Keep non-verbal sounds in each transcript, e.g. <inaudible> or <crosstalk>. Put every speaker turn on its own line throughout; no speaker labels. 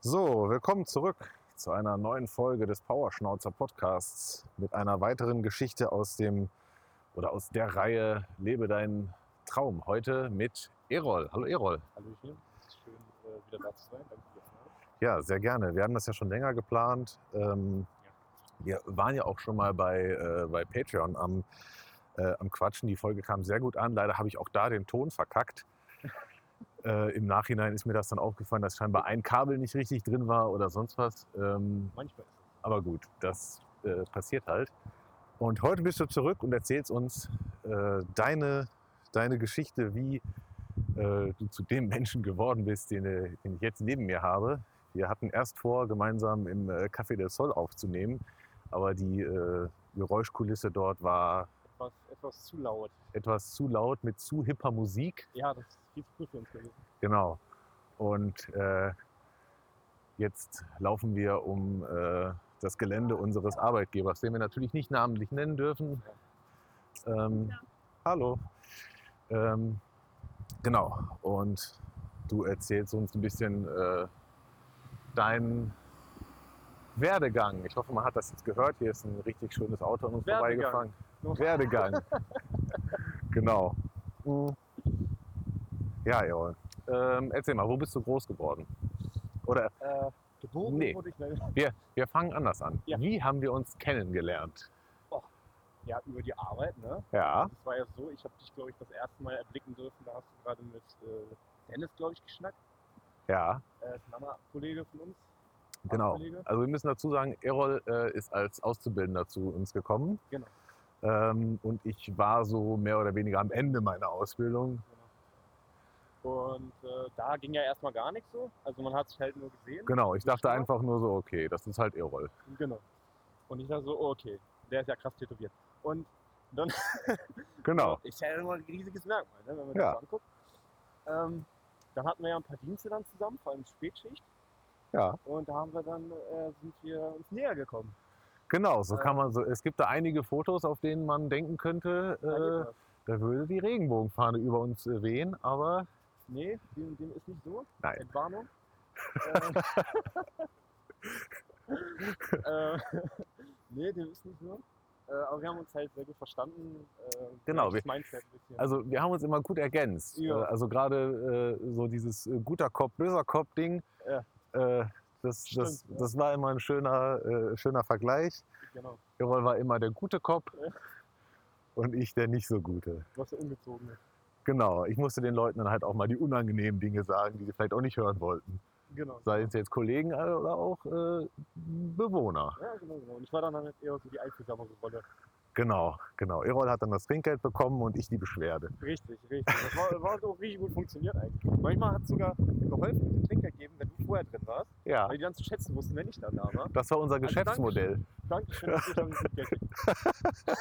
So, willkommen zurück zu einer neuen Folge des Powerschnauzer Podcasts mit einer weiteren Geschichte aus dem oder aus der Reihe Lebe deinen Traum. Heute mit Erol. Hallo Erol.
Hallöchen, schön äh, wieder da zu sein. Danke für die Einladung.
Ja, sehr gerne. Wir haben das ja schon länger geplant. Ähm, wir waren ja auch schon mal bei, äh, bei Patreon am, äh, am Quatschen. Die Folge kam sehr gut an. Leider habe ich auch da den Ton verkackt. Äh, Im Nachhinein ist mir das dann aufgefallen, dass scheinbar ein Kabel nicht richtig drin war oder sonst was. Ähm,
Manchmal ist es.
aber gut, das äh, passiert halt. Und heute bist du zurück und erzählst uns äh, deine, deine Geschichte, wie äh, du zu dem Menschen geworden bist, den, äh, den ich jetzt neben mir habe. Wir hatten erst vor, gemeinsam im äh, Café del Sol aufzunehmen, aber die äh, Geräuschkulisse dort war
Etwas, etwas zu laut.
etwas zu laut mit zu hipper Musik.
Ja, das ist viel zu früh für uns gewesen.
Genau. Und äh, jetzt laufen wir um äh, das Gelände unseres Arbeitgebers, den wir natürlich nicht namentlich nennen dürfen. Ähm, Hallo. Ähm, genau. Und du erzählst uns ein bisschen äh, deinen Werdegang. Ich hoffe, man hat das jetzt gehört. Hier ist ein richtig schönes Auto an uns
Werdegang.
vorbeigefahren.
So.
Werdegang. genau.
Mhm.
Mm. Ja, Erol. Ähm, erzähl mal, wo bist du groß geworden? Oder
Äh, geboren
Nee.
wurde ich ne? leider
wir, wir fangen anders an.
Ja.
Wie haben wir uns kennengelernt?
<laughs> ja, über die Arbeit. Ne?
Ja,
Das war ja so, ich habe dich, glaube ich, das erste Mal erblicken dürfen. Da hast du gerade mit äh, Dennis, glaube ich, geschnackt.
ja,
Äh, ist ein anderer Kollege von uns.
genau.
Arbeitskollege.
Also wir müssen dazu sagen, Erol äh, ist als Auszubildender zu uns gekommen.
Genau.
Ähm, und ich war so mehr oder weniger am Ende meiner Ausbildung.
Und äh, da ging ja erstmal gar nichts so. Also man hat sich halt nur gesehen.
Genau, ich dachte
Genau.
einfach nur so, okay, das ist halt Erol.
Genau. Und ich dachte so, oh, okay, der ist ja krass tätowiert. Und
Genau.
Ist ja immer ein riesiges Merkmal, ne, wenn man
Ja.
das so anguckt. Ähm, dann hatten wir ja ein paar Dienste dann zusammen, vor allem Spätschicht.
Ja.
Und da haben wir dann, äh, sind wir uns näher gekommen.
Genau, so
Äh.
kann man so. Es gibt da einige Fotos, auf denen man denken könnte,
genau.
äh, da würde die Regenbogenfahne über uns äh, wehen, aber
nee, dem, dem ist nicht so.
Nein. <laughs>
Entwarnung. Ähm, <laughs> äh, äh, nee, dem ist nicht so. Äh, aber wir haben uns halt sehr gut verstanden. Äh,
Genau,
gleiches Mindset ein bisschen.
also wir haben uns immer gut ergänzt.
Ja.
Äh, also gerade äh, so dieses äh, guter Cop, böser Cop-Ding,
Ja.
äh, das, das,
Stimmt, ja.
das war immer ein schöner, äh, schöner Vergleich.
genau.
Erol war immer der gute Cop
Ja.
und ich der nicht so gute.
Du warst ja ungezogen.
Genau, ich musste den Leuten dann halt auch mal die unangenehmen Dinge sagen, die sie vielleicht auch nicht hören wollten.
Genau.
Sei es jetzt Kollegen äh, oder auch äh, Bewohner.
Ja, genau, genau. Und ich war dann halt eher so die einfühlsamere Rolle.
Genau, genau. Erol hat dann das Trinkgeld bekommen und ich die Beschwerde.
Richtig, richtig. Das war, war auch richtig gut funktioniert eigentlich. Manchmal hat es sogar geholfen mit dem Trinker geben, wenn du vorher drin warst,
Ja,
weil die dann zu schätzen wussten, wenn ich dann da war.
das war unser <laughs> Geschäftsmodell.
Dankeschön, dass ich damit gut Geld
<laughs>
gekriegt.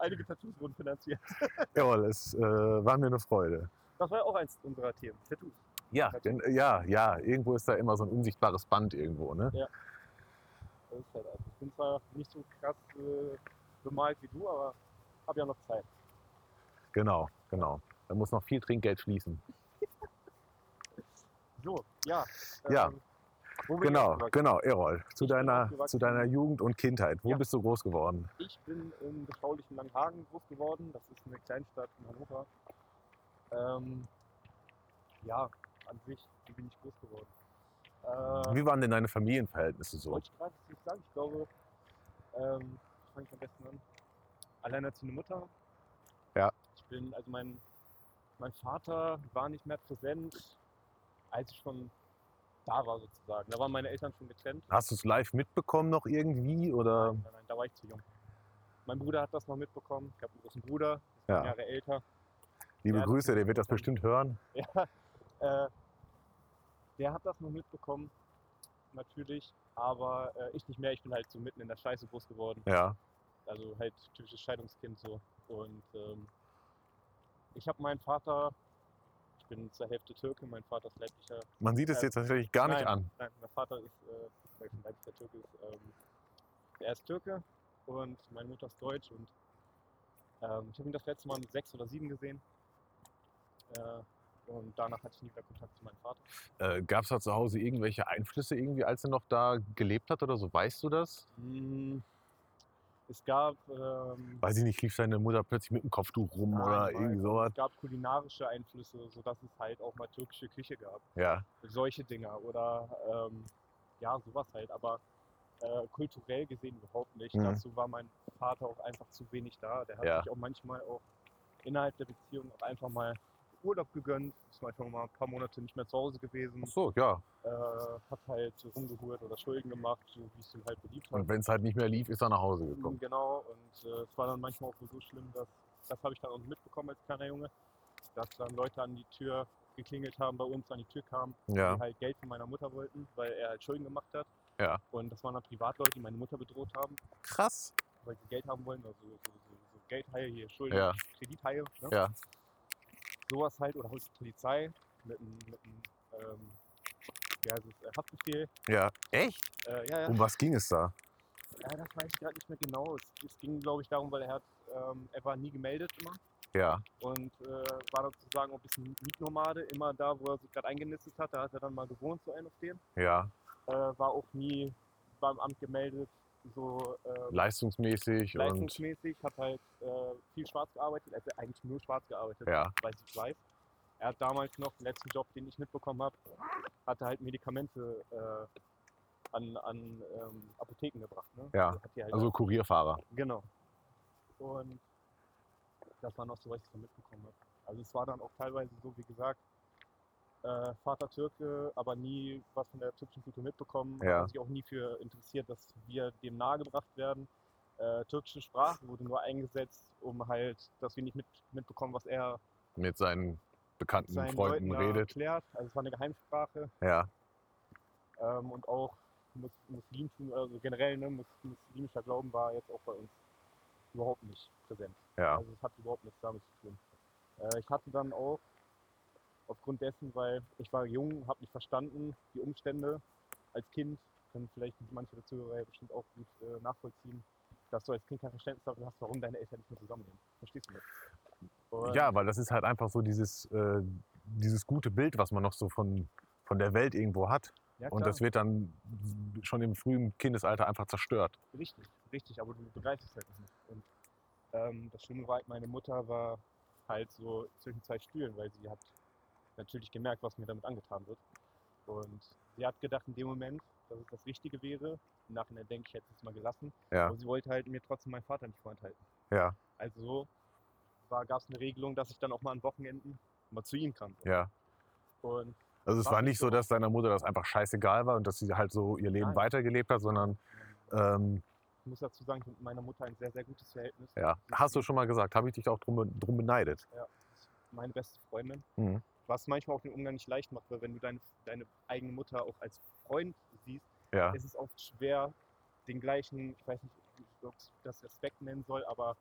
Einige Tattoos wurden finanziert.
Erol, es äh, war mir eine Freude.
Das war ja auch eins unserer Themen, Tattoos.
Ja, denn, äh, ja, ja, irgendwo ist da immer so ein unsichtbares Band irgendwo, ne?
Das ist halt einfach. Ich bin zwar nicht so krass äh, bemalt wie du, aber habe ja noch Zeit.
Genau, genau. Da muss noch viel Trinkgeld fließen.
So, ja. ähm,
Ja.
wo bin ich
Genau,
aufgewachsen?
genau, Erol. Zu
Ich bin
deiner,
aufgewachsen-
zu deiner Jugend und Kindheit. Wo
Ja.
bist du groß geworden?
Ich bin im beschaulichen Langhagen groß geworden. Das ist eine Kleinstadt in Hannover. Ähm, ja, an sich, wie bin ich groß geworden? Äh,
Wie waren denn deine Familienverhältnisse so?
wollte ich gerade nicht sagen. Ich glaube, ähm, was fange ich am besten an? Alleinerziehende Mutter.
Ja.
Ich bin, also mein, mein Vater war nicht mehr präsent, als ich schon da war sozusagen. Da waren meine Eltern schon getrennt.
Hast du es live mitbekommen noch irgendwie? Oder?
Nein, nein, nein, da war ich zu jung. Mein Bruder hat das noch mitbekommen. Ich habe einen großen Bruder, der ist
Ja.
ja. Jahre älter. <laughs>
Liebe
Ja, das
Grüße,
ist-
der wird das bestimmt hören.
Ja, äh, der hat das noch mitbekommen, natürlich. Aber äh, ich nicht mehr. Ich bin halt so mitten in der Scheiße groß geworden.
Ja,
Also halt typisches Scheidungskind so. Und ähm, ich habe meinen Vater, ich bin zur Hälfte Türke, mein Vater ist leiblicher.
man sieht es
Ja.
jetzt tatsächlich gar nicht
Nein.
an.
Nein, mein Vater ist, äh, weil ich ein leiblicher Türke ist, ähm, er ist Türke und meine Mutter ist Deutsch und um ähm, ich habe ihn das letzte Mal mit sechs oder sieben gesehen. Äh, Und danach hatte ich nie wieder Kontakt zu meinem Vater.
Äh, Gab es da zu Hause irgendwelche Einflüsse irgendwie, als er noch da gelebt hat oder so? Weißt du das?
Mm, Es gab. Ähm,
Weiß ich nicht, lief seine Mutter plötzlich mit dem Kopftuch rum
nein,
oder
nein,
irgendwie sowas?
Es gab kulinarische Einflüsse, sodass es halt auch mal türkische Küche gab.
Ja.
Solche Dinger oder ähm, ja, sowas halt. Aber äh, kulturell gesehen überhaupt nicht.
Mhm.
Dazu war mein Vater auch einfach zu wenig da. Der hat
Ja.
sich auch manchmal auch innerhalb der Beziehung auch einfach mal Urlaub gegönnt. Ist manchmal mal ein paar Monate nicht mehr zu Hause gewesen.
Ach so, ja.
Äh, hat halt rumgehurt oder Schulden gemacht, so wie es ihm halt beliebt hat.
Und wenn es halt nicht mehr lief, ist er nach Hause
Mhm,
gekommen.
Genau, und äh, es war dann manchmal auch wohl so schlimm, dass, das habe ich dann auch mitbekommen als kleiner Junge, dass dann Leute an die Tür geklingelt haben, bei uns an die Tür kamen,
Ja.
die halt Geld von meiner Mutter wollten, weil er halt Schulden gemacht hat.
Ja.
Und das waren dann Privatleute, die meine Mutter bedroht haben,
Krass.
weil sie Geld haben wollen, also so, so, so, so Geldhaie hier, Schulden,
Ja.
Kredithaie, ne?
Ja.
sowas halt, oder holst die Polizei mit einem, mit einem ähm, ja, das ist, äh, Haftbefehl.
Ja. Echt?
Äh, ja, ja.
Um was ging es da?
Ja, das weiß ich gerade nicht mehr genau. Es, es ging, glaube ich, darum, weil er hat, ähm, er war nie gemeldet immer
Ja.
und äh, war dann sozusagen auch ein bisschen Mietnomade, immer da, wo er sich gerade eingenistet hat. Da hat er dann mal gewohnt, so einen auf dem.
Ja.
Äh, war auch nie beim Amt gemeldet, so äh,
Leistungsmäßig und.
leistungsmäßig, hat halt äh, viel schwarz gearbeitet, also eigentlich nur schwarz gearbeitet,
Ja.
weil ich weiß. Er hat damals noch, den letzten Job, den ich mitbekommen habe, hat er halt Medikamente äh, an, an ähm, Apotheken gebracht. Ne?
Ja,
hat die halt
Also Kurierfahrer.
Genau. Und das war noch so, was ich so mitbekommen habe. Also es war dann auch teilweise so, wie gesagt, äh, Vater Türke, aber nie was von der türkischen Kultur mitbekommen.
Ja.
Hat sich auch nie für interessiert, dass wir dem nahegebracht werden. Äh, türkische Sprache wurde nur eingesetzt, um halt, dass wir nicht mit, mitbekommen, was er
Mit seinen bekannten
seinen
Freunden
Leuten da
redet.
erklärt. Also es war eine Geheimsprache
Ja.
ähm, und auch Mus Muslimtum, also generell ne, Mus muslimischer Glauben war jetzt auch bei uns überhaupt nicht präsent.
Ja.
Also es hat überhaupt nichts damit zu tun. Äh, ich hatte dann auch, aufgrund dessen, weil ich war jung, habe nicht verstanden, die Umstände als Kind, können vielleicht manche der Zuhörer ja bestimmt auch gut äh, nachvollziehen, dass du als Kind kein Verständnis dafür hast, warum deine Eltern nicht mehr zusammenleben. Verstehst du das? Und
Ja, weil das ist halt einfach so dieses, äh, dieses gute Bild, was man noch so von, von der Welt irgendwo hat.
ja,
Und
klar.
das wird dann schon im frühen Kindesalter einfach zerstört.
Richtig, richtig, aber du begreifst es halt nicht. Und ähm, das Schlimme war halt, meine Mutter war halt so zwischen zwei Stühlen, weil sie hat natürlich gemerkt, was mir damit angetan wird. Und sie hat gedacht in dem Moment, dass es das Richtige wäre. Im Nachhinein denke ich, hätte ich es mal gelassen.
Ja.
Aber sie wollte halt mir trotzdem meinen Vater nicht vorenthalten.
Ja,
Also gab es eine Regelung, dass ich dann auch mal an Wochenenden mal zu ihm kam.
ja.
Und
Also es
War
war
nicht
nicht so, dass deiner Mutter das einfach scheißegal war und dass sie halt so ihr Leben
Nein.
weitergelebt hat, sondern ähm,
ich muss dazu sagen, ich habe mit meiner Mutter ein sehr, sehr gutes Verhältnis.
ja, hast du schon mal gesagt, habe ich dich auch drum, drum beneidet.
Meine beste Freundin.
Mhm.
was manchmal auch den Umgang nicht leicht macht, weil wenn du deine, deine eigene Mutter auch als Freund siehst,
Ja,
ist es oft schwer, den gleichen, ich weiß nicht, ob ich das Respekt nennen soll, aber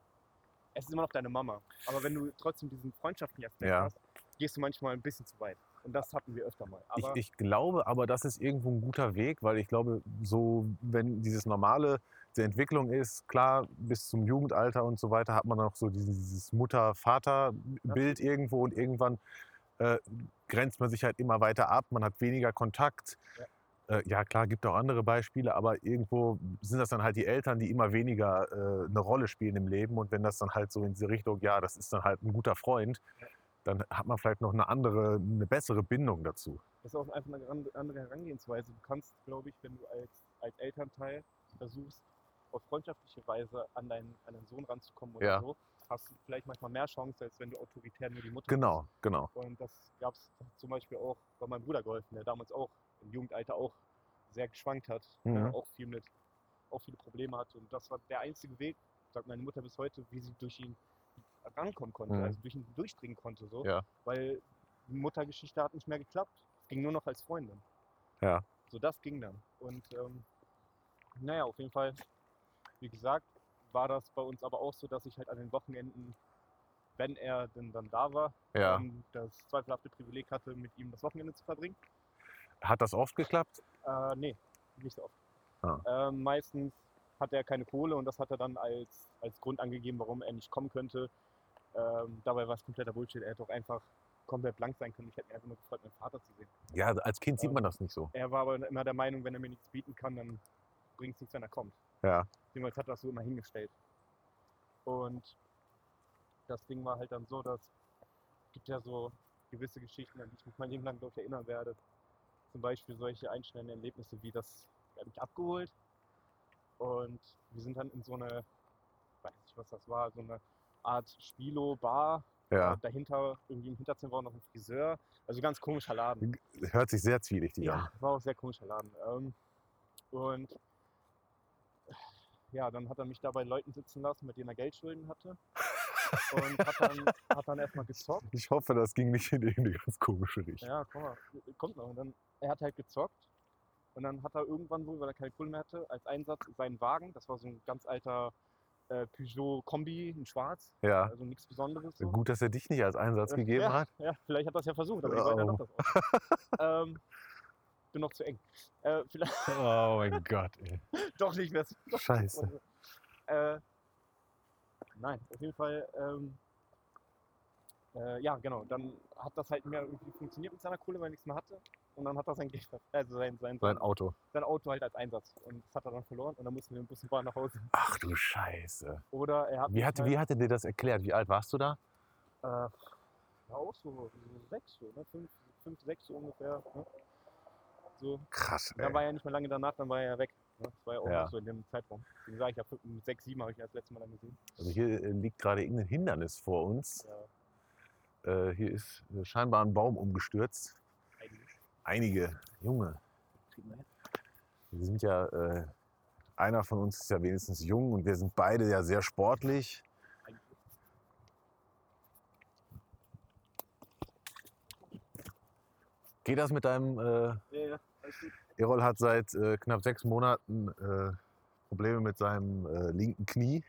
es ist immer noch deine Mama. Aber wenn du trotzdem diesen freundschaftlichen Aspekt
Ja.
hast, gehst du manchmal ein bisschen zu weit. Und das hatten wir öfter mal.
ich,
Aber
ich glaube aber, das ist irgendwo ein guter Weg, weil ich glaube, so wenn dieses normale der Entwicklung ist, klar, bis zum Jugendalter und so weiter hat man noch so dieses- dieses Mutter-Vater-Bild irgendwo und irgendwann äh, grenzt man sich halt immer weiter ab, man hat weniger Kontakt. Ja, äh, ja klar, gibt auch andere Beispiele, aber irgendwo sind das dann halt die Eltern, die immer weniger äh, eine Rolle spielen im Leben und wenn das dann halt so in diese Richtung, ja, das ist dann halt ein guter Freund, dann hat man vielleicht noch eine andere, eine bessere Bindung dazu.
das ist auch einfach eine an- andere Herangehensweise. Du kannst, glaube ich, wenn du als, als Elternteil versuchst, auf freundschaftliche Weise an deinen, an deinen Sohn ranzukommen oder
Ja.
so, hast du vielleicht manchmal mehr Chancen, als wenn du autoritär nur die Mutter bist.
Genau, genau.
Und das gab es zum Beispiel auch bei meinem Bruder geholfen, der damals auch im Jugendalter auch sehr geschwankt hat,
Mhm.
äh, auch viel mit, auch viele Probleme hatte. Und das war der einzige Weg, sagt meine Mutter bis heute, wie sie durch ihn rankommen konnte,
Mhm.
also durch ihn durchdringen konnte, so,
Ja.
weil die Muttergeschichte hat nicht mehr geklappt. Es ging nur noch als Freundin.
Ja.
So, das ging dann. Und ähm, naja, auf jeden Fall, wie gesagt, war das bei uns aber auch so, dass ich halt an den Wochenenden, wenn er denn dann da war,
Ja.
ähm, das zweifelhafte Privileg hatte, mit ihm das Wochenende zu verbringen.
Hat das oft geklappt?
Äh, nee, nicht so oft.
Ah.
Ähm, meistens hatte er keine Kohle und das hat er dann als, als Grund angegeben, warum er nicht kommen könnte. Ähm, dabei war es kompletter Bullshit. Er hätte auch einfach komplett blank sein können. Ich hätte mich einfach nur gefreut, meinen Vater zu sehen.
Ja, als Kind sieht
Ja.
man das nicht so.
Er war aber immer der Meinung, wenn er mir nichts bieten kann, dann bringt es nichts, wenn er kommt.
Ja.
Jedenfalls hat er das so immer hingestellt. Und das Ding war halt dann so, dass es gibt ja so gewisse Geschichten, an die ich mich mein Leben lang, glaube ich, erinnern werde. Zum Beispiel solche einschneidenden Erlebnisse wie das, er hat mich abgeholt und wir sind dann in so eine, weiß nicht, was das war, so eine Art Spilo-Bar.
Ja.
Und Dahinter, irgendwie im Hinterzimmer war auch noch ein Friseur. Also ganz komischer Laden.
Hört sich sehr zwielichtig an.
Ja, war auch sehr komischer Laden. Ähm, und ja, dann hat er mich da bei Leuten sitzen lassen, mit denen er Geldschulden hatte. Und hat dann, hat dann erstmal gezockt.
Ich hoffe, das ging nicht in irgendeine ganz komische Richtung.
Ja, komm mal, kommt noch. Und dann, er hat halt gezockt. Und dann hat er irgendwann wohl, weil er keine Kohle mehr hatte, als Einsatz seinen Wagen, das war so ein ganz alter äh, Peugeot-Kombi, in schwarz,
Ja.
also nichts Besonderes. So.
Gut, dass er dich nicht als Einsatz
Äh,
gegeben
ja,
hat.
Ja, vielleicht hat er es ja versucht, aber die wollten ja
Oh.
doch das Auto. ähm, bin noch zu eng. Äh, vielleicht, <laughs>
Oh mein Gott, ey.
doch nicht mehr. Doch,
Scheiße.
Äh, nein, auf jeden Fall. Ähm, äh, ja, genau. Dann hat das halt mehr irgendwie funktioniert mit seiner Kohle, weil er nichts mehr hatte. Und dann hat er sein Geld, also sein, sein,
Sein
sein,
Auto.
Auto halt als Einsatz. Und das hat er dann verloren. Und dann mussten wir im Bus und Bahn nach Hause.
Ach du Scheiße.
Oder er hat.
Wie
mich
hat,
halt,
wie hat er dir das erklärt? Wie alt warst du da?
Äh, war auch so, so sechs, so, ne? Fünf, fünf, sechs so ungefähr. Ne? So.
Krass,
Da war ja nicht mehr lange danach, dann war er ja weg. Ne? Das war ja auch
Äh. Ja.
noch so in dem Zeitraum. Deswegen sage ich ja, fünf- mit sechs, sieben habe ich ihn das letzte Mal dann gesehen.
Also hier äh, liegt gerade irgendein Hindernis vor uns.
Ja,
Äh, hier ist äh, scheinbar ein Baum umgestürzt.
eigentlich.
Einige, Junge,
Kriegen wir hin.
wir sind ja, äh, einer von uns ist ja wenigstens jung und wir sind beide ja sehr sportlich. Geht das mit deinem, äh,
Ja, ja, alles gut.
Erol hat seit äh, knapp sechs Monaten äh, Probleme mit seinem äh, linken Knie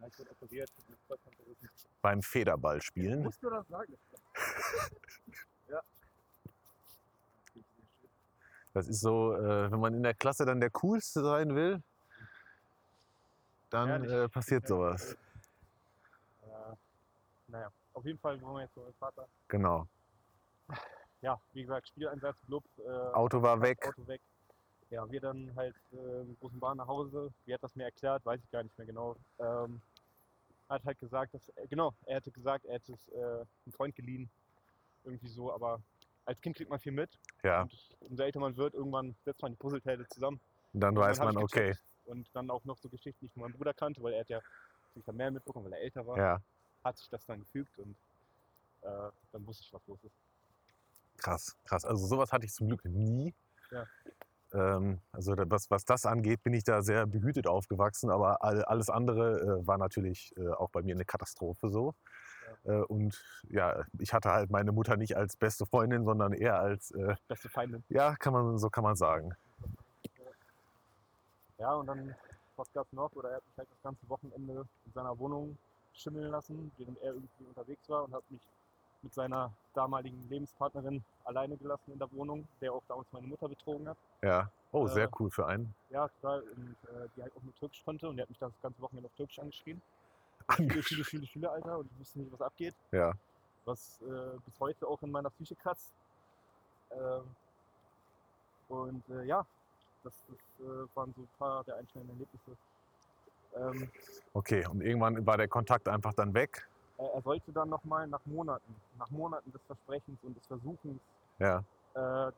Ja, ich wurde operiert, ich bin vollkommen verrissen.
beim Federballspielen.
Musst du das sagen? ja.
Das ist so, äh, wenn man in der Klasse dann der Coolste sein will, dann
Ehrlich?
äh, passiert sowas.
Äh, naja, auf jeden Fall wollen wir jetzt zu meinem Vater.
Genau.
Ja, wie gesagt, Spieleinsatz, Blub, äh,
Auto war weg.
Auto weg. Ja, wir dann halt äh, mit großen Bahn nach Hause. Wie hat das mir erklärt? Weiß ich gar nicht mehr genau. Ähm, hat halt gesagt, dass, äh, genau, er hätte gesagt, er hätte es äh, einem Freund geliehen. Irgendwie so, aber als Kind kriegt man viel mit.
Ja,
Und umso älter man wird, irgendwann setzt man die Puzzleteile zusammen.
dann
Und
weiß
dann hab
man,
ich
okay.
gecheckt. Und dann auch noch so Geschichten, die ich von meinem Bruder kannte, weil er hat ja natürlich dann mehr mitbekommen, weil er älter war,
Ja,
hat sich das dann gefügt und äh, dann wusste ich, was los ist.
krass, krass. Also sowas hatte ich zum Glück nie.
Ja.
Ähm, also da- was, was das angeht, bin ich da sehr behütet aufgewachsen, aber all- alles andere äh, war natürlich äh, auch bei mir eine Katastrophe so. Äh, und ja, ich hatte halt meine Mutter nicht als beste Freundin, sondern eher als, äh,
Beste Feinde.
ja, kann man, so kann man sagen.
Ja, und dann, was gab's noch? Oder er hat mich halt das ganze Wochenende in seiner Wohnung schimmeln lassen, während er irgendwie unterwegs war und hat mich mit seiner damaligen Lebenspartnerin alleine gelassen in der Wohnung, der auch damals meine Mutter betrogen hat.
Ja. Oh, sehr
Äh,
cool für einen. <laughs>
Ja, total. Und äh, die halt auch nur Türkisch konnte und der hat mich das ganze Wochenende auf Türkisch angeschrien. Schüler, Schüler, Schüler, Schüler, Alter, und ich wusste nicht, was abgeht.
Ja.
was äh, bis heute auch in meiner Psyche kratzt. Ähm, und äh, ja, das, das äh, waren so ein paar der einschneidenden Erlebnisse. Ähm,
Okay, und irgendwann war der Kontakt einfach dann weg.
er, er sollte dann nochmal nach Monaten, nach Monaten des Versprechens und des Versuchens,
Ja.
äh,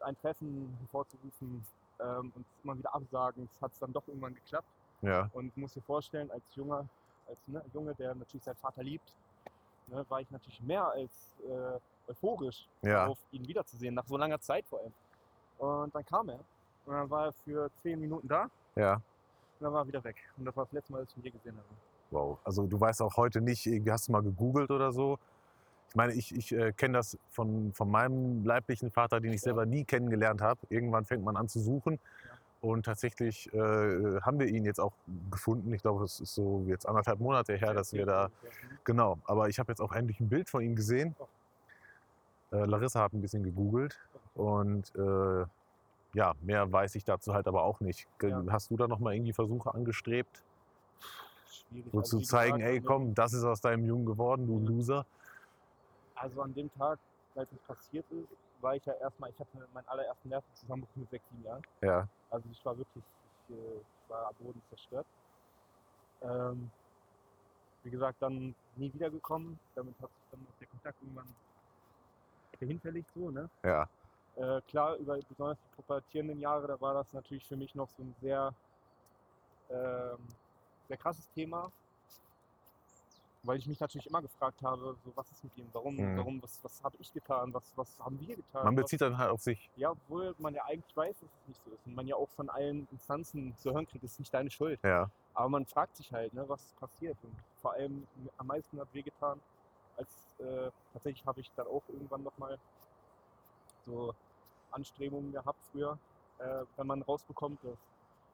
ein Treffen hervorzurufen ähm, und es immer wieder absagen, es hat es dann doch irgendwann geklappt.
Ja.
Und muss dir vorstellen, als junger, als ne, Junge, der natürlich seinen Vater liebt, ne, war ich natürlich mehr als äh, euphorisch
Ja.
auf ihn wiederzusehen, nach so langer Zeit vor allem. Und dann kam er. Und dann war er für zehn Minuten da und
Ja.
dann war er wieder weg. Und das war das letzte Mal, dass ich ihn je gesehen habe.
Wow. Also du weißt auch heute nicht, irgendwie hast du mal gegoogelt oder so. Ich meine, ich, ich äh, kenne das von, von meinem leiblichen Vater, den ich
Ja.
selber nie kennengelernt habe. Irgendwann fängt man an zu suchen.
Ja.
Und tatsächlich äh, haben wir ihn jetzt auch gefunden. Ich glaube, es ist so jetzt anderthalb Monate her, dass wir da. Genau. Aber ich habe jetzt auch endlich ein Bild von ihm gesehen. Äh, Larissa hat ein bisschen gegoogelt. Und äh, ja, mehr weiß ich dazu halt aber auch nicht. Ge-
Ja.
Hast du da nochmal irgendwie Versuche angestrebt?
Schwierig.
So
Also,
zu
wie
zeigen,
gesagt,
ey
ne,
komm, das ist aus deinem Jungen geworden, du
Ja.
Loser.
Also an dem Tag, als es passiert ist, war ich ja erstmal, ich hatte meinen allerersten Nervenzusammenbruch mit sechs, sieben Jahren.
Ja,
Also ich war wirklich, ich äh, war am Boden zerstört. Ähm, wie gesagt, dann nie wiedergekommen. Damit hat sich dann auch der Kontakt irgendwann verhinterlegt so, ne?
ja,
Äh, klar, über besonders die pubertierenden Jahre, da war das natürlich für mich noch so ein sehr, ähm, sehr krasses Thema, weil ich mich natürlich immer gefragt habe, so was ist mit ihm, warum,
Mhm.
warum, was, was habe ich getan, was, was haben wir getan?
man
was-
bezieht dann halt auf sich.
ja, obwohl man ja eigentlich weiß, dass es nicht so ist und man ja auch von allen Instanzen zu hören kriegt, es ist nicht deine Schuld.
Ja,
Aber man fragt sich halt, ne, was passiert. Und vor allem m- am meisten hat wehgetan, als äh, tatsächlich habe ich dann auch irgendwann nochmal so Anstrebungen gehabt früher, äh, wenn man rausbekommt, dass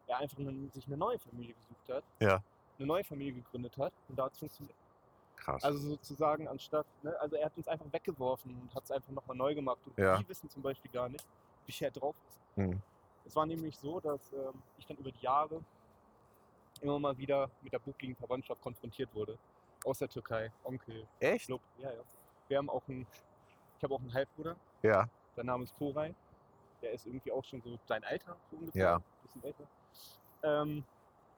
er einfach eine, sich eine neue Familie gesucht hat,
Ja.
eine neue Familie gegründet hat und da hat es funktioniert.
krass.
Also sozusagen anstatt, ne, also er hat uns einfach weggeworfen und hat es einfach nochmal neu gemacht. Und
Ja.
die wissen zum Beispiel gar nicht, wie er drauf ist.
Mhm.
Es war nämlich so, dass ähm, ich dann über die Jahre immer mal wieder mit der buckligen Verwandtschaft konfrontiert wurde. Aus der Türkei, Onkel,
Echt?
Club, ja, ja. Wir haben auch einen, ich habe auch einen Halbbruder,
Ja,
sein Name ist Koray. Der ist irgendwie auch schon so sein Alter, so ungefähr.
Ja.
Ein bisschen älter. Ähm,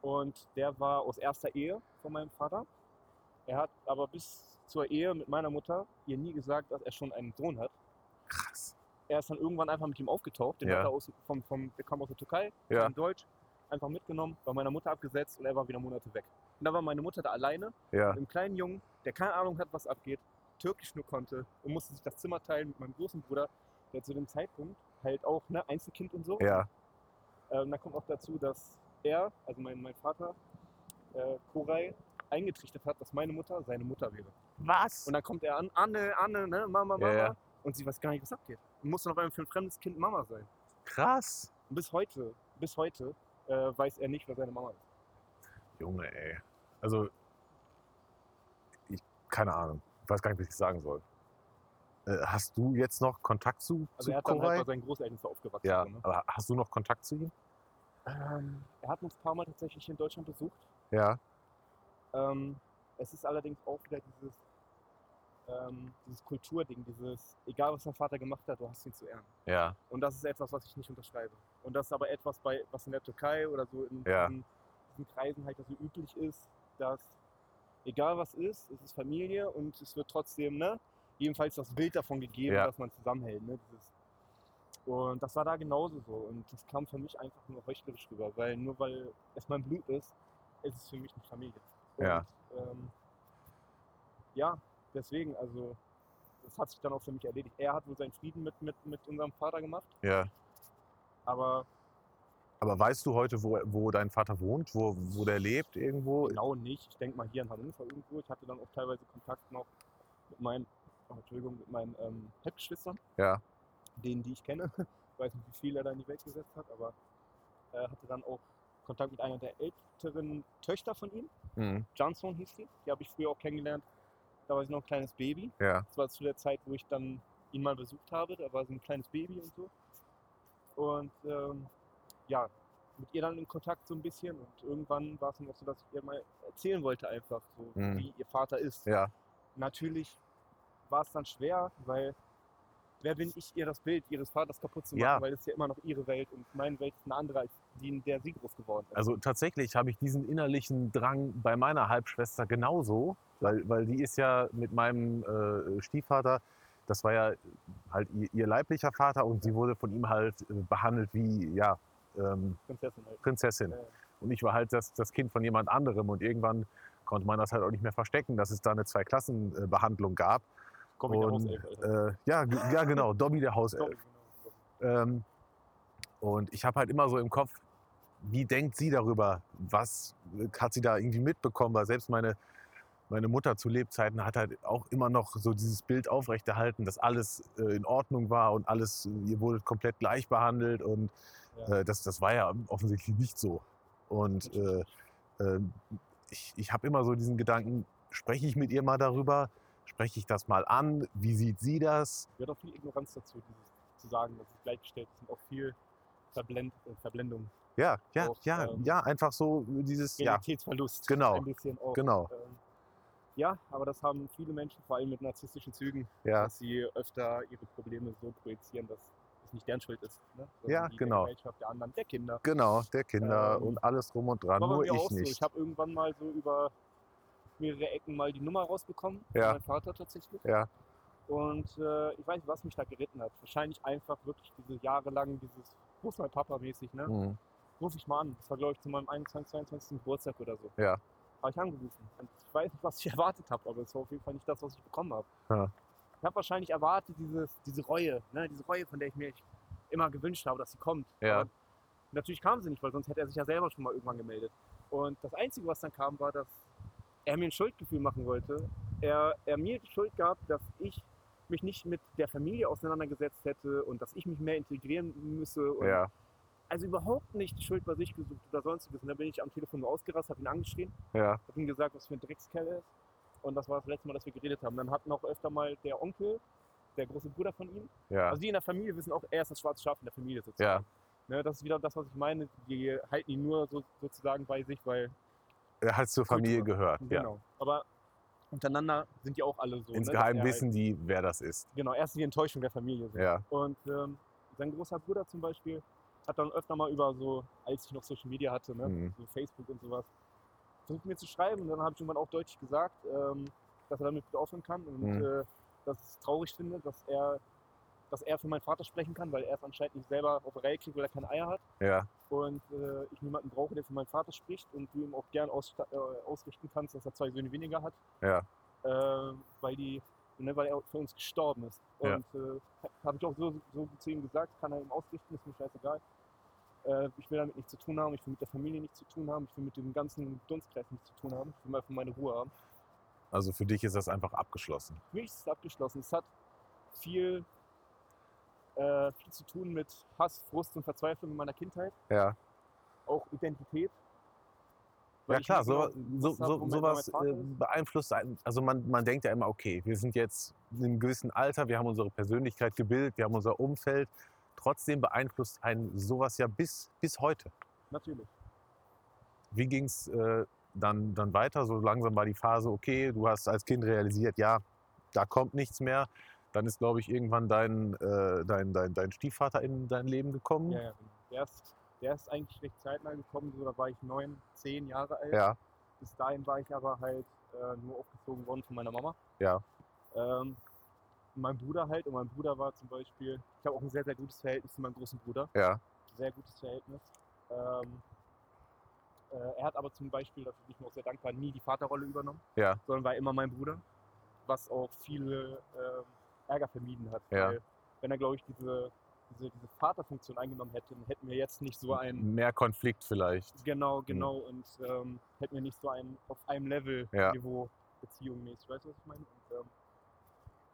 und der war aus erster Ehe von meinem Vater. Er hat aber bis zur Ehe mit meiner Mutter ihr nie gesagt, dass er schon einen Sohn hat.
krass.
Er ist dann irgendwann einfach mit ihm aufgetaucht. Den
Ja.
hat er aus, vom, vom, der kam aus der Türkei,
Ja.
in Deutsch, einfach mitgenommen, bei meiner Mutter abgesetzt und er war wieder Monate weg. Und da war meine Mutter da alleine
Ja,
mit einem kleinen Jungen, der keine Ahnung hat, was abgeht, Türkisch nur konnte und musste sich das Zimmer teilen mit meinem großen Bruder, der zu dem Zeitpunkt halt auch ne, Einzelkind und so.
ja,
Ähm, da kommt auch dazu, dass er, also mein, mein Vater, äh, Koray, eingetrichtert hat, dass meine Mutter seine Mutter wäre.
Was?
Und dann kommt er an, Anne, Anne, ne, Mama,
Ja,
Mama.
ja.
Und sie weiß gar nicht, was abgeht. Und muss dann auf einmal für ein fremdes Kind Mama sein.
krass.
Und bis heute, bis heute äh, weiß er nicht, wer seine Mama ist.
Junge, ey. Also, ich, keine Ahnung. Ich weiß gar nicht, was ich sagen soll. Äh, hast du jetzt noch Kontakt zu,
Also
zu
er hat dann
Koray?
halt bei seinen Großeltern so aufgewachsen.
ja,
so, ne?
aber hast du noch Kontakt zu ihm?
ähm, er hat uns ein paar Mal tatsächlich hier in Deutschland besucht.
Ja,
Ähm, es ist allerdings auch wieder dieses, ähm, dieses Kulturding, dieses, egal was dein Vater gemacht hat, du hast ihn zu ehren.
ja,
Und das ist etwas, was ich nicht unterschreibe. Und das ist aber etwas, bei, was in der Türkei oder so in
Ja.
diesen, diesen Kreisen halt so üblich ist, dass egal was ist, es ist Familie und es wird trotzdem, ne, jedenfalls das Bild davon gegeben,
Ja.
dass man zusammenhält. Ne, dieses. Und das war da genauso so. Und das kam für mich einfach nur heuchlerisch rüber, weil nur weil es mein Blut ist, ist es für mich eine Familie. Und,
Ja.
Ähm, ja, deswegen, also das hat sich dann auch für mich erledigt. Er hat wohl seinen Frieden mit, mit, mit unserem Vater gemacht,
ja.
aber
Aber weißt du heute, wo, wo dein Vater wohnt, wo, wo der lebt irgendwo?
genau nicht. Ich denke mal hier in Hannover irgendwo. Ich hatte dann auch teilweise Kontakt noch mit meinen, oh, Entschuldigung, mit meinen ähm, Halbgeschwistern,
Ja,
denen, die ich kenne. <laughs> Ich weiß nicht, wie viel er da in die Welt gesetzt hat, aber äh, hatte dann auch Kontakt mit einer der älteren Töchter von ihm.
mhm.
Johnson hieß sie. Die habe ich früher auch kennengelernt. Da war sie noch ein kleines Baby.
ja,
Das war zu der Zeit, wo ich dann ihn mal besucht habe. Da war so ein kleines Baby und so. Und ähm, ja, mit ihr dann in Kontakt so ein bisschen. Und irgendwann war es dann auch so, dass ich ihr mal erzählen wollte, einfach so,
Mhm.
wie ihr Vater ist.
ja,
Natürlich war es dann schwer, weil wer bin ich, ihr das Bild ihres Vaters kaputt zu machen,
Ja.
weil es ist ja immer noch ihre Welt und meine Welt ist eine andere als die, in der sie groß geworden ist.
also tatsächlich habe ich diesen innerlichen Drang bei meiner Halbschwester genauso, weil, weil die ist ja mit meinem äh, Stiefvater, das war ja halt ihr, ihr leiblicher Vater und sie wurde von ihm halt äh, behandelt wie, ja, ähm,
Prinzessin halt.
Prinzessin.
Ja.
Und ich war halt das, das Kind von jemand anderem und irgendwann konnte man das halt auch nicht mehr verstecken, dass es da eine Zweiklassenbehandlung gab.
Komm ich
und,
Hauself, Alter.
äh, ja, g- ja, genau, Dobby der Hauself.
Sorry, genau.
Ähm, und ich habe halt immer so im Kopf, wie denkt sie darüber? Was äh, hat sie da irgendwie mitbekommen? Weil selbst meine, meine Mutter zu Lebzeiten hat halt auch immer noch so dieses Bild aufrechterhalten, dass alles äh, in Ordnung war und alles, äh, ihr wurdet komplett gleich behandelt und
Ja.
äh, das, das war ja offensichtlich nicht so. Und äh, äh, ich, ich habe immer so diesen Gedanken, spreche ich mit ihr mal darüber? Spreche ich das mal an? Wie sieht sie das?
gehört auch viel Ignoranz dazu, dieses, zu sagen, dass es gleichgestellt ist und auch viel Verblend, äh, Verblendung,
Ja, ja,
Auch,
ja,
ähm,
ja, einfach so äh, dieses, ja,
Realitätsverlust.
genau,
Ein bisschen auch.
genau.
Ähm, Ja, aber das haben viele Menschen, vor allem mit narzisstischen Zügen,
Ja,
dass sie öfter ihre Probleme so projizieren, dass es nicht deren Schuld ist. Ne? sondern
Ja,
die
genau.
Der Gesellschaft, der anderen, der Kinder.
genau, der Kinder
Ähm,
und alles drum und dran,
War bei
nur
mir
ich
auch so.
nicht.
Ich habe irgendwann mal so über mehrere Ecken mal die Nummer rausbekommen. von
Ja.
Mein Vater tatsächlich.
Ja.
Und äh, ich weiß nicht, was mich da geritten hat. Wahrscheinlich einfach wirklich diese jahrelang dieses, ruf mal Papa mäßig, ne?
Mhm.
Ruf ich mal an. Das war, glaube ich, zu meinem 21, 22. Geburtstag oder so.
Ja.
Habe ich angerufen. Und ich weiß nicht, was ich <laughs> erwartet habe, aber es war auf jeden Fall nicht das, was ich bekommen habe.
Ja.
Ich habe wahrscheinlich erwartet, dieses, diese Reue, ne? diese Reue, von der ich mir immer gewünscht habe, dass sie kommt.
Ja.
Aber natürlich kam sie nicht, weil sonst hätte er sich ja selber schon mal irgendwann gemeldet. Und das Einzige, was dann kam, war, dass er mir ein Schuldgefühl machen wollte. Er, er mir die Schuld gab, dass ich mich nicht mit der Familie auseinandergesetzt hätte und dass ich mich mehr integrieren müsse. Und
Ja,
Also überhaupt nicht die Schuld bei sich gesucht oder sonstiges. Und dann bin ich am Telefon so ausgerastet, habe ihn angeschrien,
ja,
habe ihm gesagt, was für ein Dreckskerl er ist. Und das war das letzte Mal, dass wir geredet haben. Dann hat noch öfter mal der Onkel, der große Bruder von ihm,
ja,
also die in der Familie wissen auch, er ist das schwarze Schaf in der Familie sozusagen. Ne, das ist wieder das, was ich meine. Die halten ihn nur so, sozusagen bei sich, weil.
Er hat zur Familie gehört. Ja.
Genau. Aber untereinander sind die auch alle so.
Insgeheim
ne, dass er
wissen die, wer das ist.
Halt, genau, erst die Enttäuschung der Familie. So.
Ja,
Und ähm, sein großer Bruder zum Beispiel hat dann öfter mal über so, als ich noch Social Media hatte, ne,
Mhm.
so Facebook und sowas, versucht mir zu schreiben. Und dann habe ich irgendwann auch deutlich gesagt, ähm, dass er damit bitte aufhören kann und
Mhm.
äh, dass ich es traurig finde, dass er, dass er für meinen Vater sprechen kann, weil er es anscheinend nicht selber auf die Reihe kriegt, weil er keine Eier hat.
ja,
Und äh, ich niemanden brauche, der für meinen Vater spricht und du ihm auch gern aussta- äh, ausrichten kannst, dass er zwei Söhne weniger hat.
Ja.
Äh, weil, die, ne, weil er für uns gestorben ist.
Ja.
Und äh, habe ich auch so, so zu ihm gesagt, kann er ihm ausrichten, ist mir scheißegal. Äh, ich will damit nichts zu tun haben, ich will mit der Familie nichts zu tun haben, ich will mit dem ganzen Dunstkreis nichts zu tun haben, ich will mal von meine Ruhe haben.
also für dich ist das einfach abgeschlossen.
Für mich ist es abgeschlossen. Es hat viel, äh, viel zu tun mit Hass, Frust und Verzweiflung in meiner Kindheit.
Ja,
auch Identität. Weil
ja
ich
klar,
nicht
so,
genau
so,
gewusst hab,
so,
wo mein-
sowas
wo mein
äh,
Vater ist.
beeinflusst einen. Also man, man denkt ja immer, okay, wir sind jetzt in einem gewissen Alter, wir haben unsere Persönlichkeit gebildet, wir haben unser Umfeld. Trotzdem beeinflusst einen sowas ja bis, bis heute.
Natürlich.
Wie ging es äh, dann, dann weiter? So langsam war die Phase, okay, du hast als Kind realisiert, ja, da kommt nichts mehr. Dann ist, glaube ich, irgendwann dein, äh, dein, dein, dein Stiefvater in dein Leben gekommen.
Ja, ja. Der, ist, der ist eigentlich recht zeitnah gekommen, so, da war ich neun, zehn Jahre alt.
ja.
Bis dahin war ich aber halt äh, nur aufgezogen worden von meiner Mama.
Ja.
Ähm, mein Bruder halt, und mein Bruder war zum Beispiel, ich habe auch ein sehr, sehr gutes Verhältnis zu meinem großen Bruder.
Ja,
sehr gutes Verhältnis. Ähm, äh, er hat aber zum Beispiel, dafür bin ich mir auch sehr dankbar, nie die Vaterrolle übernommen,
Ja.
sondern war immer mein Bruder, was auch viele ähm, Ärger vermieden hat.
Ja.
Weil, wenn er, glaube ich, diese, diese, diese Vaterfunktion eingenommen hätte, dann hätten wir jetzt nicht so einen,
mehr Konflikt vielleicht.
genau, genau, und ähm, hätten wir nicht so einen auf einem Level
Ja.
Niveau Beziehung mäßig. Weißt du, was ich meine? Und, ähm,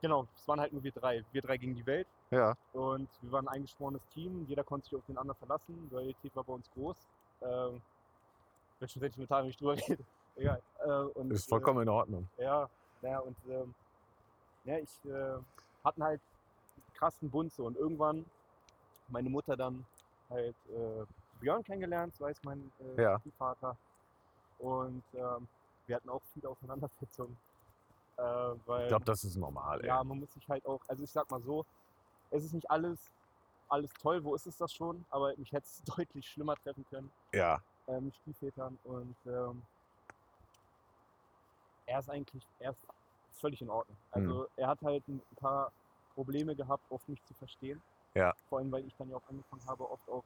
genau, es waren halt nur wir drei. Wir drei gegen die Welt.
Ja,
Und wir waren ein eingeschworenes Team, jeder konnte sich auf den anderen verlassen, Loyalität war bei uns groß. Ähm, wird schon sentimental, wenn ich drüber <laughs> rede. Egal. Äh, und,
ist vollkommen in Ordnung.
Äh, ja, naja, und ähm, ja, ich äh, hatten halt einen krassen Bund so. Und irgendwann meine Mutter dann halt äh, Björn kennengelernt, so heißt mein äh,
Ja.
Stiefvater. Und ähm, wir hatten auch viele Auseinandersetzungen. Äh, weil
Ich glaube, das ist normal. Ey.
ja, man muss sich halt auch, also ich sag mal so, es ist nicht alles, alles toll, wo ist es das schon, aber mich hätte es <laughs> deutlich schlimmer treffen können
Ja,
äh, mit Stiefvätern und ähm, er ist eigentlich, er ist völlig in Ordnung. Also
Mhm.
er hat halt ein paar Probleme gehabt, oft mich zu verstehen.
Ja.
Vor allem, weil ich dann ja auch angefangen habe, oft auch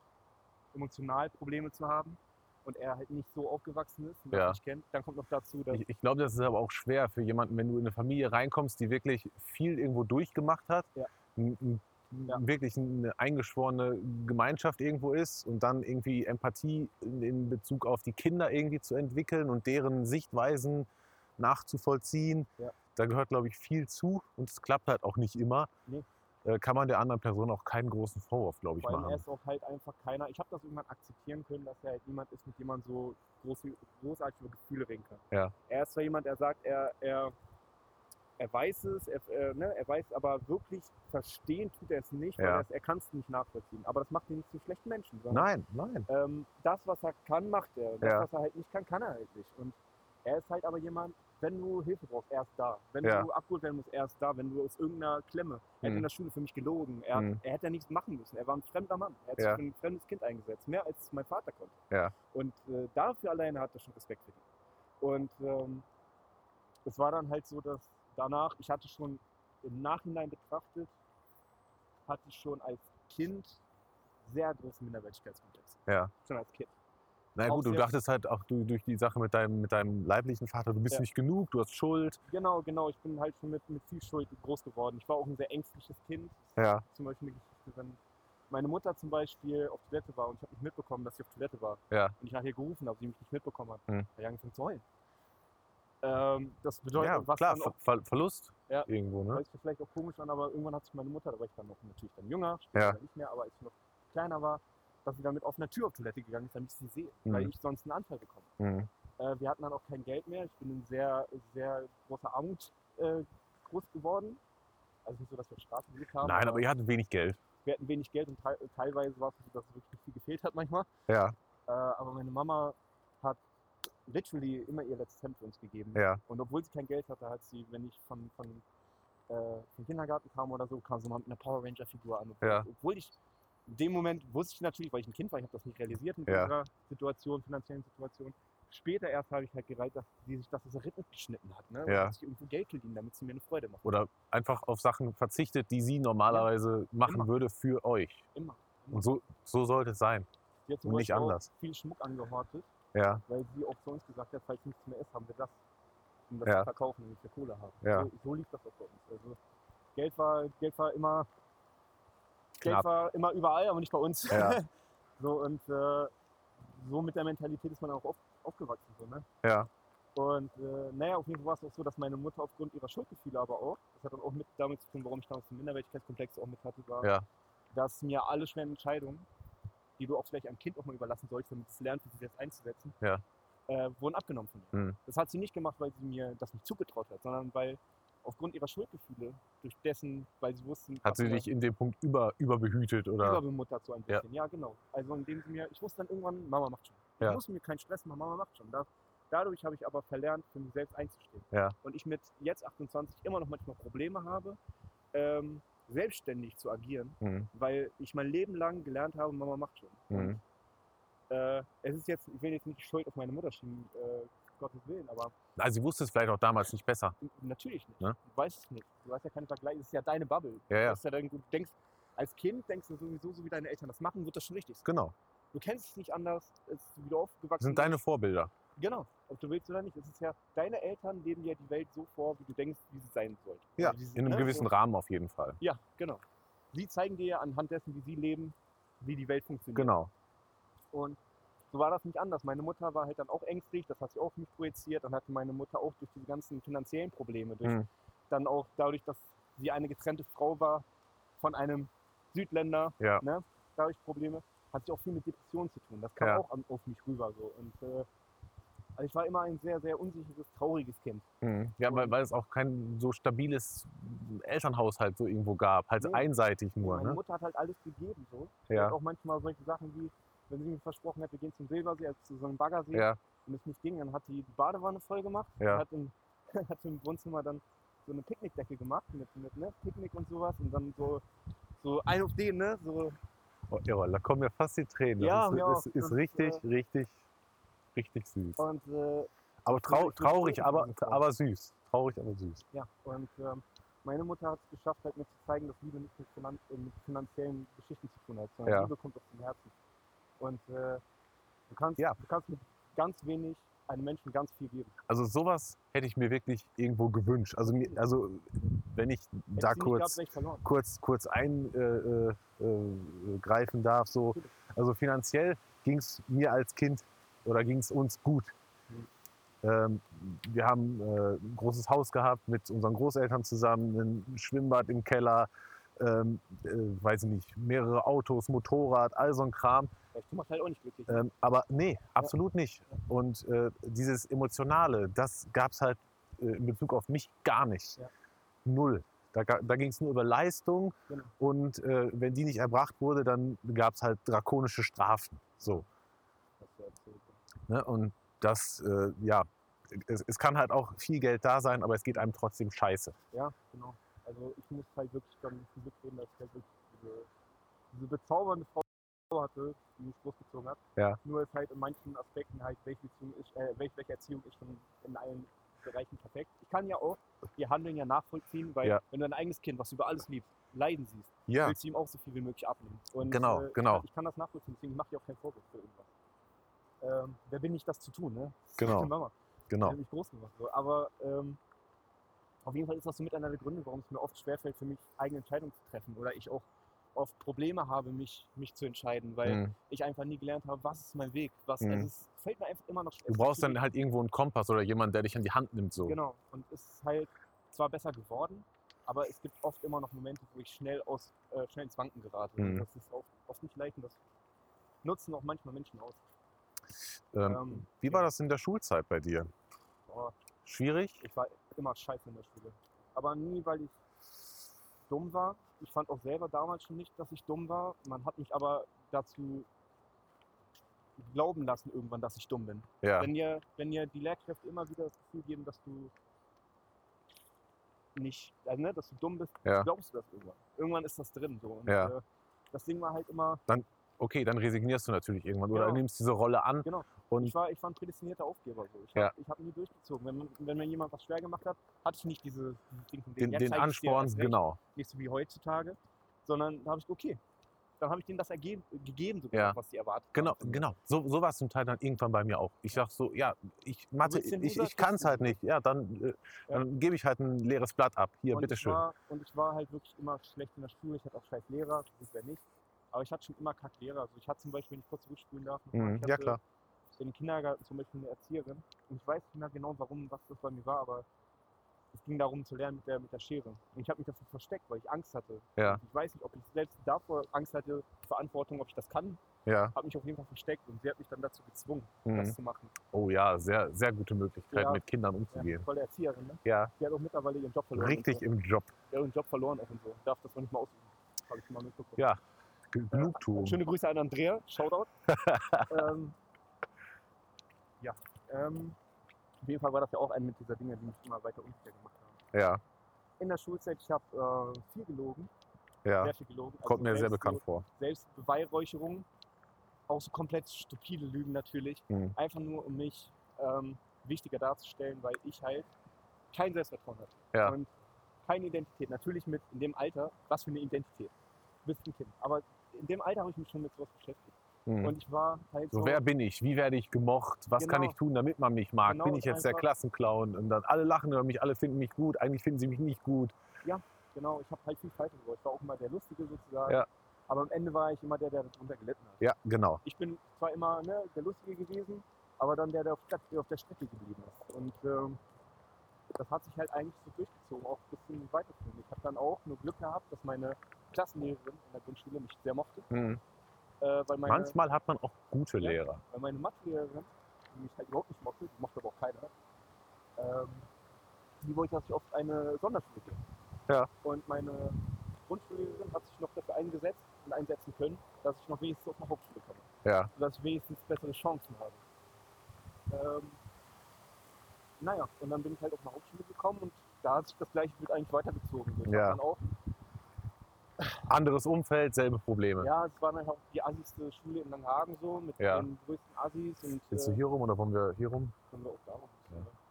emotional Probleme zu haben und er halt nicht so aufgewachsen ist und
Ja.
das nicht kennt. Dann kommt noch dazu, dass
ich, ich glaube, das ist aber auch schwer für jemanden, wenn du in eine Familie reinkommst, die wirklich viel irgendwo durchgemacht hat,
Ja.
n- n-
Ja.
wirklich eine eingeschworene Gemeinschaft irgendwo ist und dann irgendwie Empathie in, in Bezug auf die Kinder irgendwie zu entwickeln und deren Sichtweisen nachzuvollziehen.
Ja.
Da gehört, glaube ich, viel zu und es klappt halt auch nicht immer.
Nee.
Äh, Kann man der anderen Person auch keinen großen Vorwurf, glaube ich,
Vor allem er
machen.
ist auch halt einfach keiner. Ich habe das irgendwann akzeptieren können, dass er halt niemand ist, mit dem man so groß, großartig über Gefühle reden kann.
Ja.
Er ist zwar jemand, der sagt, er, er, er weiß es, er, er, ne, er weiß, aber wirklich verstehen tut er es nicht, weil
Ja.
er, es- er kann es nicht nachvollziehen. Aber das macht ihn nicht zu schlechten Menschen. sondern,
Nein, nein.
Ähm, das, was er kann, macht er. Das,
Ja.
was er halt nicht kann, kann er halt nicht. Und er ist halt aber jemand, wenn du Hilfe brauchst, erst da. Wenn
Ja.
du abgeholt werden musst, erst da. Wenn du aus irgendeiner Klemme. Er hat
Mhm.
in der Schule für mich gelogen. Er,
Mhm.
er hätte ja nichts machen müssen. Er war ein fremder Mann. Er hat
Ja.
sich für ein fremdes Kind eingesetzt. Mehr als mein Vater konnte.
Ja.
Und äh, dafür alleine hat er schon Respekt verdient. Und ähm, es war dann halt so, dass danach, ich hatte schon im Nachhinein betrachtet, hatte ich schon als Kind sehr großen Minderwertigkeitskomplex.
Ja.
Schon als Kind.
Na
Auch
gut, du
sehr-
dachtest halt auch du, durch die Sache mit deinem, mit deinem leiblichen Vater, du bist
Ja.
nicht genug, du hast Schuld.
Genau, genau. Ich bin halt schon mit, mit viel Schuld groß geworden. Ich war auch ein sehr ängstliches Kind.
Ja,
Zum Beispiel eine Geschichte, wenn meine Mutter zum Beispiel auf Toilette war und ich habe nicht mitbekommen, dass sie auf Toilette war.
Ja.
Und ich nachher gerufen habe, sie mich nicht mitbekommen hat.
Mhm.
Da habe ich angefangen zu heulen. Ähm, das bedeutet,
ja
was
klar,
dann auch,
Ver Ver Verlust
Ja.
irgendwo, ne?
hört sich vielleicht auch komisch an, aber irgendwann hat sich meine Mutter, da war ich dann noch natürlich dann jünger,
Ja.
später nicht mehr, aber als ich noch kleiner war, dass sie dann mit offener Tür auf Toilette gegangen ist, damit ich sie sehe,
Mhm.
weil ich sonst einen Anfall bekomme.
Mhm.
Äh, wir hatten dann auch kein Geld mehr. Ich bin in sehr, sehr großer Armut äh, groß geworden. Also nicht so, dass wir auf Straße gelebt haben.
Nein, aber ihr hattet wenig Geld.
wir hatten wenig Geld und te teilweise war es so, dass wirklich viel gefehlt hat manchmal.
Ja,
Äh, aber meine Mama hat literally immer ihr letztes Hemd für uns gegeben.
ja,
Und obwohl sie kein Geld hatte, hat sie, wenn ich von, von, äh, vom Kindergarten kam oder so, kam sie mal mit einer Power Ranger-Figur an. Obwohl,
Ja.
obwohl ich in dem Moment wusste ich natürlich, weil ich ein Kind war, ich habe das nicht realisiert mit
Ja.
unserer Situation, finanziellen Situation. Später erst habe ich halt gereiht, dass sie sich das aus der Rippen geschnitten hat, ne? Und
Ja.
hat sich irgendwo Geld geliehen, damit sie mir eine Freude macht.
oder einfach auf Sachen verzichtet, die sie normalerweise machen
Immer.
würde für euch.
Immer. Immer.
Und so, so sollte es sein.
Sie hat zum
und nicht
Beispiel auch
anders.
viel Schmuck angehortet,
Ja,
weil sie auch zu uns gesagt hat, falls nichts mehr ist, haben wir das, um das
Ja.
zu verkaufen, damit wir Kohle haben.
Ja.
So, so lief das auch bei uns. Also Geld war, Geld war immer
Knapp.
Geld war immer überall, aber nicht bei
Ja.
uns. <laughs> so und äh, so mit der Mentalität ist man auch auf, aufgewachsen. So, ne?
Ja.
Und äh, naja, auf jeden Fall war es auch so, dass meine Mutter aufgrund ihrer Schuldgefühle aber auch, das hat dann auch mit damit zu tun, warum ich damals den Minderwertigkeitskomplex auch mit hatte, war,
Ja.
dass mir alle schweren Entscheidungen, die du auch vielleicht einem Kind auch mal überlassen solltest, damit es lernt, für sich selbst einzusetzen,
Ja.
äh, wurden abgenommen von mir.
Mhm.
Das hat sie nicht gemacht, weil sie mir das nicht zugetraut hat, sondern weil aufgrund ihrer Schuldgefühle, durch dessen, weil sie wussten,
Hat sie
was mir-
dich in dem Punkt über, überbehütet oder?
Überbemuttert so ein
Ja.
bisschen. Ja. genau. Also indem sie mir, ich wusste dann irgendwann, Mama macht schon. Ich
Ja.
musste mir keinen Stress machen, Mama macht schon. Da, dadurch habe ich aber verlernt, für mich selbst einzustehen.
Ja.
Und ich mit jetzt 28 immer noch manchmal Probleme habe, ähm, selbstständig zu agieren,
Mhm.
weil ich mein Leben lang gelernt habe, Mama macht schon.
Mhm.
Äh, es ist jetzt, ich will jetzt nicht die Schuld auf meine Mutter schieben, äh, Gottes Willen, aber
Also sie wusste es vielleicht auch damals nicht besser.
n- natürlich nicht.
Ne?
Du weißt es nicht. Du hast ja keine Vergleiche, es ist ja deine Bubble.
Ja,
Du,
ja,
hast ja dein, du denkst, als Kind denkst du sowieso, so wie deine Eltern das machen, wird das schon richtig sein.
genau.
Du kennst es nicht anders, es ist wieder aufgewachsen.
Das sind deine Vorbilder.
Genau, ob du willst oder nicht. Es ist ja, deine Eltern leben dir die Welt so vor, wie du denkst, wie sie sein sollte. Also wie sie-
In einem
ne,
gewissen
so.
Rahmen auf jeden Fall.
Ja, genau. Sie zeigen dir ja anhand dessen, wie sie leben, wie die Welt funktioniert.
Genau.
Und so war das nicht anders. Meine Mutter war halt dann auch ängstlich, das hat sie auch nicht projiziert. Dann hatte meine Mutter auch durch die ganzen finanziellen Probleme, durch
Mhm.
dann auch dadurch, dass sie eine getrennte Frau war von einem Südländer,
Ja.
ne, dadurch Probleme, hat sie auch viel mit Depressionen zu tun. Das kam
Ja.
auch an, auf mich rüber so. Und äh, also ich war immer ein sehr, sehr unsicheres, trauriges Kind.
Mhm. Ja, weil, weil es auch kein so stabiles Elternhaushalt so irgendwo gab. Halt
Nee.
einseitig nur,
meine
ne?
Mutter hat halt alles gegeben so. Sie hat
Ja,
auch manchmal solche Sachen wie, wenn sie mir versprochen hat, wir gehen zum Silbersee, also zu so einem Baggersee,
ja,
und es nicht ging, dann hat die die Badewanne voll gemacht,
Ja.
hat, im, <laughs> hat im Wohnzimmer dann so eine Picknickdecke gemacht mit, mit ne, Picknick und sowas und dann so, so ein auf den, ne? So,
Oh, Errol, da kommen mir fast die Tränen.
Ja,
Das
mir auch.
ist, ist, ist
Das,
richtig,
äh,
richtig, richtig süß.
und äh,
Aber
das
trau
ist
traurig,
wirklich
aber,
eine Frau.
aber süß. Traurig, aber süß.
ja, und ähm, meine Mutter hat es geschafft, halt mir zu zeigen, dass Liebe nicht mit, finan äh, mit finanziellen Geschichten zu tun hat, sondern
Ja.
Liebe kommt aus dem Herzen. Und äh, du, kannst,
Ja.
du kannst mit ganz wenig einem Menschen ganz viel geben.
Also sowas hätte ich mir wirklich irgendwo gewünscht. Also, mir, also wenn ich
Hätte
da
sie nicht
kurz,
gehabt, wäre ich verloren.
kurz, kurz eingreifen äh, äh, greifen darf, so. also finanziell ging es mir als Kind oder ging es uns gut.
Mhm.
Ähm, wir haben äh, ein großes Haus gehabt mit unseren Großeltern zusammen, ein Schwimmbad im Keller, ähm, äh, weiß ich nicht, mehrere Autos, Motorrad, all so ein Kram.
Ja, du machst halt auch nicht glücklich.
Ähm, aber nee, absolut nicht. Und äh, dieses Emotionale, das gab es halt äh, in Bezug auf mich gar nicht.
Ja.
Null. Da, ga- da ging es nur über Leistung
Genau.
und äh, wenn die nicht erbracht wurde, dann gab es halt drakonische Strafen. So.
Das ist ja absolut so.
Ne? Und das, äh, ja, es, es kann halt auch viel Geld da sein, aber es geht einem trotzdem scheiße.
Ja, genau. Also ich muss halt wirklich dann zum Glück geben, dass ich halt wirklich diese, diese bezaubernde Frau hatte, die mich großgezogen hat.
Ja.
Nur ist halt in manchen Aspekten halt, welche Erziehung ist, äh, welche, welche Erziehung ist schon in allen Bereichen perfekt. Ich kann ja auch ihr Handeln ja nachvollziehen, weil
Ja.
wenn du dein eigenes Kind, was über alles liebt, leiden siehst,
Ja,
willst du ihm auch so viel wie möglich abnehmen. Und,
Genau,
ich
genau.
Kann, ich kann das nachvollziehen, deswegen mache ich auch keinen Vorwurf für irgendwas. Ähm, wer bin ich, das zu tun, ne?
Genau.
<laughs> Die Mama.
genau.
Die hat mich groß gemacht. So. Aber ähm, auf jeden Fall ist das so mit einer der Gründe, warum es mir oft schwerfällt, für mich eigene Entscheidungen zu treffen. Oder ich auch oft Probleme habe, mich, mich zu entscheiden, weil
Mhm.
ich einfach nie gelernt habe, was ist mein Weg. Was,
Mhm.
also es fällt mir einfach immer noch schwer.
Du brauchst dann halt irgendwo einen Kompass oder jemanden, der dich an die Hand nimmt. So.
Genau. Und es ist halt zwar besser geworden, aber es gibt oft immer noch Momente, wo ich schnell, aus, äh, schnell ins Wanken gerate. Und
Mhm.
das ist auch oft nicht leicht und das nutzen auch manchmal Menschen aus.
Ähm,
Ähm,
wie war das in der Schulzeit bei dir?
boah,
Schwierig?
Ich war immer scheiße in der Schule. Aber nie, weil ich dumm war. Ich fand auch selber damals schon nicht, dass ich dumm war. Man hat mich aber dazu glauben lassen irgendwann, dass ich dumm bin.
Ja.
Wenn, dir, wenn dir die Lehrkräfte immer wieder das Gefühl geben, dass du nicht, also, ne, dass du dumm bist,
Ja.
glaubst du das irgendwann. Irgendwann ist das drin so. Und,
Ja.
äh, das Ding war halt immer,
Okay, dann resignierst du natürlich irgendwann oder
Genau.
nimmst diese Rolle an.
Genau.
Und
Ich war, ich war ein prädestinierter Aufgeber. So. Ich
Ja.
habe hab nie durchgezogen. Wenn, man- wenn mir jemand was schwer gemacht hat, hatte ich nicht diese, dieses Ding von
den,
ja,
den
zeig ich's dir
Ansporn,
erst recht,
genau.
Nicht so wie heutzutage, sondern da habe ich, okay, dann habe ich denen das ergeben, gegeben, so
Ja.
was die erwartet haben
Genau,
von mir.
genau. So, so war es zum Teil dann irgendwann bei mir auch. Ich sag so, ja, ich Mathe,
willst den
ich,
Loser
ich kann es
testen.
halt nicht. Ja, dann, äh,
Ja.
dann gebe ich halt ein leeres Blatt ab. Hier,
und Ich
bitteschön.
war, und ich war halt wirklich immer schlecht in der Schule. Ich hatte auch scheiß Lehrer, gut, wer nicht. Aber ich hatte schon immer kack Lehrer. Also ich hatte zum Beispiel, wenn ich kurz zurückspielen darf, noch mal,
Mhm,
ich
ja,
hatte
klar.
im Kindergarten zum Beispiel eine Erzieherin. Und ich weiß nicht mehr genau, warum, was das bei mir war, aber es ging darum zu lernen mit der, mit der Schere. Und ich habe mich dafür versteckt, weil ich Angst hatte.
Ja.
Und Ich weiß nicht, ob ich selbst davor Angst hatte, Verantwortung, ob ich das kann.
Ja.
Habe mich auf jeden Fall versteckt und sie hat mich dann dazu gezwungen,
Mhm.
das zu machen.
Oh ja, sehr, sehr gute Möglichkeit,
Ja.
mit Kindern
Ja,
umzugehen.
voll der Erzieherin, ne?
Ja,
Die hat auch mittlerweile ihren Job verloren. und
richtig
So.
im Job.
Die hat ihren Job verloren auch und so. Darf das noch nicht mal ausüben. Habe ich mal mitbekommen.
Ja. Ge- Genugtuung.
Schöne Grüße an Andrea,
<laughs>
Shoutout. ähm, ja, ähm, auf jeden Fall war das ja auch ein mit dieser Dinge, die mich immer weiter unfair gemacht haben.
Ja,
In der Schulzeit, ich habe äh, viel gelogen,
ja.
sehr viel gelogen. Also
Kommt mir sehr
selbst
bekannt vor.
So Selbstbeweihräucherung, auch so komplett stupide Lügen natürlich,
Mhm.
einfach nur um mich ähm, wichtiger darzustellen, weil ich halt kein Selbstvertrauen hatte
Ja.
und keine Identität. Natürlich mit in dem Alter, was für eine Identität. Du bist ein Kind. Aber in dem Alter habe ich mich schon mit sowas beschäftigt.
Mhm.
Und ich war halt so.
So, wer bin ich? Wie werde ich gemocht? Was kann
Genau.
ich tun, damit man mich mag?
Genau,
bin
und
ich jetzt der
einfach- genau, halt
genau.
ne, ähm, halt äh, halt ähm, Ähm, halt äh,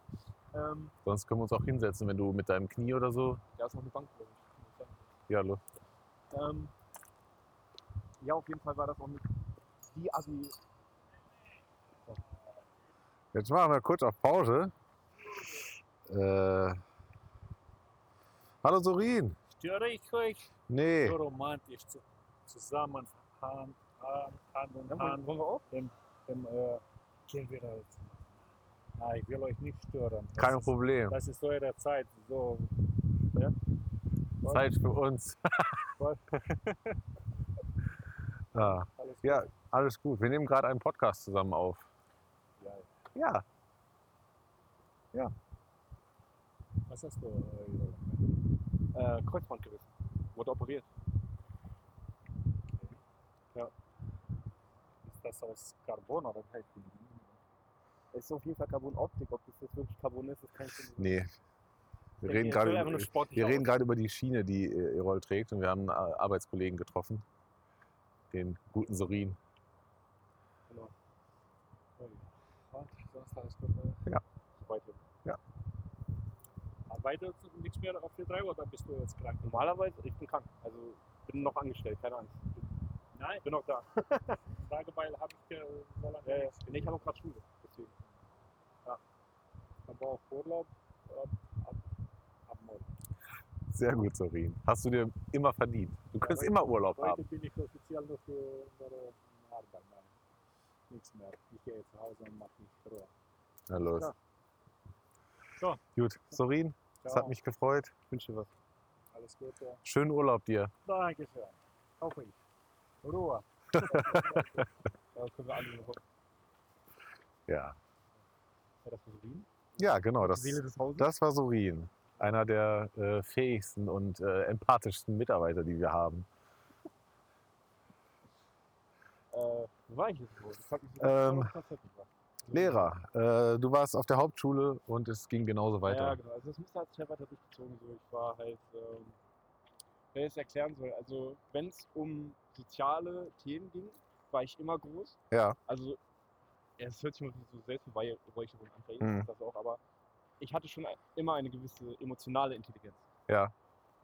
E.
Ähm, Ähm, Ah. Äh, Es
eh, eh,
ist auf jeden Fall Carbon-Optik. Ob das jetzt wirklich Carbon ist, das kann ich nicht
Nee. Wir
Ich
reden
denke, es soll einfach
gerade
nur sportlich
wir
aussehen.
reden gerade über die Schiene, die äh, Erol trägt und wir haben einen Ar- Arbeitskollegen getroffen, den guten Sorin.
Genau.
Soweit wir
Arbeitet nichts mehr auf die 3 Uhr, dann bist du jetzt krank.
Normalerweise, ich bin krank. Also bin noch angestellt, keine Angst.
Nein,
Bin noch
<laughs>
da.
Fragebeil habe ich ja so lange.
Ja, ja.
nicht.
Nee, ich habe auch gerade Schule. Deswegen.
Aber auch Urlaub ab, ab, ab morgen.
Sehr gut, Sorin. Hast du dir immer verdient. Du kannst
heute-
immer Urlaub
Heute
haben.
bin ich offiziell noch für für Arbeit. Nein, nichts mehr. Ich gehe jetzt nach Hause und mache mich Ruhe.
Na los.
Ja. So.
Gut, Sorin, es hat
Ciao.
mich gefreut.
Ich wünsche was.
Alles Gute.
Schönen Urlaub dir.
Dankeschön. Auf euch. Ruhe.
Da können wir alle noch hoffen.
Ja,
Ja, das ist Wien.
ja genau. Das,
Seele des Hauses.
das war Sorin. Einer der äh, fähigsten und äh, empathischsten Mitarbeiter, die wir haben.
Äh, wo war ich jetzt wohl? Das hat mich
Ähm,
total verwirrt gemacht.
Lehrer, äh, du warst auf der Hauptschule und es ging genauso
Ja,
weiter.
genau. Also das Muster hat sich halt weiter durchgezogen. So. Ich war halt, ähm, wer es erklären soll, also wenn es um soziale Themen ging, war ich immer groß.
Ja.
Also ja, es hört sich immer so Selbstbeweihräucherung an, vielleicht
Mhm.
ist das auch, aber ich hatte schon ein- immer eine gewisse emotionale Intelligenz.
Ja.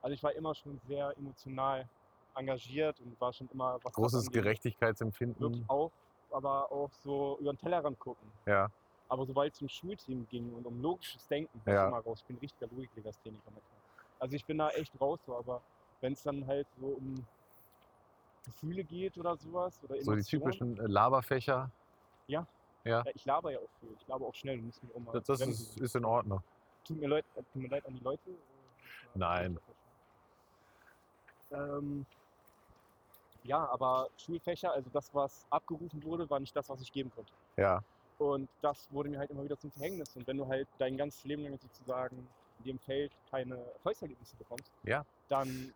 Also ich war immer schon sehr emotional engagiert und war schon immer was das
Großes
angeht, Wirklich
Gerechtigkeitsempfinden.
auch, aber auch so über den Tellerrand gucken.
Mhm. Ja.
Aber sobald es um Schulthemen ging und um logisches Denken, bin
Ja.
ich immer raus. Ich bin ein richtiger Logiklegastheniker manchmal. Also ich bin da echt raus, so, aber wenn es dann halt so um Gefühle geht oder sowas, oder
So die
Emotionen-
typischen äh, Laberfächer.
Ja, ich laber ja auch viel. Ich laber auch schnell. Du musst mich auch mal
Das, das
bremsen.
ist, ist in Ordnung.
Tut mir, leid, äh, tut mir leid an die Leute. äh,
Nein.
Ähm, ja, aber Schulfächer, also das, was abgerufen wurde, war nicht das, was ich geben konnte.
Ja.
Und das wurde mir halt immer wieder zum Verhängnis. Und wenn du halt dein ganzes Leben lang sozusagen in dem Feld keine Erfolgserlebnisse bekommst,
Ja.
dann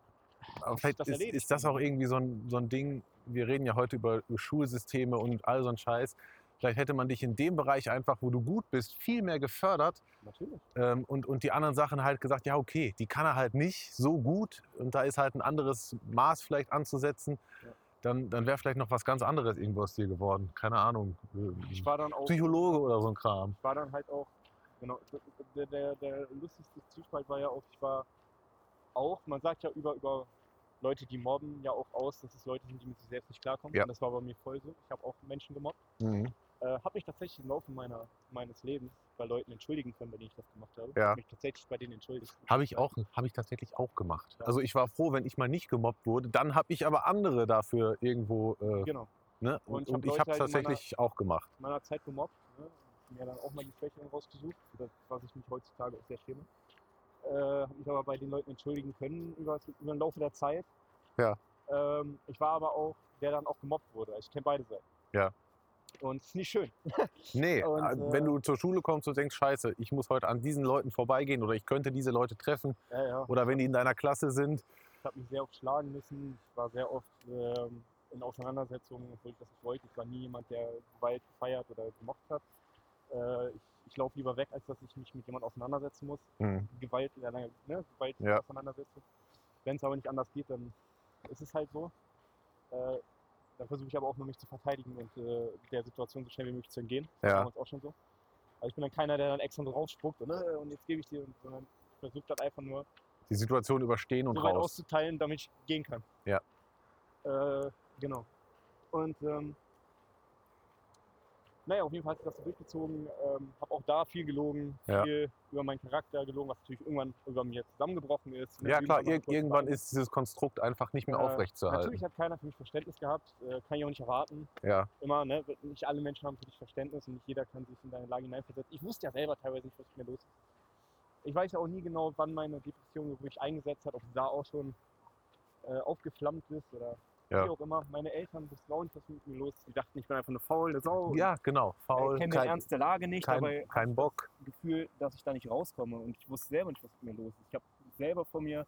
Aber vielleicht
das
ist,
erledigt
ist das
dann.
auch irgendwie so ein, so ein Ding. Wir reden ja heute über Schulsysteme und all so ein Scheiß. Vielleicht hätte man dich in dem Bereich einfach, wo du gut bist, viel mehr gefördert
natürlich.
ähm, und, und die anderen Sachen halt gesagt, ja, okay, die kann er halt nicht so gut und da ist halt ein anderes Maß vielleicht anzusetzen.
Ja.
Dann, dann wäre vielleicht noch was ganz anderes irgendwo aus dir geworden. Keine Ahnung. äh,
Ich war dann auch,
Psychologe oder so ein Kram.
ich war dann halt auch, genau, der, der, der lustigste Zwiespalt war ja auch, ich war auch, man sagt ja über, über Leute, die mobben, ja auch aus, dass es Leute sind, die mit sich selbst nicht klarkommen.
Ja.
Und das war bei mir voll so. Ich habe auch Menschen gemobbt. äh, habe mich tatsächlich im Laufe meiner, meines Lebens bei Leuten entschuldigen können, wenn ich das gemacht habe.
Ja.
Hab mich tatsächlich bei denen entschuldigt.
Habe ich auch, habe ich tatsächlich auch gemacht.
Ja.
Also ich war froh, wenn ich mal nicht gemobbt wurde. Dann habe ich aber andere dafür irgendwo. Äh,
Genau.
ne? Und,
Und ich hab
und ich
Leute
habe
halt in meiner-
tatsächlich auch gemacht.
In meiner Zeit gemobbt. Ne? Mir dann auch mal die Schwächen rausgesucht, für das, was ich mich heutzutage auch sehr schäme. Äh, habe mich aber bei den Leuten entschuldigen können über, das- über den Laufe der Zeit.
Ja.
Ähm, ich war aber auch, der dann auch gemobbt wurde. Also Ich kenne beide Seiten.
Ja.
Und es ist nicht schön.
Nee,
Und,
äh, wenn
äh,
du zur Schule kommst und denkst, scheiße, ich muss heute an diesen Leuten vorbeigehen oder ich könnte diese Leute treffen
Ja, ja.
oder wenn die in deiner Klasse sind.
Ich habe mich sehr oft schlagen müssen. Ich war sehr oft ähm, in Auseinandersetzungen, obwohl ich das nicht wollte. Ich war nie jemand, der Gewalt gefeiert oder gemocht hat. Äh, ich ich laufe lieber weg, als dass ich mich mit jemandem auseinandersetzen muss. Gewalt, ja, lange, ne? Gewalt
Hm. Ja.
Auseinandersetzung. Wenn es aber nicht anders geht, dann ist es halt so. Äh, dann versuche ich aber auch nur mich zu verteidigen und äh, der Situation so schnell wie möglich zu entgehen. Das
Ja.
war uns auch schon so. Also ich bin dann keiner, der dann extra so rausspuckt und, äh, und jetzt gebe ich dir, sondern versucht halt einfach nur
Die Situation überstehen und
so weit
raus.
auszuteilen, damit ich gehen kann.
Ja.
Äh, genau. Und ähm, naja, auf jeden Fall hat sich das so durchgezogen. Ähm, habe auch da viel gelogen,
Ja.
viel über meinen Charakter gelogen, was natürlich irgendwann über mir zusammengebrochen ist.
Ja
Natürlich
klar,
haben wir
ir
kurz
irgendwann
beide-
ist halt. dieses Konstrukt einfach nicht mehr
Äh,
aufrechtzuerhalten.
Natürlich hat keiner für mich Verständnis gehabt, äh, kann ich auch nicht erwarten.
Ja,
Immer, ne? Nicht alle Menschen haben für dich Verständnis und nicht jeder kann sich in deine Lage hineinversetzen. Ich wusste ja selber teilweise nicht, was mit mir los ist. Ich weiß ja auch nie genau, wann meine Depression wirklich eingesetzt hat, ob sie da auch schon äh, aufgeflammt ist oder
Ja.
wie auch immer. Meine Eltern wussten auch nicht, was mit mir los ist. Die dachten, ich bin einfach eine faule Sau.
ja genau. Faul,
ich kenne den
kein,
Ernst der Lage nicht,
kein,
aber
kein Bock.
das Gefühl, dass ich da nicht rauskomme und ich wusste selber nicht, was mit mir los ist. Ich habe selber von mir,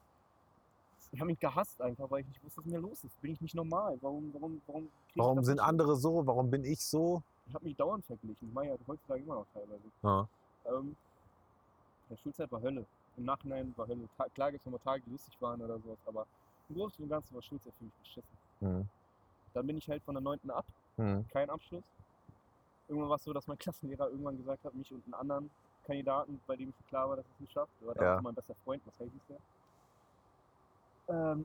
ich habe mich gehasst einfach, weil ich nicht wusste, was mit mir los ist. Bin ich nicht normal? Warum, warum, warum? krieg ich
Warum
das
sind
nicht hin?
andere so? Warum bin ich so?
habe mich dauernd verglichen. Ich mache ja heutzutage immer noch teilweise.
Ja.
Ähm, ja, Schulzeit war Hölle. Im Nachhinein war Hölle. Ta klar gibt es nochmal Tage, die lustig waren oder sowas, aber im Großen und Ganzen war Schulzeit für mich beschissen.
Mhm.
Dann bin ich halt von der 9. ab,
Mhm.
kein Abschluss. Irgendwann war es so, dass mein <laughs> Klassenlehrer irgendwann gesagt hat, mich und einen anderen Kandidaten, bei dem schon klar war, dass es nicht schafft, der war
Ja.
damals mein bester Freund, was hieß der? Ähm,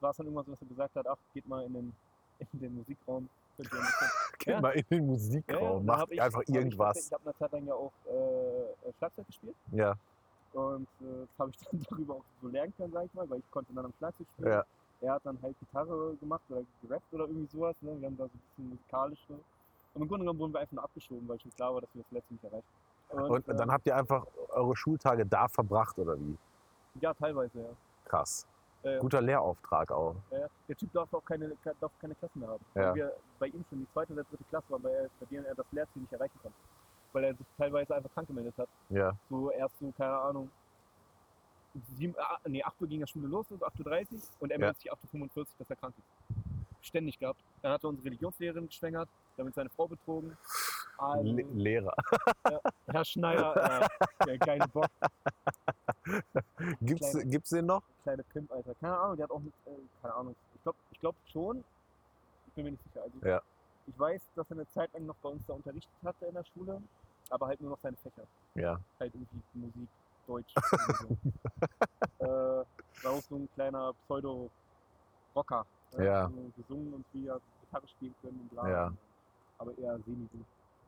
war es dann irgendwann so, dass er gesagt hat, ach, geht mal in den, <laughs> in den Musikraum. könnt ihr ein bisschen
Geht
Ja.
mal in den Musikraum,
und dann hab
Genau, macht einfach
hab Ich,
irgendwas.
ich habe eine Zeit lang ja auch äh, Schlagzeug gespielt
Ja,
und äh, das habe ich <laughs> dann darüber auch so lernen können, sag ich mal, weil ich konnte dann am Schlagzeug spielen.
Ja.
Er hat dann halt Gitarre gemacht oder gerappt oder irgendwie sowas. Ne? Wir haben da so ein bisschen musikalische. Und im Grunde genommen wurden wir einfach nur abgeschoben, weil schon klar war, dass wir das letzte nicht erreichen.
und
äh,
dann habt ihr einfach eure Schultage da verbracht oder wie?
ja, teilweise, ja.
Krass.
Äh,
Guter Lehrauftrag auch.
Äh, der Typ darf auch keine, ke- darf keine Klassen mehr haben.
Ja.
Weil wir bei ihm schon die zweite oder dritte Klasse waren, bei, er- bei denen er das Lehrziel nicht erreichen konnte. Weil er sich teilweise einfach krank gemeldet hat.
Ja.
So erst so, keine Ahnung, sieben, ah, nee, 8 Uhr ging der Schule los, also 8.30 Uhr und er
Ja.
meldet sich 8.45 Uhr, dass er krank ist. Ständig gehabt. Dann hat er unsere Religionslehrerin geschwängert, damit seine Frau betrogen. Also,
Le Lehrer. <laughs>
Herr Schneider, äh, der geile Bock,
Gibt's,
Kleine-
gibt's den noch?
kleine Pimp, Alter. Keine Ahnung, der hat auch, mit, äh, keine Ahnung, ich glaube ich glaub schon, ich bin mir nicht sicher. Also,
Ja.
Ich weiß, dass er eine Zeit lang noch bei uns da unterrichtet hatte in der Schule, aber halt nur noch seine Fächer.
Ja.
halt irgendwie Musik, Deutsch. irgendwie
<laughs>
so. äh, war auch so ein kleiner Pseudo-Rocker. ne?
Ja.
Hat so gesungen und wie er Gitarre spielen können und bla.
Ja.
Aber eher semi-gut.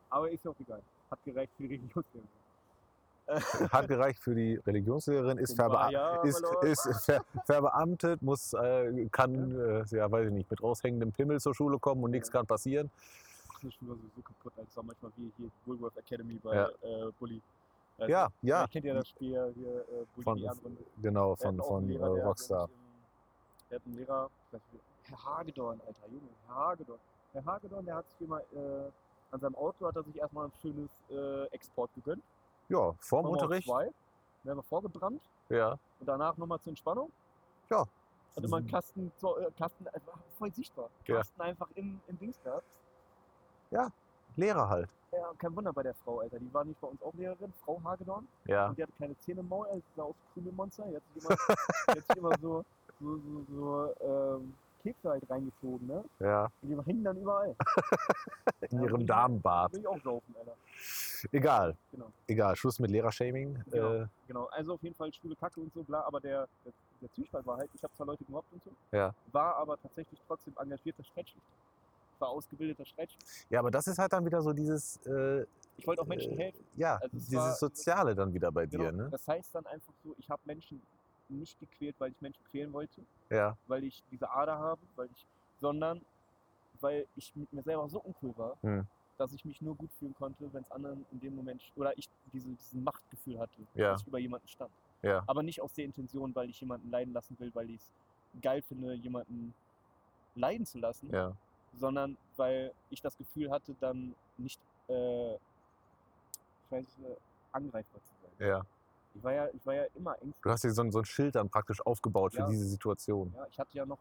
Aber ist ja auch egal. Hat gereicht für die Religionslehre.
Hat gereicht für die Religionslehrerin, ist,
War
verbea
ja,
ist,
verloren.
ist ver verbeamtet, muss, äh, kann, äh, ja, weiß ich nicht, mit raushängendem Pimmel zur Schule kommen und nichts kann passieren.
Ach, Die Schule war sowieso kaputt. Also war manchmal wie hier die Woolworth Academy bei
Ja.
äh, Bully. Also,
Ja, ja,
Kennt ihr das Spiel hier, äh, Bully
Von-
die Ehrenrunde?
genau,
Wir hatten
von,
auch
von
einen
äh,
Lehrer, der,
Rockstar.
glaub ich, im- Wir hatten einen Lehrer, ich weiß nicht, Herr Hagedorn, alter Junge, Herr Hagedorn. Herr Hagedorn, der hat sich immer, äh, an seinem Auto hat er sich erstmal ein schönes äh, Export gegönnt.
Ja, vorm
Nochmal
Unterricht.
Zwei. Wir haben wir vorgebrannt
Ja.
und danach nochmal zur Entspannung.
Ja.
Hat immer einen Kasten, so, äh, Kasten, also war voll sichtbar.
Mhm. Ja.
Kasten einfach im, im Dings gehabt.
Lehrer halt.
Ja, kein Wunder bei der Frau, Alter. Die war nicht bei uns auch Lehrerin, Frau Hagedorn.
Ja.
Und die hatte keine Zähne im Maul, also sah aus wie Krümelmonster. Die hat sich immer, die hat sich immer so, so, so, so ähm, Kekse halt reingezogen, ne?
Ja.
Und die hingen dann überall.
In
Ja,
ihrem
will ich-
Damenbart.
Will ich auch saufen, Alter.
Egal.
Genau.
Egal. Schluss mit Lehrershaming.
Genau.
Äh,
Genau, also auf jeden Fall schwule Kacke und so, bla, aber der, der, der Zwiespalt war halt, ich habe zwar Leute gemobbt und so,
Ja.
war aber tatsächlich trotzdem engagierter Streitschlichter. War ausgebildeter Streitschlichter.
ja, aber das ist halt dann wieder so dieses, äh,
Ich wollte auch Menschen
Äh,
helfen.
ja,
Also es
dieses
war-
Soziale dann wieder bei
Genau.
dir, ne?
Das heißt dann einfach so, ich habe Menschen nicht gequält, weil ich Menschen quälen wollte,
Ja,
weil ich diese Ader habe, weil ich, sondern weil ich mit mir selber so uncool war,
Hm.
dass ich mich nur gut fühlen konnte, wenn es anderen in dem Moment oder ich diese, dieses Machtgefühl hatte,
Ja.
dass ich über jemanden stand.
ja,
Aber nicht aus der Intention, weil ich jemanden leiden lassen will, weil ich es geil finde, jemanden leiden zu lassen,
ja.
sondern weil ich das Gefühl hatte, dann nicht, äh, ich weiß nicht, äh, angreifbar zu sein.
ja.
Ich war ja, ich war ja immer ängstlich.
Du hast dir so ein, so ein Schild dann praktisch aufgebaut für
Ja.
diese Situation.
Ja, ich hatte ja noch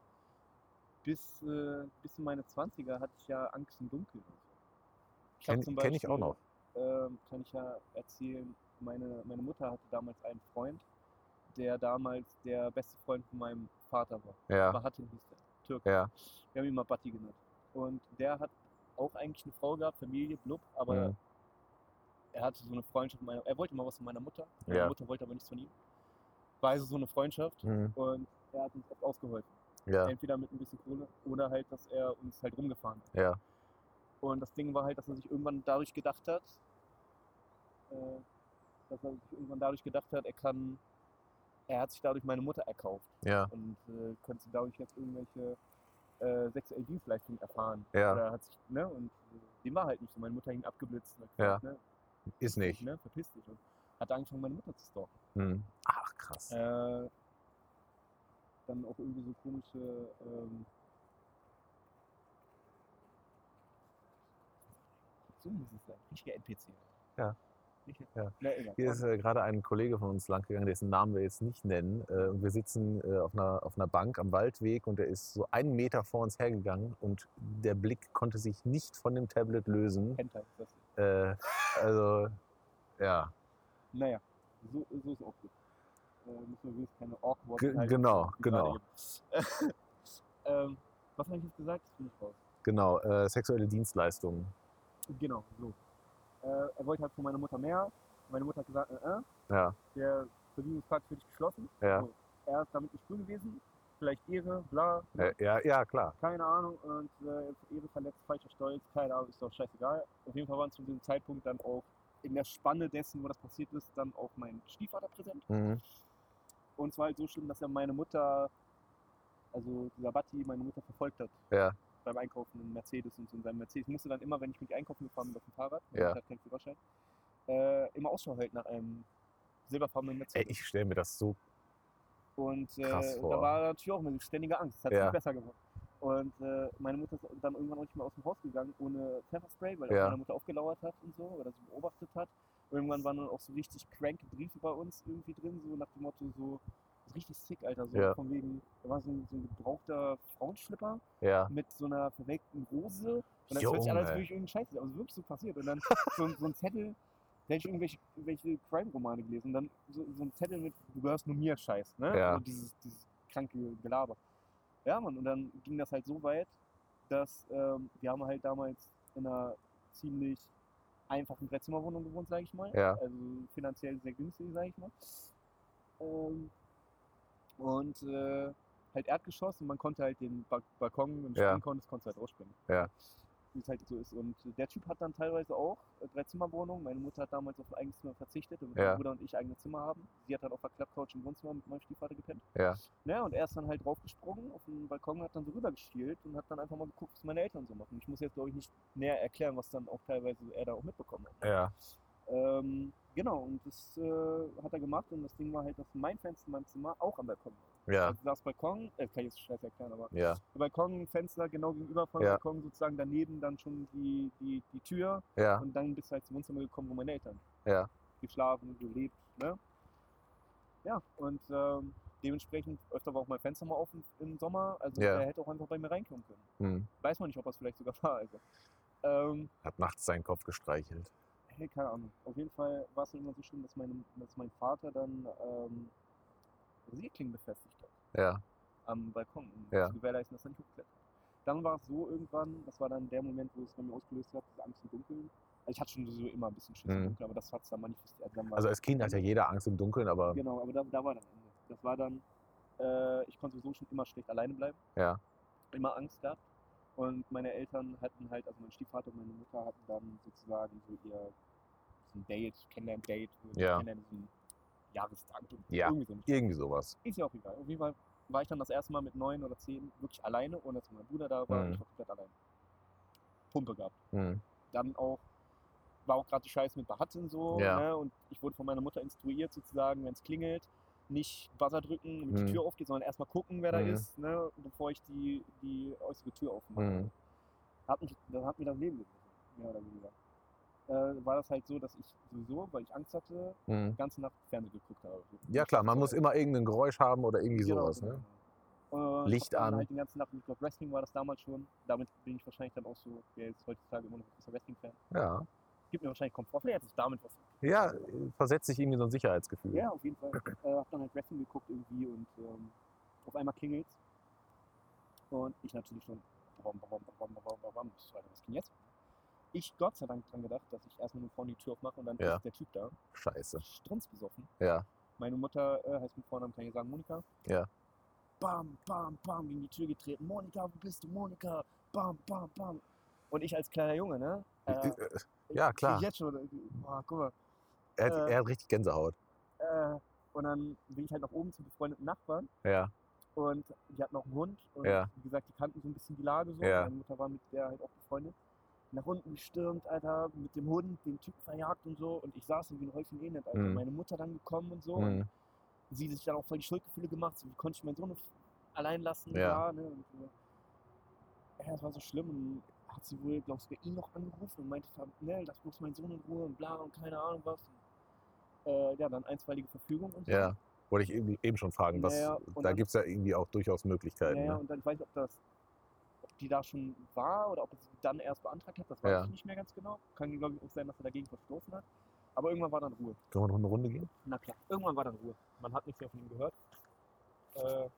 bis, äh, bis in meine 20er hatte ich ja Angst im Dunkeln. und so. Ich hab
Kenne
zum
kenn ich auch
Beispiel,
noch.
Ähm, kann ich ja erzählen, meine, meine Mutter hatte damals einen Freund, der damals der beste Freund von meinem Vater war.
Ja,
Bahatin hieß der, Türke.
ja,
Wir haben ihn mal Batti genannt. Und der hat auch eigentlich eine Frau gehabt, Familie, blub, aber
Mhm.
er hatte so eine Freundschaft mit meiner, er wollte mal was von meiner Mutter, meine
Ja.
Mutter wollte aber nichts von ihm. War also so eine Freundschaft
mhm,
und er hat uns oft ausgeholfen
ja,
entweder mit ein bisschen Kohle oder halt, dass er uns halt rumgefahren hat.
Ja.
Und das Ding war halt, dass er sich irgendwann dadurch gedacht hat, äh, dass er sich irgendwann dadurch gedacht hat, er kann, er hat sich dadurch meine Mutter erkauft
ja,
und äh, könnte dadurch jetzt irgendwelche äh, sexuellen Dienstleistungen erfahren.
ja.
Oder hat sich, ne, und äh, dem war halt nicht so. Meine Mutter hing abgeblitzt. Und hat
Ja.
gesagt, ne,
Ist nicht.
Ne, verpiss dich. Und hat angefangen, meine Mutter zu stalken
Mhm. Ach, krass.
äh, dann auch irgendwie so komische ähm, so muss es sein, richtige NPC.
Ja. Ja.
Na, immer.
Hier ist äh, gerade ein Kollege von uns langgegangen, dessen Namen wir jetzt nicht nennen. Äh, und wir sitzen äh, auf, einer, auf einer Bank am Waldweg und er ist so einen Meter vor uns hergegangen und der Blick konnte sich nicht von dem Tablet lösen.
Penta ist das.
Äh, also, ja,
Naja, so, so ist auch gut. Äh, müssen wir übrigens keine awkward
Ge- genau,
die gerade
genau.
gibt. <laughs> ähm, was habe ich jetzt gesagt? Das bin ich raus.
genau. Äh, sexuelle Dienstleistungen.
Genau, so. Äh, er wollte halt von meiner Mutter mehr. Meine Mutter hat gesagt, äh, äh,
Ja,
der Verdienungspakt für dich geschlossen.
ja,
Er ist damit nicht grün gewesen. Vielleicht Ehre, bla,
ja, Äh, ja, ja klar.
keine Ahnung. Und äh, jetzt Ehre verletzt, falscher Stolz, keine Ahnung, ist doch scheißegal. Auf jeden Fall waren zu dem Zeitpunkt dann auch in der Spanne dessen, wo das passiert ist, dann auch mein Stiefvater präsent.
Mhm.
Und es war halt so schlimm, dass er meine Mutter, also dieser Batti, meine Mutter verfolgt hat.
Ja.
Beim Einkaufen in Mercedes und so in seinem Mercedes. Ich musste dann immer, wenn ich mit einkaufen gefahren bin auf dem Fahrrad,
Ja.
ich hatte keinen Führerschein, äh, immer Ausschau halten nach einem silberfarbenen
Ey,
Mercedes.
ich stelle mir das so.
Und äh,
Krass
da
vor.
war natürlich auch eine ständige Angst. Es hat
Ja.
sich besser gemacht. Und äh, meine Mutter ist dann irgendwann auch nicht mehr aus dem Haus gegangen ohne Pfefferspray, weil auch
Ja.
meine Mutter aufgelauert hat und so oder sie beobachtet hat. Irgendwann waren dann auch so richtig cranke Briefe bei uns irgendwie drin, so nach dem Motto so richtig sick, Alter. So
Ja.
von wegen, da war so ein, so ein gebrauchter Frauenschlipper
Ja,
mit so einer verwelkten Rose. Und das hört sich
Junge.
an, als würde ich irgendeinen Scheiß lesen, aber es ist Also wirklich so passiert.
<laughs>
Und dann so, ein- so ein Zettel, da hätte ich irgendwelche, irgendwelche Crime-Romane gelesen. Und dann so, so ein Zettel mit, du gehörst nur mir Scheiß, ne?
Ja.
Also dieses, dieses kranke Gelaber. Ja, Mann, und dann ging das halt so weit, dass ähm, wir haben halt damals in einer ziemlich einfachen Dreizimmerwohnung gewohnt, sage ich mal.
Ja.
Also finanziell sehr günstig, sage ich mal. Ähm, und äh, halt Erdgeschoss und man konnte halt den ba Balkon, wenn du
Ja.
springen konntest, konntest du halt rausspringen.
Ja.
Wie es halt so ist. Und der Typ hat dann teilweise auch äh, drei Zimmerwohnungen. Meine Mutter hat damals auf ein eigenes Zimmer verzichtet, damit
Ja.
mein Bruder und ich eigene Zimmer haben. Sie hat dann auf der Klappcouch im Wohnzimmer mit meinem Stiefvater gepennt.
Ja.
Naja, und er ist dann halt draufgesprungen auf den Balkon, hat dann so rübergestielt und hat dann einfach mal geguckt, was meine Eltern so machen. Ich muss jetzt, glaube ich, nicht näher erklären, was dann auch teilweise er da auch mitbekommen hat.
ja,
Ähm, genau, und das äh, hat er gemacht und das Ding war halt, dass mein Fenster in meinem Zimmer auch am Balkon war.
ja,
Also das Balkon, äh, kann ich jetzt scheiße erklären, aber
ja,
Balkonfenster genau gegenüber vom
Ja.
Balkon sozusagen daneben dann schon die, die, die Tür
ja,
und dann bist du halt zum Wohnzimmer gekommen, wo meine Eltern
Ja.
geschlafen, gelebt, ne? Ja, und ähm, dementsprechend öfter war auch mein Fenster mal offen im Sommer, also
Ja.
er hätte auch einfach bei mir reinkommen können.
hm.
Weiß man nicht, ob er es vielleicht sogar <laughs> war, also. Ähm,
Hat nachts seinen Kopf gestreichelt.
Hey, keine Ahnung. Auf jeden Fall war es dann immer so schlimm, dass, meine, dass mein Vater dann ähm, Rasierklingen befestigt hat
Ja,
am Balkon, um
Ja.
zu gewährleisten, dass er nicht hochklettert. Dann war es so irgendwann, das war dann der Moment, wo es bei mir ausgelöst hat, diese Angst im Dunkeln. Also ich hatte schon sowieso immer ein bisschen Schiss im
Mhm.
Dunkeln, aber das hat es dann manifestiert. Also dann war
also als Kind hat ja jeder Angst im Dunkeln, aber
Genau, aber da, da war dann Ende. Das war dann, äh, ich konnte sowieso schon immer schlecht alleine bleiben.
Ja.
Immer Angst gehabt. Und meine Eltern hatten halt, also mein Stiefvater und meine Mutter hatten dann sozusagen so ihr so ein Date, Kennenlern-Date, wo die
Ja.
kennenlernen so einen Jahrestag. und
Ja.
Irgendwie so. ein-
irgendwie sowas.
Ist ja auch egal. Auf jeden Fall war ich dann das erste Mal mit neun oder zehn wirklich alleine, ohne dass mein Bruder da war.
Mhm.
Ich war komplett allein. Pumpe gehabt
Hm.
dann auch, war auch gerade die Scheiße mit Behatz und so.
Ja.
Ne? Und ich wurde von meiner Mutter instruiert, sozusagen, wenn es klingelt, nicht Buzzer drücken, damit
Mhm.
die Tür aufgeht, sondern erstmal gucken, wer da
Mhm.
ist, ne? bevor ich die, die äußere Tür aufmache.
Mhm.
Hat mich, das hat mir das Leben gegeben, mehr oder weniger. Äh, war das halt so, dass ich sowieso, weil ich Angst hatte,
Hm.
die ganze Nacht Fernsehen geguckt habe.
Ja klar, man muss immer irgendein Geräusch haben oder irgendwie
Genau.
sowas. Ne?
Äh,
Licht
hab dann
an.
Halt die ganze Nacht, ich glaube, Wrestling war das damals schon. Damit bin ich wahrscheinlich dann auch so, der jetzt heutzutage immer noch ein großer Wrestling-Fan.
Ja.
Gibt mir wahrscheinlich Komfort. Vielleicht hat es damit was
ja, versetzt sich irgendwie so ein Sicherheitsgefühl.
Ja, auf jeden Fall. Äh, hab dann halt Wrestling geguckt irgendwie und ähm, auf einmal klingelt's. Und ich natürlich schon. Bam, bam, bam, bam, bam, bam, bam. Ich so, Alter, Was ging jetzt? Ich Gott sei Dank dran gedacht, dass ich erstmal nur vorne die Tür aufmache und dann
Ja.
ist der Typ da.
Scheiße.
Strunzbesoffen.
Ja,
Meine Mutter äh, heißt mit Vornamen, kann ich sagen, Monika.
Ja.
Bam, bam, bam, gegen die Tür getreten. Monika, wo bist du, Monika? Bam, bam, bam. Und ich als kleiner Junge, ne? Äh,
ja
krieg
klar.
Jetzt schon. äh, Boah, guck mal.
Er hat,
äh,
er hat richtig Gänsehaut.
Äh, und dann bin ich halt nach oben zu befreundeten Nachbarn
Ja,
und die hatten auch einen Hund und
Ja.
wie gesagt, die kannten so ein bisschen die Lage so.
Ja.
Meine Mutter war mit der halt auch befreundet. Nach unten gestürmt, Alter, mit dem Hund, den Typen verjagt und so. Und ich saß irgendwie ein Häufchen elend, Alter.
Mhm.
Meine Mutter dann gekommen und so.
hm.
Und sie sich dann auch voll die Schuldgefühle gemacht, so wie konnte ich meinen Sohn nicht allein lassen?
Ja.
ne? und, äh, ja, das war so schlimm und hab
hat sie wohl, glaubst du, ihn noch angerufen und meinte,
ne,
Nell, das muss mein Sohn in Ruhe und bla und keine Ahnung was. Und, äh, ja, dann einstweilige Verfügung und so.
Ja. Wollte ich eben, eben schon fragen, was,
Naja, und
da
dann-
gibt es ja irgendwie auch durchaus Möglichkeiten.
Naja,
ne?
und dann ich weiß nicht, ob das, ob die da schon war oder ob sie dann erst beantragt hat, das weiß
Ja.
ich nicht mehr ganz genau. Kann glaube ich auch sein, dass er dagegen verstoßen hat. Aber irgendwann war dann Ruhe.
Können wir noch eine Runde gehen?
Na klar, irgendwann war dann Ruhe.
Man hat nichts mehr von ihm gehört. Äh,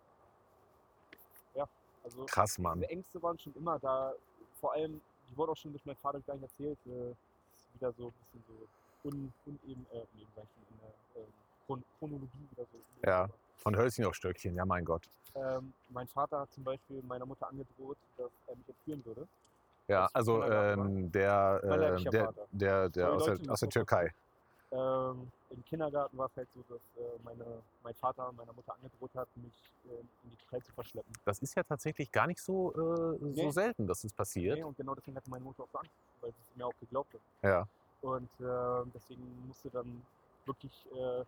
ja, also
Krass, Mann.
diese Ängste waren schon immer da. Vor allem, die wurde auch schon durch meinen Vater gar nicht erzählt. Äh, ist wieder so ein bisschen so un, uneben, äh, uneben, sag ich schon, in der ähm, Chron Chronologie wieder so.
Ja. Von Hölzchen auf Stöckchen, ja mein Gott.
Ähm, mein Vater hat zum Beispiel meiner Mutter angedroht, dass er mich entführen würde.
Ja,
Das ist
also
wunderbar,
ähm, der,
ne? Mein
äh,
leiblicher
der,
Vater.
der, der
Sorry,
aus,
Leute,
der,
die
aus der
müssen noch
Türkei.
Ähm, Im Kindergarten war es halt so, dass äh, meine, mein Vater meiner Mutter angedroht hat, mich äh, in die Türkei zu verschleppen.
Das ist ja tatsächlich gar nicht so, äh, so
Nee.
selten, dass das passiert.
Nee, und genau deswegen hatte meine Mutter auch so Angst, weil sie es mir auch geglaubt hat.
Ja.
Und äh, deswegen musste dann wirklich, äh,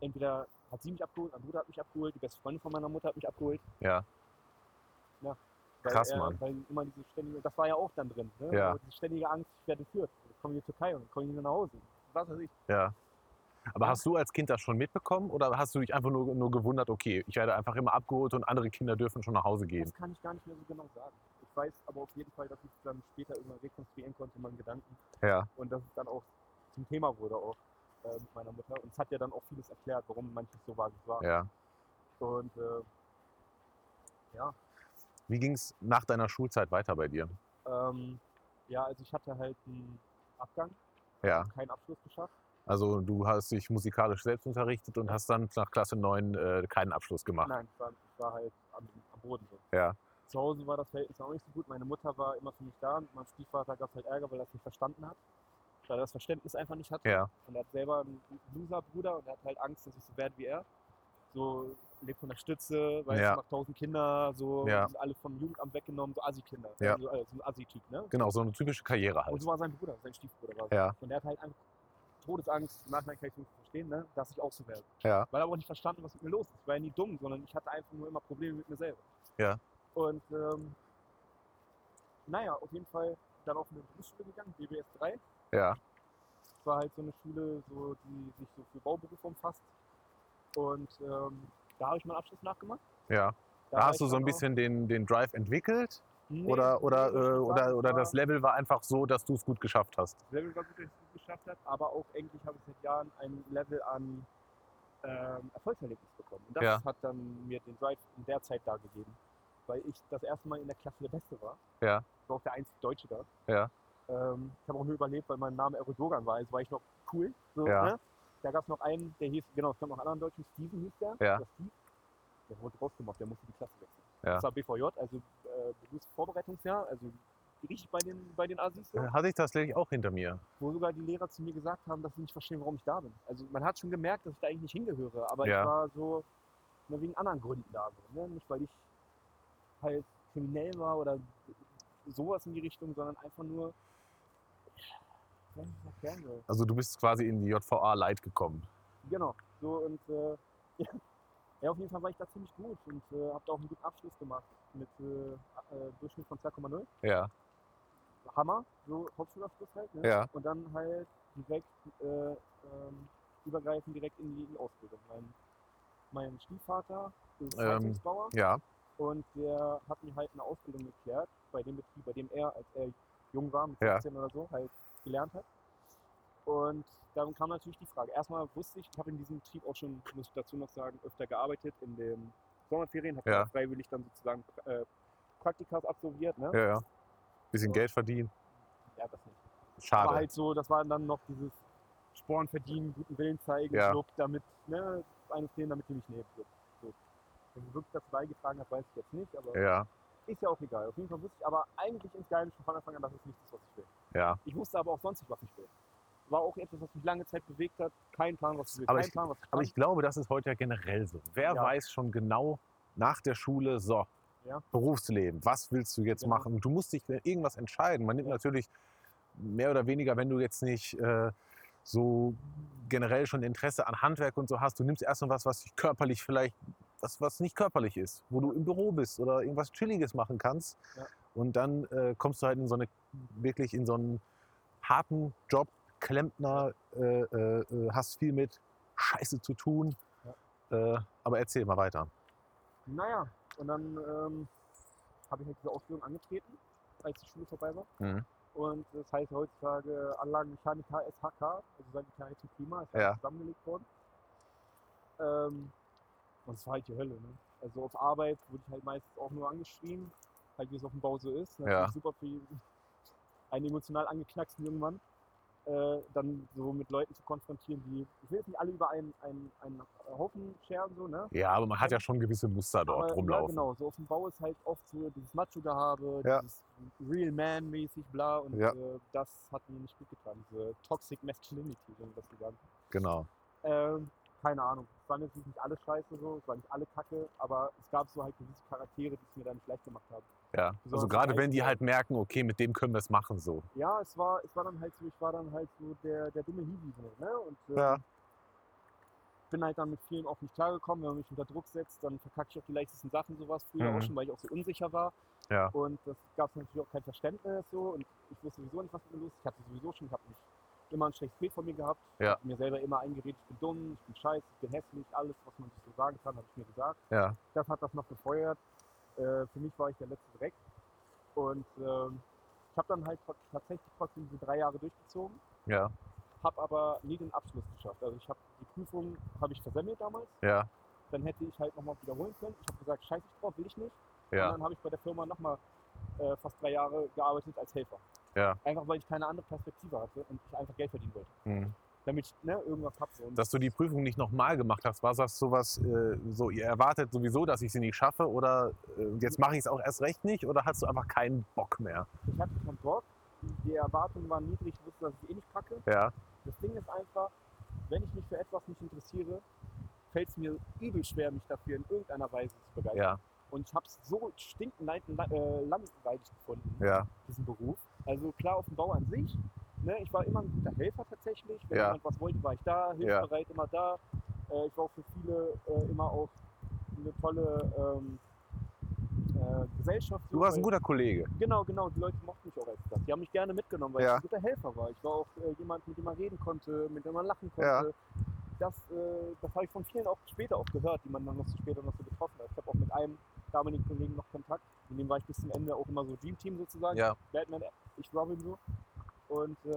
entweder hat sie mich abgeholt, mein Bruder hat mich abgeholt, die beste Freundin von meiner Mutter hat mich abgeholt.
Ja.
Ja. Weil
Krass,
er,
Mann.
Weil immer diese ständige, das war ja auch dann drin, ne?
Ja.
Also Diese ständige Angst, ich werde entführt. Ich komme in die Türkei und komme nicht mehr nach Hause. Was weiß ich.
Ja. Aber hast du als Kind das schon mitbekommen oder hast du dich einfach nur, nur gewundert, okay, ich werde einfach immer abgeholt und andere Kinder dürfen schon nach Hause gehen?
Das kann ich gar nicht mehr so genau sagen. Ich weiß aber auf jeden Fall, dass ich es dann später immer rekonstruieren konnte in meinen Gedanken
Ja,
und dass es dann auch zum Thema wurde auch äh, mit meiner Mutter. Und es hat ja dann auch vieles erklärt, warum manches so war, wie es war.
ja.
Und äh,
Wie ging es nach deiner Schulzeit weiter bei dir?
ähm, ja, also ich hatte halt einen Abgang,
Ja,
keinen Abschluss geschafft.
also du hast dich musikalisch selbst unterrichtet und hast dann nach Klasse 9 äh, keinen Abschluss gemacht.
Nein, ich war, ich war halt am, am Boden. So.
Ja.
Zu Hause war das Verhältnis auch nicht so gut. Meine Mutter war immer für mich da. Mit meinem Stiefvater gab es halt Ärger, weil er es nicht verstanden hat. Weil er das Verständnis einfach nicht hatte.
Ja,
Und er hat selber einen Loser-Bruder und er hat halt Angst, dass ich so werde wie er. So lebt von der Stütze, weil
Ja.
er macht tausend Kinder, so
Ja.
die sind alle vom Jugendamt weggenommen, so Assi-Kinder.
Ja.
Also, äh, so ein Assi-Typ, ne?
genau, so eine typische Karriere
Und
halt.
so war sein Bruder, sein Stiefbruder war so.
Ja,
Und er hat halt einfach Todesangst, im Nachhinein kann ich nicht verstehen, ne? dass ich auch so werde.
ja,
Weil er aber auch nicht verstanden, was mit mir los ist. Ich war ja nie dumm, sondern ich hatte einfach nur immer Probleme mit mir selber.
Ja.
Und ähm, naja, auf jeden Fall dann auf eine Berufsschule gegangen, BBS 3
ja,
war halt so eine Schule, so, die sich so für Bauberufe umfasst. Und ähm, da habe ich meinen Abschluss nachgemacht.
ja. Da
war
hast
ich
du so
dann
ein
auch-
bisschen den, den Drive entwickelt
Nee,
oder, oder,
nee, ich
äh,
würd
oder,
sagen,
oder
war-
das Level war einfach so, dass du es gut geschafft hast.
Level war gut, dass ich es geschafft habe, aber auch eigentlich habe ich seit Jahren ein Level an ähm, Erfolgserlebnis bekommen. Und das
Ja.
hat dann mir den Drive in der Zeit da gegeben. Weil ich das erste Mal in der Klasse der Beste war.
Ja.
Ich war auch der einzige Deutsche da.
Ja.
Ähm, ich habe auch nur überlebt, weil mein Name Erodogan war, also war ich noch cool. So,
Ja.
ne? Da gab es noch einen, der hieß, genau, es gab noch einen anderen Deutschen, Steven hieß der.
Ja.
Oder Steve. Der wurde rausgemacht, der musste die Klasse wechseln.
Ja.
Das war BVJ, also äh, Berufsvorbereitungsjahr, also richtig bei den, bei den Assis. so
Äh, Hatte ich tatsächlich auch hinter mir.
wo sogar die Lehrer zu mir gesagt haben, dass sie nicht verstehen, warum ich da bin. Also man hat schon gemerkt, dass ich da eigentlich nicht hingehöre, aber
Ja.
ich war so nur wegen anderen Gründen da. So, ne? Nicht, weil ich halt kriminell war oder sowas in die Richtung, sondern einfach nur, ja, ich weiß nicht, was ich sagen soll.
Also du bist quasi in die JVA Light gekommen.
Genau. So und äh, <laughs> ja, auf jeden Fall war ich da ziemlich gut und äh, habe da auch einen guten Abschluss gemacht mit äh, äh, Durchschnitt von 2,0.
Ja,
Hammer, so Hauptschulabschluss halt. Ne?
Ja.
Und dann halt direkt äh, ähm, übergreifend direkt in die in die Ausbildung. Mein, mein Stiefvater ist
Ähm.
Heizungsbauer
ja,
und der hat mir halt eine Ausbildung geklärt bei dem Betrieb, bei dem er, als er jung war, mit
Ja.
16 oder so, halt gelernt hat. Und darum kam natürlich die Frage. Erstmal wusste ich, ich habe in diesem Betrieb auch schon, muss ich dazu noch sagen, öfter gearbeitet in den Sommerferien, habe
Ja.
da freiwillig dann sozusagen äh, Praktikas absolviert. Ne?
ja, ja. Bisschen Geld verdienen.
ja das nicht.
Schade.
Aber halt so, das war dann noch dieses Sporn verdienen, guten Willen zeigen,
Ja.
Club, damit, ne, eines denen, damit die mich nehmen. So. So. Wenn sie wirklich dazu beigetragen hat, weiß ich jetzt nicht, aber
ja,
ist ja auch egal. Auf jeden Fall wusste ich aber eigentlich ins Geheim schon von Anfang an, das ist nicht das, was ich will.
ja.
Ich wusste aber auch sonst nicht, was ich will. War auch etwas, was mich lange Zeit bewegt hat. Kein Plan, was ich will.
Aber
kein
ich-
Plan, was ich
Aber
kann.
ich glaube, das ist heute ja generell so. Wer
Ja.
weiß schon genau nach der Schule, so,
Ja.
Berufsleben, was willst du jetzt
Genau.
machen? Du musst dich für irgendwas entscheiden. Man nimmt
Ja.
natürlich mehr oder weniger, wenn du jetzt nicht äh, so generell schon Interesse an Handwerk und so hast, du nimmst erstmal was, was dich körperlich vielleicht, was, was nicht körperlich ist, wo du im Büro bist oder irgendwas Chilliges machen kannst.
Ja.
Und dann äh, kommst du halt in so eine, wirklich in so einen harten Job, Klempner, äh, äh, hast viel mit Scheiße zu tun. Äh, aber erzähl mal weiter.
Naja, und dann ähm, habe ich halt diese Ausbildung angetreten, als die Schule vorbei war.
Mhm.
Und das heißt ja heutzutage Anlagenmechaniker SHK, also seit ich kein Klima, ist
Ja.
halt zusammengelegt worden. Ähm, und es war halt die Hölle. Ne? Also auf Arbeit wurde ich halt meistens auch nur angeschrien, halt wie es auf dem Bau so ist. Ne?
Ja.
Das ist Super für einen emotional angeknacksten jungen Mann. Äh, dann so mit Leuten zu konfrontieren, die, ich will jetzt nicht alle über einen, einen, einen Haufen scheren, so, ne?
Ja, aber man hat ja schon gewisse Muster dort
Aber, Ja,
rumlaufen.
genau, so auf dem Bau ist halt oft so dieses Macho-Gehabe,
Ja.
dieses Real Man-mäßig, bla. Und
Ja.
äh, das hat mir nicht gut getan, diese Toxic Masculinity, wenn man das gesagt
Genau.
ähm, keine Ahnung. Es waren natürlich nicht alle scheiße so, es waren nicht alle kacke, aber es gab so halt gewisse Charaktere, die es mir dann schlecht gemacht haben.
Ja.
So
Also
ein
gerade wenn die
Vergleich-
halt merken, okay, mit dem können wir es machen so.
Ja, es war, es war dann halt so, ich war dann halt so der, der dumme Hiwi so, ne? Und ähm,
Ja.
bin halt dann mit vielen auch nicht klargekommen, wenn man mich unter Druck setzt, dann verkacke ich auch die leichtesten Sachen sowas früher
Mhm.
auch schon, weil ich auch so unsicher war.
Ja.
Und das gab es natürlich auch kein Verständnis so und ich wusste sowieso nicht, was mit mir los ist. Ich hatte sowieso schon, ich habe mich immer ein schlechtes Bild von mir gehabt,
Ja.
hab mir selber immer eingeredet, ich bin dumm, ich bin scheiße, ich bin hässlich, alles, was man sich so sagen kann, habe ich mir gesagt.
Ja.
Das hat das noch gefeuert. Äh, für mich war ich der letzte Dreck. Und ähm, ich habe dann halt tro- tatsächlich trotzdem diese drei Jahre durchgezogen,
Ja.
habe aber nie den Abschluss geschafft. Also ich habe die Prüfung habe ich versemmelt damals.
Ja.
Dann hätte ich halt nochmal wiederholen können. Ich habe gesagt, scheiß ich drauf, will ich nicht. Und
Ja.
dann habe ich bei der Firma nochmal äh, fast drei Jahre gearbeitet als Helfer.
Ja.
Einfach weil ich keine andere Perspektive hatte und ich einfach Geld verdienen wollte.
Mhm.
Damit ich ne, irgendwas habe. Und
Dass du die Prüfung nicht nochmal gemacht hast, war das sowas, äh, so ihr erwartet sowieso, dass ich sie nicht schaffe oder äh, jetzt mache ich es auch erst recht nicht oder hast du einfach keinen Bock mehr?
ich hatte keinen Bock. Die Erwartungen waren niedrig, ich wusste, dass ich eh nicht packe.
Ja.
Das Ding ist einfach, wenn ich mich für etwas nicht interessiere, fällt es mir übel schwer, mich dafür in irgendeiner Weise zu begeistern.
Ja.
Und ich habe es so stinkend leid- la- äh, langweilig gefunden,
Ja.
diesen Beruf. Also klar, auf dem Bau an sich. Ne, ich war immer ein guter Helfer tatsächlich. Wenn
Ja.
jemand was wollte, war ich da, hilfsbereit, immer da. Äh, ich war auch für viele äh, immer auch eine tolle ähm, äh, Gesellschaft.
Du
so,
warst ein
weil-
guter Kollege.
Genau, genau. Die Leute mochten mich auch als das. Die haben mich gerne mitgenommen, weil
Ja.
ich ein guter Helfer war. Ich war auch äh, jemand, mit dem man reden konnte, mit dem man lachen konnte.
Ja.
Das, äh, das habe ich von vielen auch später auch gehört, die man dann noch so später noch so getroffen hat. Ich habe auch mit einem damaligen Kollegen noch Kontakt. Mit dem war ich bis zum Ende auch immer so Dream Team sozusagen.
Ja.
Batman, ich Robin so. Und äh,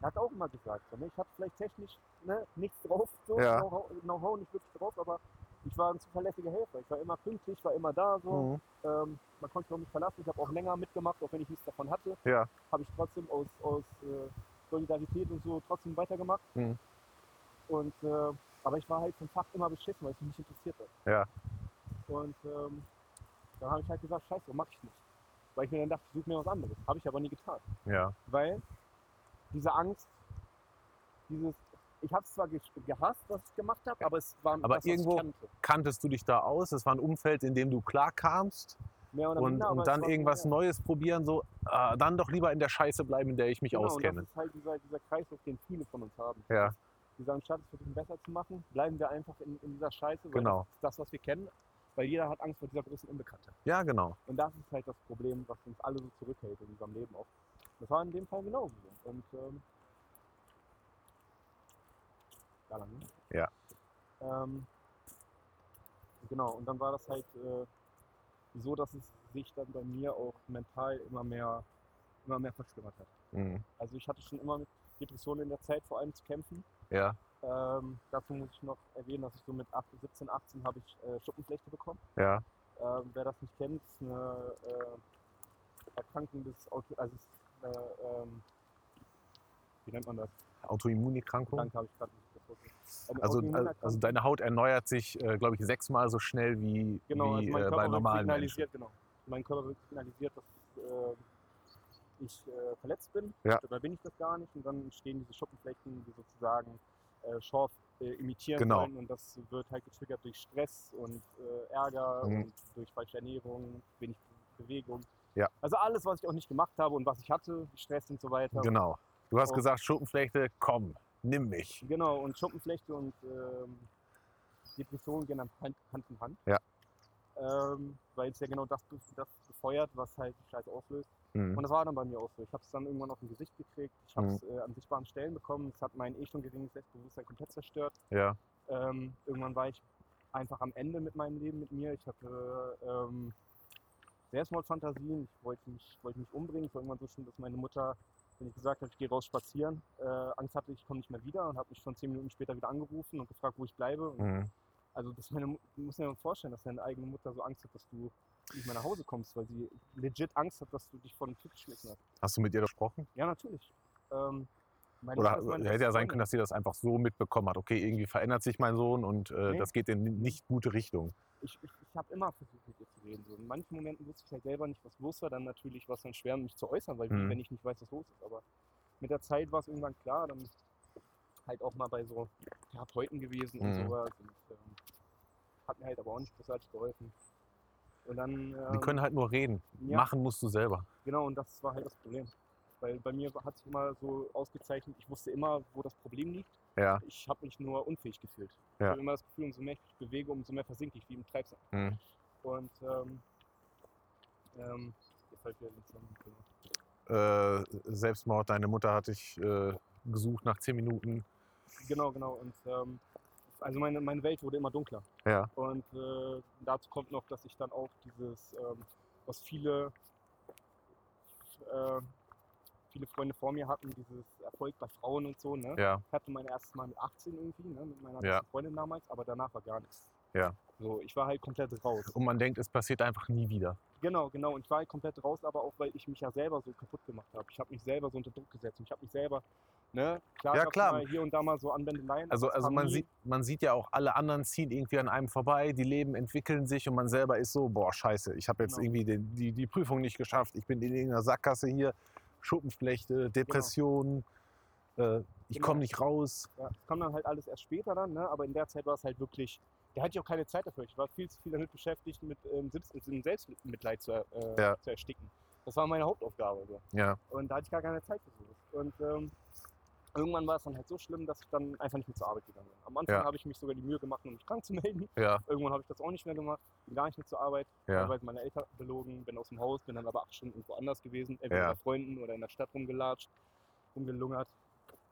er hat auch immer gesagt, so, ne, ich habe vielleicht technisch ne, nichts drauf, so,
Ja.
Know-how Know-how nicht wirklich drauf, aber ich war ein zuverlässiger Helfer. Ich war immer pünktlich, war immer da so.
Mhm.
Ähm, man konnte sich auf mich verlassen. Ich habe auch länger mitgemacht, auch wenn ich nichts davon hatte.
Ja.
Habe ich trotzdem aus, aus äh, Solidarität und so trotzdem weitergemacht.
Mhm.
Und, äh, aber ich war halt vom Fach immer beschissen, weil es mich nicht interessierte.
Ja.
Und ähm, dann habe ich halt gesagt, scheiße, mach ich nicht. Weil ich mir dann dachte, ich suche mir was anderes. Habe ich aber nie getan.
Ja.
Weil diese Angst, dieses, ich habe es zwar ge gehasst, was ich gemacht habe, aber es war
Aber
das,
irgendwo-
was ich kannte.
Kanntest du dich da aus? Es war ein Umfeld, in dem du klarkamst
Mehr oder
und,
minder, aber
und
es
dann
war so,
irgendwas
ja.
Neues probieren, so ah, dann doch lieber in der Scheiße bleiben, in der ich mich
Genau,
auskenne.
Und das ist halt dieser, dieser Kreislauf, den viele von uns haben.
Ja.
Die sagen, statt es versuchen besser zu machen, bleiben wir einfach in, in dieser Scheiße, weil
Genau.
das ist das, was wir kennen, weil jeder hat Angst vor dieser großen Unbekannte.
Ja, genau.
Und das ist halt das Problem, was uns alle so zurückhält in unserem Leben auch. Das war in dem Fall genauso. Und ähm, da lang, ne?
Ja.
Ähm, genau, und dann war das halt äh, so, dass es sich dann bei mir auch mental immer mehr, immer mehr verschlimmert hat.
Mhm.
Also ich hatte schon immer mit Depressionen in der Zeit vor allem zu kämpfen.
Ja.
Ähm, dazu muss ich noch erwähnen, dass ich so mit 18, 17, 18 habe ich äh, Schuppenflechte bekommen.
Ja.
Ähm, wer das nicht kennt, ist eine äh, Erkrankung des Auto, also es ist, äh, ähm, wie nennt man das?
Autoimmunerkrankung.
Danke, habe ich gerade nicht gefunden. Eine
Also,
Autoimmunerkrankung.
also deine Haut erneuert sich, äh, glaube ich, sechsmal so schnell wie,
genau,
wie
also
äh,
mein Körper
bei
wird
normalen Menschen.
signalisiert, genau. Mein Körper wird signalisiert, dass äh, ich äh, verletzt bin.
Ja.
Dabei bin ich das gar nicht. Und dann entstehen diese Schuppenflechten, die sozusagen äh, Schorf äh, imitieren
Genau.
sollen. Und das wird halt getriggert durch Stress und äh, Ärger
Mhm.
und durch falsche Ernährung, wenig Bewegung.
Ja.
Also alles, was ich auch nicht gemacht habe und was ich hatte, Stress und so weiter.
Genau. Du hast
Oh.
gesagt, Schuppenflechte, komm, nimm mich.
Genau, und Schuppenflechte und ähm, Depressionen gehen dann Hand, Hand in Hand.
Ja.
Ähm, weil es ja genau das, das befeuert, was halt die Scheiße auslöst. Und
Mhm.
das war dann bei mir auch so. Ich habe es dann irgendwann auf dem Gesicht gekriegt. Ich habe
Mhm.
es äh, an sichtbaren Stellen bekommen. Es hat mein eh schon geringes Selbstbewusstsein komplett zerstört.
Ja.
Ähm, irgendwann war ich einfach am Ende mit meinem Leben mit mir. Ich hatte ähm, Selbstmordfantasien. Ich wollte mich, wollte mich umbringen. Ich war irgendwann so schlimm, dass meine Mutter, wenn ich gesagt habe, ich gehe raus spazieren, äh, Angst hatte, ich komme nicht mehr wieder und habe mich schon zehn Minuten später wieder angerufen und gefragt, wo ich bleibe. Und
Mhm.
also das meine, Mu- du musst dir mal vorstellen, dass deine eigene Mutter so Angst hat, dass du nicht mehr nach Hause kommst, weil sie legit Angst hat, dass du dich vor dem Typ geschmissen hast.
Hast du mit ihr gesprochen?
Ja, natürlich. Ähm, meine
Oder
Mutter ist meine
hätte ja sein können,
beste Freundin.
dass sie das einfach so mitbekommen hat. Okay, irgendwie verändert sich mein Sohn und äh,
Nee.
das geht in nicht gute Richtung.
Ich, ich, ich habe immer versucht, mit ihr zu reden. So. In manchen Momenten wusste ich halt selber nicht, was los war. Dann natürlich war es dann schwer, mich zu äußern, weil wie,
Mhm.
wenn ich nicht weiß, was los ist. Aber mit der Zeit war es irgendwann klar. Dann halt auch mal bei so Therapeuten gewesen und
Mhm.
sowas. Und, ähm, hat mir halt aber auch nicht großartig geholfen. Und dann...
Die
ähm,
können halt nur reden.
ja.
Machen musst du selber.
Genau, und das war halt das Problem. Weil bei mir hat sich immer so ausgezeichnet, ich wusste immer, wo das Problem liegt.
Ja.
Ich habe mich nur unfähig gefühlt. Ich
Ja.
habe immer das Gefühl, umso mehr ich mich bewege, umso mehr versinke ich wie im Treibsand.
Mhm.
Und ähm, ähm, jetzt hab ich wieder den Zusammenhang verloren.
Äh, Selbstmord, deine Mutter hatte ich äh, gesucht nach zehn Minuten.
Genau, genau. Und ähm, also meine, meine Welt wurde immer dunkler.
Ja.
Und äh, dazu kommt noch, dass ich dann auch dieses, ähm, was viele, äh, viele Freunde vor mir hatten, dieses Erfolg bei Frauen und so, ne?
Ja.
Ich hatte mein erstes Mal mit 18 irgendwie, ne? mit meiner
Ja.
besten Freundin damals, aber danach war gar nichts.
Ja.
So, ich war halt komplett raus.
Und man denkt, es passiert einfach nie wieder.
Genau, genau. Und ich war halt komplett raus, aber auch weil ich mich ja selber so kaputt gemacht habe. Ich habe mich selber so unter Druck gesetzt. Und ich habe mich selber, ne, klar,
Ja,
gab's
klar.
Mal hier und da mal so Anwendeleien.
Also,
aber es
also
war
man,
nie-
sieht, man sieht ja auch, alle anderen ziehen irgendwie an einem vorbei, die leben, entwickeln sich und man selber ist so, boah, scheiße, ich habe jetzt
Genau.
irgendwie den, die, die Prüfung nicht geschafft, ich bin in irgendeiner Sackgasse hier, Schuppenflechte, Depressionen, äh, ich
Genau.
komme nicht raus.
Ja, das kam dann halt alles erst später dann, ne? aber in der Zeit war es halt wirklich, da hatte ich auch keine Zeit dafür. Ich war viel zu viel damit beschäftigt, mit ähm, Selbst- mit dem Selbstmitleid zu, er- äh,
Ja.
zu ersticken. Das war meine Hauptaufgabe. So.
Ja.
Und da hatte ich gar keine Zeit für sowas. Und ähm, irgendwann war es dann halt so schlimm, dass ich dann einfach nicht mehr zur Arbeit gegangen bin. Am Anfang
Ja.
habe ich mich sogar die Mühe gemacht, um mich krank zu melden.
Ja,
Irgendwann habe ich das auch nicht mehr gemacht, bin gar nicht mehr zur Arbeit.
ja.
Teilweise meine Eltern belogen, bin aus dem Haus, bin dann aber acht Stunden irgendwo anders gewesen, entweder
Ja.
bei Freunden oder in der Stadt rumgelatscht, rumgelungert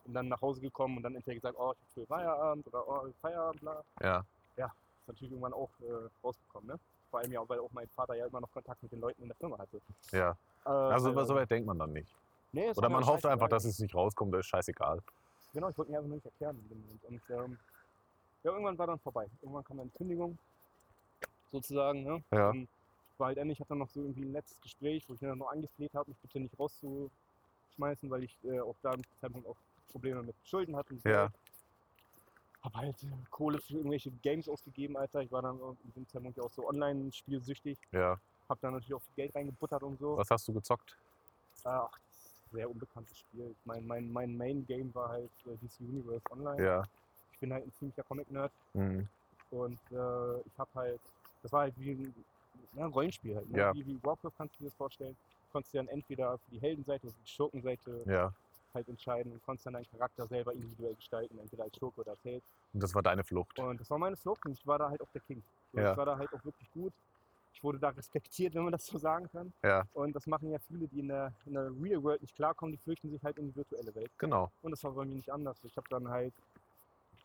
und dann nach Hause gekommen und dann entweder gesagt, oh, ich hab früh Feierabend oder oh, Feierabend, bla.
Ja.
Ja, ist natürlich irgendwann auch äh, rausgekommen, ne? Vor allem ja, weil auch mein Vater ja immer noch Kontakt mit den Leuten in der Firma hatte.
Ja.
Äh,
Also
teilweise.
so weit denkt man dann nicht.
Nee, ist
Oder
mir auch
man hofft
scheißegal.
einfach, dass es nicht rauskommt, das ist scheißegal.
Genau, ich wollte mir einfach nur nicht erklären. in dem Moment. Und ähm, ja, irgendwann war dann vorbei. Irgendwann kam dann Kündigung, sozusagen. Ne?
Ja.
Und war halt endlich, hatte dann noch so irgendwie ein letztes Gespräch, wo ich dann noch angefleht habe, mich bitte nicht rauszuschmeißen, weil ich äh, auch da im Zeitpunkt auch Probleme mit Schulden hatte. und so.
Ja.
Hab halt äh, Kohle für irgendwelche Games ausgegeben, Alter. Ich war dann auch in dem Zeitpunkt ja auch so online-spielsüchtig.
Ja.
Hab dann natürlich auch viel Geld reingebuttert und so. Äh,
Was hast du gezockt?
Ach, das ist ein sehr unbekanntes Spiel. Ich mein, mein, mein Main-Game war halt äh, DC Universe Online
Ja.
ich bin halt ein ziemlicher Comic-Nerd
Mhm.
und äh, ich habe halt, das war halt wie ein, ja, ein Rollenspiel halt, ne?
Ja.
wie, wie Warcraft kannst du dir das vorstellen. Du konntest dir dann entweder für die Heldenseite oder für die Schurkenseite
Ja.
halt entscheiden und konntest dann deinen Charakter selber individuell gestalten, entweder als Schurke oder als Held.
Und das war deine Flucht.
Und das war meine Flucht und ich war da halt auch der King. So,
Ja.
Ich war da halt auch wirklich gut. Ich wurde da respektiert, <laughs> wenn man das so sagen kann.
Ja.
Und das machen ja viele, die in der, in der Real World nicht klarkommen, die flüchten sich halt in die virtuelle Welt.
Genau.
Und das war bei mir nicht anders. Ich habe dann halt,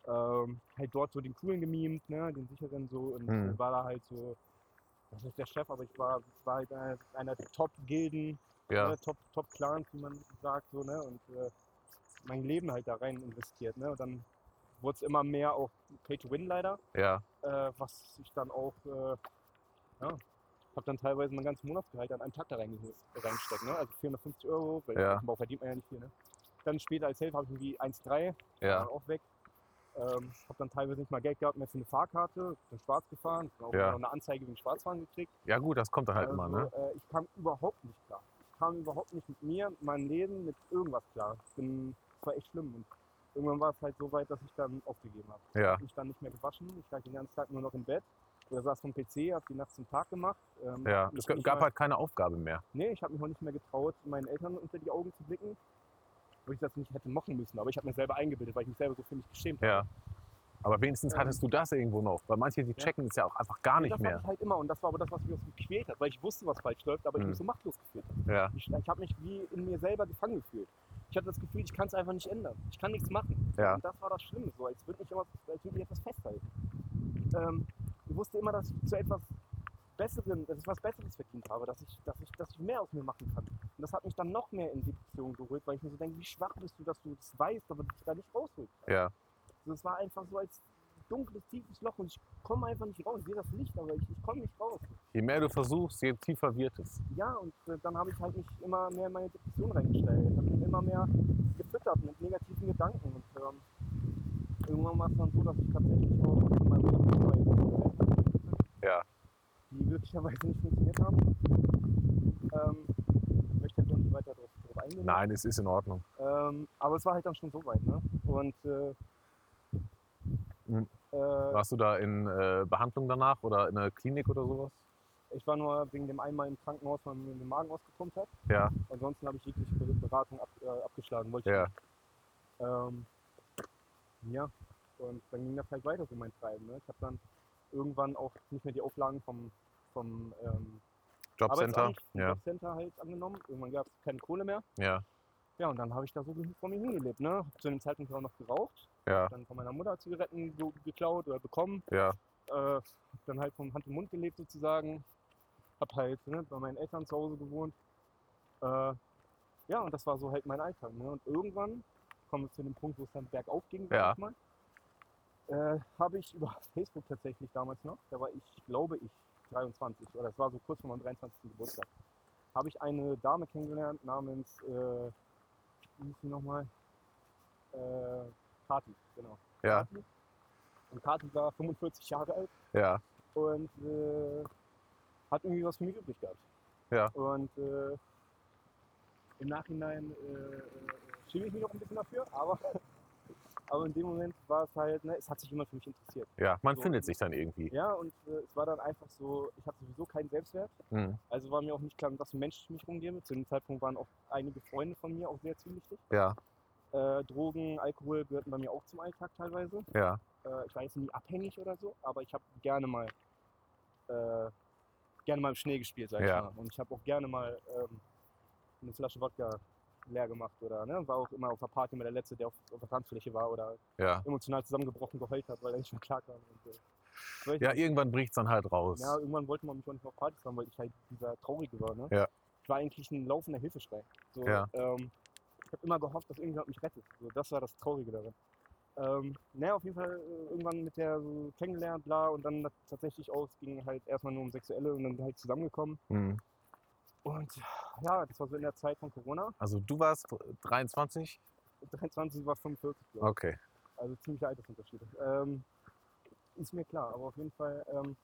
ähm, halt dort so den Coolen gemimt, ne? den Sicheren so und
Mhm.
war da halt so, das ist der Chef, aber ich war, war halt einer, einer der Top-Gilden,
Ja.
ne? Top- Top-Clans, wie man sagt, so, ne? und äh, mein Leben halt da rein investiert. Ne? Und dann wurde es immer mehr auch Pay-to-Win leider,
Ja.
äh, was ich dann auch, äh, ja, habe dann teilweise mein ganzes Monatsgehalt an einem Tag da reingeholt- reingesteckt, ne? also 450 Euro, weil
Ja.
auf dem Bau verdient man ja nicht viel. Ne? Dann später als Helfer habe ich irgendwie 1,3 war
Ja.
dann auch weg. Ähm, habe dann teilweise nicht mal Geld gehabt mehr für eine Fahrkarte, bin schwarz gefahren, hab auch
Ja.
noch eine Anzeige wegen Schwarzfahren gekriegt.
Ja gut, das kommt dann halt immer,
also,
ne?
äh, ich kam überhaupt nicht klar. Ich kam überhaupt nicht mit mir, mit meinem Leben, mit irgendwas klar. Ich bin, das war echt schlimm. Und irgendwann war es halt so weit, dass ich dann aufgegeben habe.
Ja.
Ich mich dann nicht mehr gewaschen, ich lag den ganzen Tag nur noch im Bett. Oder saß vom PC, habe die Nacht zum Tag gemacht. Ähm,
Ja.
ich
Es
hab
g-
nicht
gab
mal-
halt keine Aufgabe mehr.
Nee, ich habe mich auch nicht mehr getraut, meinen Eltern unter die Augen zu blicken, wo ich das nicht hätte machen müssen. Aber ich habe mir selber eingebildet, weil ich mich selber so für mich geschämt habe.
Ja. Aber wenigstens hattest du das irgendwo noch. Weil manche, die checken es ja auch einfach gar
Und
nicht
das
mehr.
Hab ich halt immer und das war aber das, was mich auch so gequält hat, weil ich wusste, was falsch läuft, aber ich
Mhm.
mich so machtlos gefühlt habe.
Ja.
Ich, ich habe mich wie in mir selber gefangen gefühlt. Ich hatte das Gefühl, ich kann es einfach nicht ändern. Ich kann nichts machen.
Ja.
Und das war das Schlimme, so als würde mich, immer- als würde mich etwas festhalten. Ähm, ich wusste immer, dass ich zu etwas Besseren, dass ich was Besseres verdient habe, dass ich, dass ich, dass ich mehr aus mir machen kann. Und das hat mich dann noch mehr in die Depression gerückt, weil ich mir so denke, wie schwach bist du, dass du das weißt, aber dich da nicht rausholst.
Ja.
Also es war einfach so als dunkles, tiefes Loch und ich komme einfach nicht raus. Ich sehe das Licht, aber ich, ich komme nicht raus.
Je mehr du versuchst, je tiefer wird es.
Ja, und äh, dann habe ich halt mich immer mehr in meine Depression reingestellt. Ich habe mich immer mehr gefüttert mit negativen Gedanken. Und ähm, irgendwann war es dann so, dass ich tatsächlich auch in meinem Leben zwei Sachen festgestellt habe,
Ja.
die glücklicherweise nicht funktioniert haben. Ähm, ich möchte jetzt auch nicht weiter darauf drauf eingehen.
Nein, es ist in Ordnung.
Ähm, aber es war halt dann schon so weit, ne? Und äh,
Mhm.
äh,
Warst du da in äh, Behandlung danach oder in einer Klinik oder sowas?
Ich war nur wegen dem einmal im Krankenhaus, weil mir den Magen ausgepumpt hat.
Ja.
Ansonsten habe ich jegliche Beratung ab, äh, abgeschlagen. Wollte ich
Ja.
nicht. Ähm, ja. Und dann ging das halt weiter so mein Treiben. Ne? Ich habe dann irgendwann auch nicht mehr die Auflagen vom, vom ähm,
Jobcenter?
Arbeitsamt, vom
Ja,
Jobcenter halt angenommen. Irgendwann gab es keine Kohle mehr.
ja,
Ja, und dann habe ich da so vor mir hingelebt. Ne? Hab zu dem Zeitpunkt auch noch geraucht.
ja,
Hab Dann von meiner Mutter Zigaretten ge geklaut oder bekommen
ja.
äh, hab dann halt vom Hand im Mund gelebt sozusagen. Hab halt ne, bei meinen Eltern zu Hause gewohnt. Äh, ja, und das war so halt mein Alltag. Ne? Und irgendwann kommen wir zu dem Punkt, wo es dann bergauf ging, sag
Ja.
ich mal. Äh, habe ich über <laughs> Facebook tatsächlich damals noch, da war ich, glaube ich, 23 oder das war so kurz vor meinem 23. Geburtstag, habe ich eine Dame kennengelernt namens, äh, wie hieß sie nochmal? Äh, Kati, genau.
Ja.
Kati. Und Kati war 45 Jahre alt
Ja,
und äh, hat irgendwie was für mich übrig gehabt.
Ja.
Und äh, im Nachhinein äh, äh, schäme ich mich auch ein bisschen dafür, aber, <laughs> aber in dem Moment war es halt, ne, es hat sich jemand für mich interessiert.
ja. Man
So.
findet sich dann irgendwie.
Ja, und äh, es war dann einfach so, ich hatte sowieso keinen Selbstwert,
Mhm.
also war mir auch nicht klar, dass ein Mensch mich rumgebe. Zu dem Zeitpunkt waren auch einige Freunde von mir auch sehr zwielichtig.
Ja,
Äh, Drogen, Alkohol gehörten bei mir auch zum Alltag teilweise
ja,
äh, ich war jetzt nie abhängig oder so, aber ich habe gerne mal äh, gerne mal im Schnee gespielt, sag
Ja.
ich mal. Und ich habe auch gerne mal ähm, eine Flasche Wodka leer gemacht oder ne, war auch immer auf der Party immer der Letzte, der auf, auf der Tanzfläche war oder
ja.
emotional zusammengebrochen geheult hat, weil er nicht mehr klar kam. Und, äh, solche
Ja, irgendwann bricht es dann halt raus.
ja, irgendwann wollte man mich auch nicht mehr auf Partys haben, weil ich halt dieser Traurige war. Ne?
Ja.
Ich war eigentlich ein laufender Hilfeschrei. So,
Ja.
ähm, ich habe immer gehofft, dass irgendjemand mich rettet. So, das war das Traurige daran. Ähm, naja, auf jeden Fall äh, irgendwann mit der so kennengelernt, bla, und dann nat- tatsächlich auch, es ging halt erstmal nur um Sexuelle und dann halt zusammengekommen.
Mhm.
Und ja, das war so in der Zeit von Corona.
Also du warst 23?
23 war 45, glaub ich.
Okay.
Also ziemlich Altersunterschied. Ähm, ist mir klar, aber auf jeden Fall, ähm,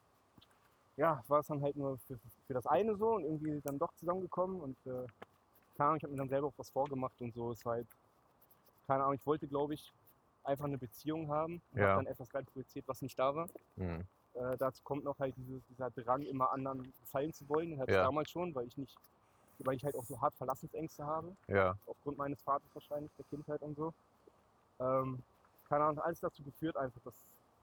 ja, war es dann halt nur für, für das eine so und irgendwie dann doch zusammengekommen und äh, keine Ahnung, ich habe mir dann selber auch was vorgemacht und so. Es war halt, keine Ahnung, ich wollte, glaube ich, einfach eine Beziehung haben und
Ja.
habe dann etwas rein projiziert, was nicht da war.
Mhm.
Äh, dazu kommt noch halt dieses, dieser Drang, immer anderen gefallen zu wollen. Den hatte
Ja.
ich damals schon, weil ich nicht, weil ich halt auch so hart Verlassensängste habe
Ja,
aufgrund meines Vaters wahrscheinlich, der Kindheit und so. Ähm, keine Ahnung, alles dazu geführt einfach, dass,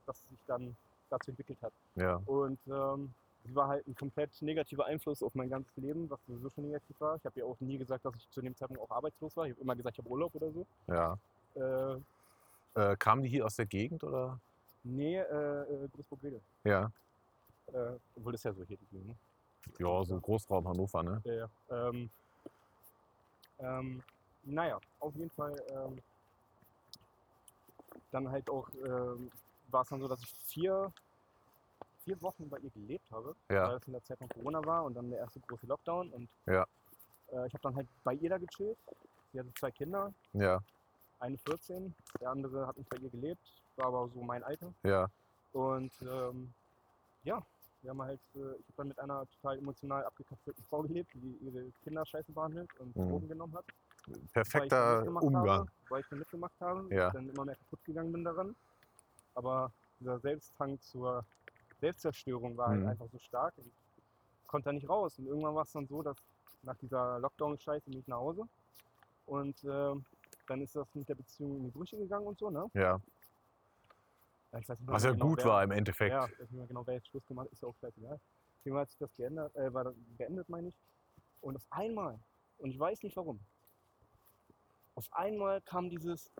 dass sich dann dazu entwickelt hat.
ja,
Und ähm, sie war halt ein komplett negativer Einfluss auf mein ganzes Leben, was sowieso schon negativ war. Ich habe ja auch nie gesagt, dass ich zu dem Zeitpunkt auch arbeitslos war. Ich habe immer gesagt, ich habe Urlaub oder so.
ja.
Äh,
Äh, kamen die hier aus der Gegend oder?
nee, äh, äh, Großburg-Wedel.
Ja.
Äh, obwohl das ist ja so hier die Gegend, ne?
Ja, so Großraum Hannover, ne?
Ja, ja. Ähm, ähm, naja, auf jeden Fall. Ähm, dann halt auch ähm, war es dann so, dass ich vier, vier Wochen bei ihr gelebt habe,
Ja,
weil es in der Zeit von Corona war und dann der erste große Lockdown. Und
Ja.
äh, ich habe dann halt bei ihr da gechillt. Sie hatte zwei Kinder,
ja,
eine 14, der andere hat nicht bei ihr gelebt, war aber so mein Alter.
ja,
Und ähm, ja, wir haben halt, äh, ich habe dann mit einer total emotional abgekapselten Frau gelebt, die ihre Kinder scheiße behandelt und
Mhm.
Drogen genommen hat. weil ich dann
perfekter
mitgemacht
Umgang.
Habe, weil ich dann mitgemacht habe,
Ja.
ich dann immer mehr kaputt gegangen bin daran. Aber dieser Selbsthang zur Selbstzerstörung war
Mhm.
halt einfach so stark. Und ich konnte da nicht raus. Und irgendwann war es dann so, dass nach dieser Lockdown-Scheiße bin ich nach Hause. Und ähm, dann ist das mit der Beziehung in die Brüche gegangen und so, ne?
Ja,
Ja, ich weiß nicht
Was ja
mehr genau,
gut
wer-
war im Endeffekt.
Ja, ich weiß nicht mehr genau, wer jetzt Schluss gemacht hat, ist ja auch scheißegal. Jemand hat sich das geändert, äh, war das beendet, meine ich.
Und auf einmal, und ich weiß nicht warum, auf einmal kam dieses,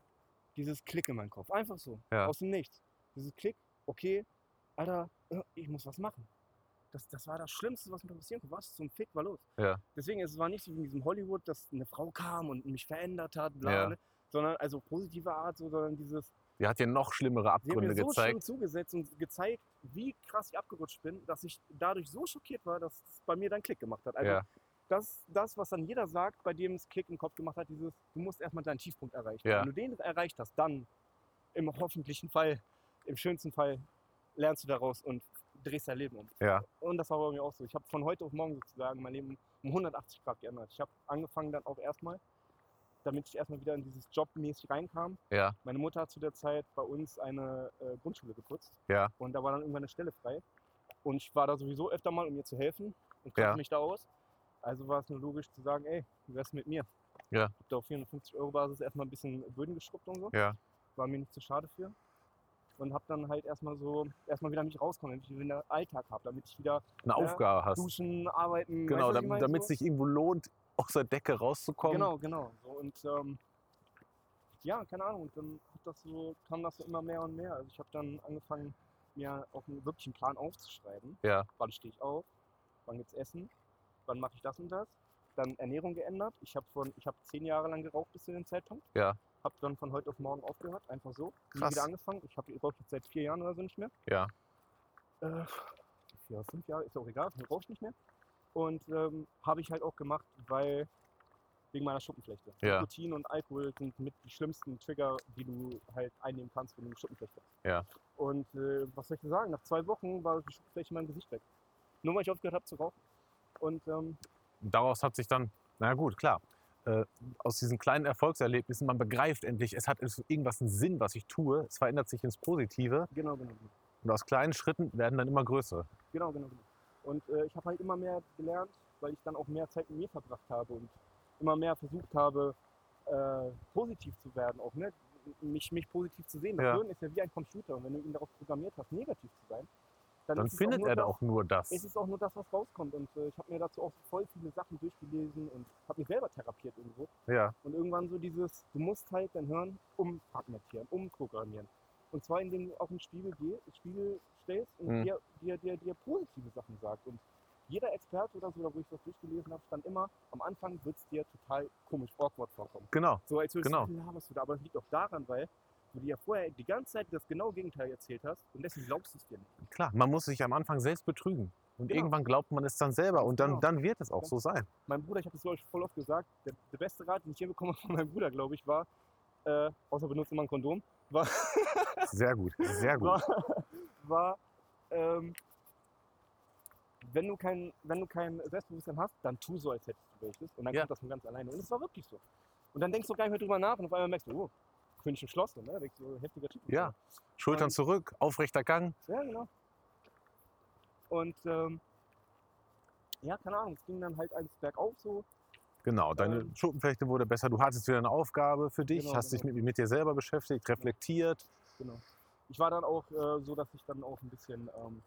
dieses Klick in meinen Kopf. Einfach so,
Ja.
aus dem Nichts. Dieses Klick, okay, Alter, äh, ich muss was machen. Das, das war das Schlimmste, was mir passieren konnte. Was zum Fick war los?
Ja.
Deswegen, es war nicht so wie in diesem Hollywood, dass eine Frau kam und mich verändert hat, bla,
Ja.
ne? sondern also positive Art, so, sondern dieses,
Die hat dir noch schlimmere
sie haben
Abgründe
mir so schlimm
gezeigt.
zugesetzt und gezeigt, wie krass ich abgerutscht bin, dass ich dadurch so schockiert war, dass es bei mir dann Klick gemacht hat. Also
ja,
das, das, was dann jeder sagt, bei dem es Klick im Kopf gemacht hat, dieses, du musst erstmal deinen Tiefpunkt erreichen.
Ja.
Wenn du den erreicht hast, dann im hoffentlichen Fall, im schönsten Fall, lernst du daraus und drehst dein Leben um.
Ja.
Und das war bei mir auch so. Ich habe von heute auf morgen sozusagen mein Leben um 180 Grad geändert. Ich habe angefangen dann auch erstmal, damit ich erstmal wieder in dieses Jobmäßig reinkam.
ja,
Meine Mutter hat zu der Zeit bei uns eine äh, Grundschule geputzt.
Ja.
Und da war dann irgendwann eine Stelle frei. Und ich war da sowieso öfter mal, um ihr zu helfen und kannte
Ja.
mich da aus. Also war es nur logisch zu sagen, ey, wie wär's mit mir?
Ja.
Hab da auf 450-Euro-Basis erstmal ein bisschen Böden geschrubbt und so.
Ja.
War mir nicht zu schade für. Und hab dann halt erstmal so, erstmal wieder mich rauskommen, damit ich wieder einen Alltag habe, damit ich wieder
eine Aufgabe hast.
duschen, arbeiten,
Genau,
weißt du, was ich
dam-
mein,
damit
so?
es sich irgendwo lohnt, aus der Decke rauszukommen.
Genau, genau. So, und ähm, ja, keine Ahnung. Und dann hat das so, kam das so immer mehr und mehr. Also ich habe dann angefangen, mir auch einen wirklichen Plan aufzuschreiben.
Ja.
Wann stehe ich auf? Wann gibt's Essen? Wann mache ich das und das? Dann Ernährung geändert. Ich habe von, ich habe zehn Jahre lang geraucht bis zu dem Zeitpunkt.
Ja.
Habe dann von heute auf morgen aufgehört, einfach so. Nie
Krass.
Wieder angefangen. Ich habe geraucht jetzt seit vier Jahren oder so nicht mehr.
Ja.
Äh, vier, fünf Jahre ist auch egal. Rauche ich nicht mehr. Und ähm, habe ich halt auch gemacht, weil wegen meiner Schuppenflechte.
Ja.
Nikotin und Alkohol sind mit die schlimmsten Trigger, die du halt einnehmen kannst, wenn du eine Schuppenflechte hast.
Ja.
Und äh, was soll ich dir sagen? Nach zwei Wochen war die Schuppenflechte in meinem Gesicht weg. Nur weil ich aufgehört habe zu rauchen. Und ähm,
daraus hat sich dann, na gut, klar, äh, aus diesen kleinen Erfolgserlebnissen, man begreift endlich, es hat es- irgendwas einen Sinn, was ich tue, es verändert sich ins Positive
genau, genau, genau.
und aus kleinen Schritten werden dann immer größere.
Genau, genau, genau. Und äh, ich habe halt immer mehr gelernt, weil ich dann auch mehr Zeit mit mir verbracht habe und immer mehr versucht habe, äh, positiv zu werden, auch ne? mich, mich positiv zu sehen. Das
Ja.
Hirn ist ja wie ein Computer und wenn du ihn darauf programmiert hast, negativ zu sein, dann,
Dann
ist es
findet
nur
er da
das-
auch nur das.
es ist auch nur das, was rauskommt. Und äh, ich habe mir dazu auch voll viele Sachen durchgelesen und habe mich selber therapiert irgendwo.
Ja,
Und irgendwann so dieses, du musst halt dein Hirn umfragmentieren, umprogrammieren. Und zwar, indem du auf den Spiegel, geh, Spiegel stellst und
Mhm.
dir, dir, dir, dir positive Sachen sagt. Und jeder Experte oder so, da wo ich das durchgelesen habe, stand immer, am Anfang wird es dir total komisch, awkward vorkommen.
genau.
So als würdest
Genau.
du, ja, was du da, aber das liegt auch daran, weil du dir ja vorher die ganze Zeit das genaue Gegenteil erzählt hast und deswegen glaubst du es dir nicht.
Klar, man muss sich am Anfang selbst betrügen. Und
Genau.
irgendwann glaubt man es dann selber und dann,
Genau.
dann wird es auch
Ganz
so sein.
mein Bruder, ich habe das euch voll oft gesagt, der, der beste Rat, den ich je bekommen habe <laughs> von meinem Bruder, glaube ich, war, äh, außer benutzt immer ein Kondom,
Sehr gut, sehr gut.
<laughs> war, war ähm, wenn, du kein, wenn du kein Selbstbewusstsein hast, dann tu so, als hättest du welches. Und dann
Ja.
kommt das von ganz alleine. Und es war wirklich so. Und dann denkst du gar nicht mehr drüber nach und auf einmal merkst du, oh, König im Schloss, ne? Denkst du, heftiger Typ. und
Ja. Schultern
Und-
zurück, aufrechter Gang.
ja, genau. Und ähm, ja, keine Ahnung, es ging dann halt alles bergauf so.
Genau, deine
Ähm,
Schuppenflechte wurde besser. Du hattest wieder eine Aufgabe für dich,
Genau,
hast dich
genau.
mit, mit dir selber beschäftigt, reflektiert.
ich war dann auch äh, so, dass ich dann auch ein bisschen, ähm,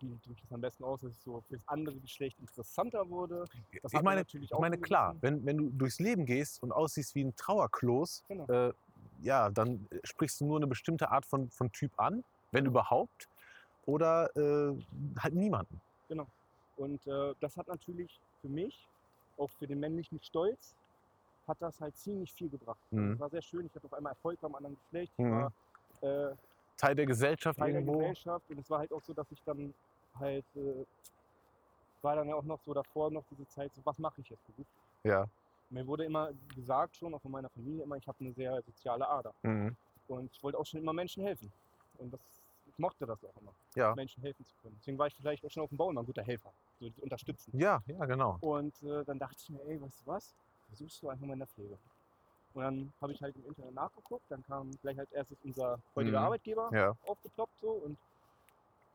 wie drücke ich das am besten aus, dass ich so fürs andere Geschlecht interessanter wurde. Das
ich
hat mir
meine,
natürlich
Ich meine,
einen
klar,
gewissen-
wenn, wenn du durchs Leben gehst und aussiehst wie ein Trauerklos,
Genau.
äh, ja, dann äh, sprichst du nur eine bestimmte Art von, von Typ an, wenn
Genau.
überhaupt, oder äh, halt niemanden.
Und äh, das hat natürlich für mich, auch für den männlichen Stolz, hat das halt ziemlich viel gebracht.
Mhm.
Das war sehr schön. Ich hatte auf einmal Erfolg beim anderen Geschlecht. Ich
Mhm.
war äh,
Teil der Gesellschaft
Teil der
irgendwo.
Gesellschaft. Und es war halt auch so, dass ich dann halt, äh, war dann ja auch noch so davor, noch diese Zeit, so, was mache ich jetzt beruflich?
Ja.
Mir wurde immer gesagt, schon auch von meiner Familie immer, ich habe eine sehr soziale Ader.
Mhm.
Und ich wollte auch schon immer Menschen helfen. Und das, ich mochte das auch immer,
Ja.
Menschen helfen zu können. Deswegen war ich vielleicht auch schon auf dem Bau immer ein guter Helfer, so das unterstützen.
ja, ja, genau.
Und äh, dann dachte ich mir, ey, weißt du was, versuchst du einfach mal in der Pflege. Und dann habe ich halt im Internet nachgeguckt, dann kam gleich als erstes unser heutiger
Mhm.
Arbeitgeber
Ja.
aufgeploppt so und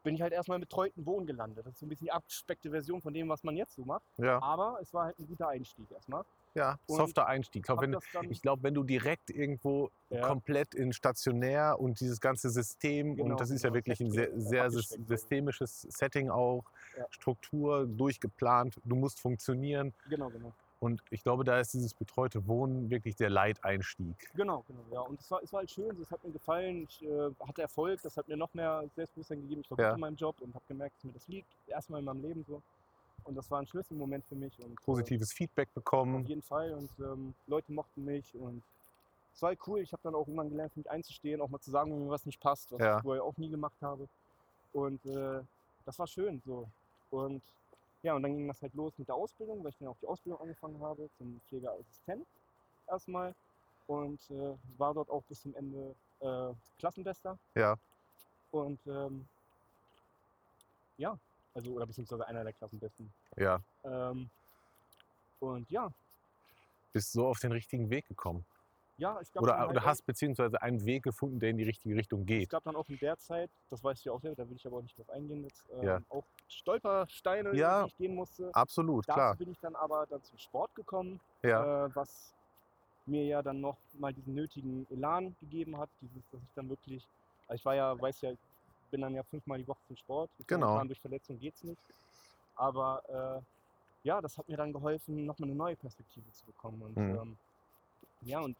bin ich halt erstmal im betreuten Wohnen gelandet. Das ist so ein bisschen die abgespeckte Version von dem, was man jetzt so macht.
Ja,
Aber es war halt ein guter Einstieg erstmal.
ja.
Und
Softer Einstieg. Ich glaube,
Hab
wenn,
das
<laughs>
dann-
ich glaub, wenn du direkt irgendwo
Ja.
komplett in stationär und dieses ganze System,
Genau,
und das ist ja
genau,
wirklich ein sehr,
festgelegt,
sehr sys-
abgesteckt,
systemisches Setting auch,
Ja.
Struktur durchgeplant, du musst funktionieren.
Genau, genau.
Und ich glaube, da ist dieses betreute Wohnen wirklich der Leiteinstieg.
Genau, genau. Ja. Und es war, es war halt schön, es hat mir gefallen, ich äh, hatte Erfolg, das hat mir noch mehr Selbstbewusstsein gegeben. Ich war
Ja.
gut in meinem Job und habe gemerkt, dass mir das liegt. Erstmal in meinem Leben so. Und das war ein Schlüsselmoment für mich. Und, äh,
Positives Feedback
Auf
bekommen.
jeden Fall. Und ähm, Leute mochten mich und es war halt cool. Ich habe dann auch irgendwann gelernt, für mich einzustehen, auch mal zu sagen, wenn mir was nicht passt, was
Ja.
ich vorher auch nie gemacht habe. Und äh, das war schön so. Und ja, und dann ging das halt los mit der Ausbildung, weil ich dann auch die Ausbildung angefangen habe zum Pflegeassistent erstmal. Und äh, war dort auch bis zum Ende äh, Klassenbester.
Ja.
Und ähm, ja, also oder beziehungsweise einer der Klassenbesten.
Ja,
Ähm, und ja,
bist so auf den richtigen Weg gekommen.
Ja, genau. ich glaube,
Oder, oder hast beziehungsweise einen Weg gefunden, der in die richtige Richtung
halt es
geht.
gab dann auch in der Zeit, das weißt du ja auch selber, da will ich aber auch nicht drauf eingehen, jetzt, ähm,
Ja.
auch Stolpersteine,
Ja.
die ich gehen musste.
Absolut,
Dazu
klar.
bin ich dann aber dann zum Sport gekommen,
Ja.
äh, was mir ja dann noch mal diesen nötigen Elan gegeben hat, dieses, dass ich dann wirklich, also ich war ja, weiß ja, ich bin dann ja fünfmal die Woche zum Sport. Ich meine,
Genau.
momentan Durch Verletzung geht's nicht. Aber äh, ja, das hat mir dann geholfen, nochmal eine neue Perspektive zu bekommen. Und
Mhm.
ähm, ja, und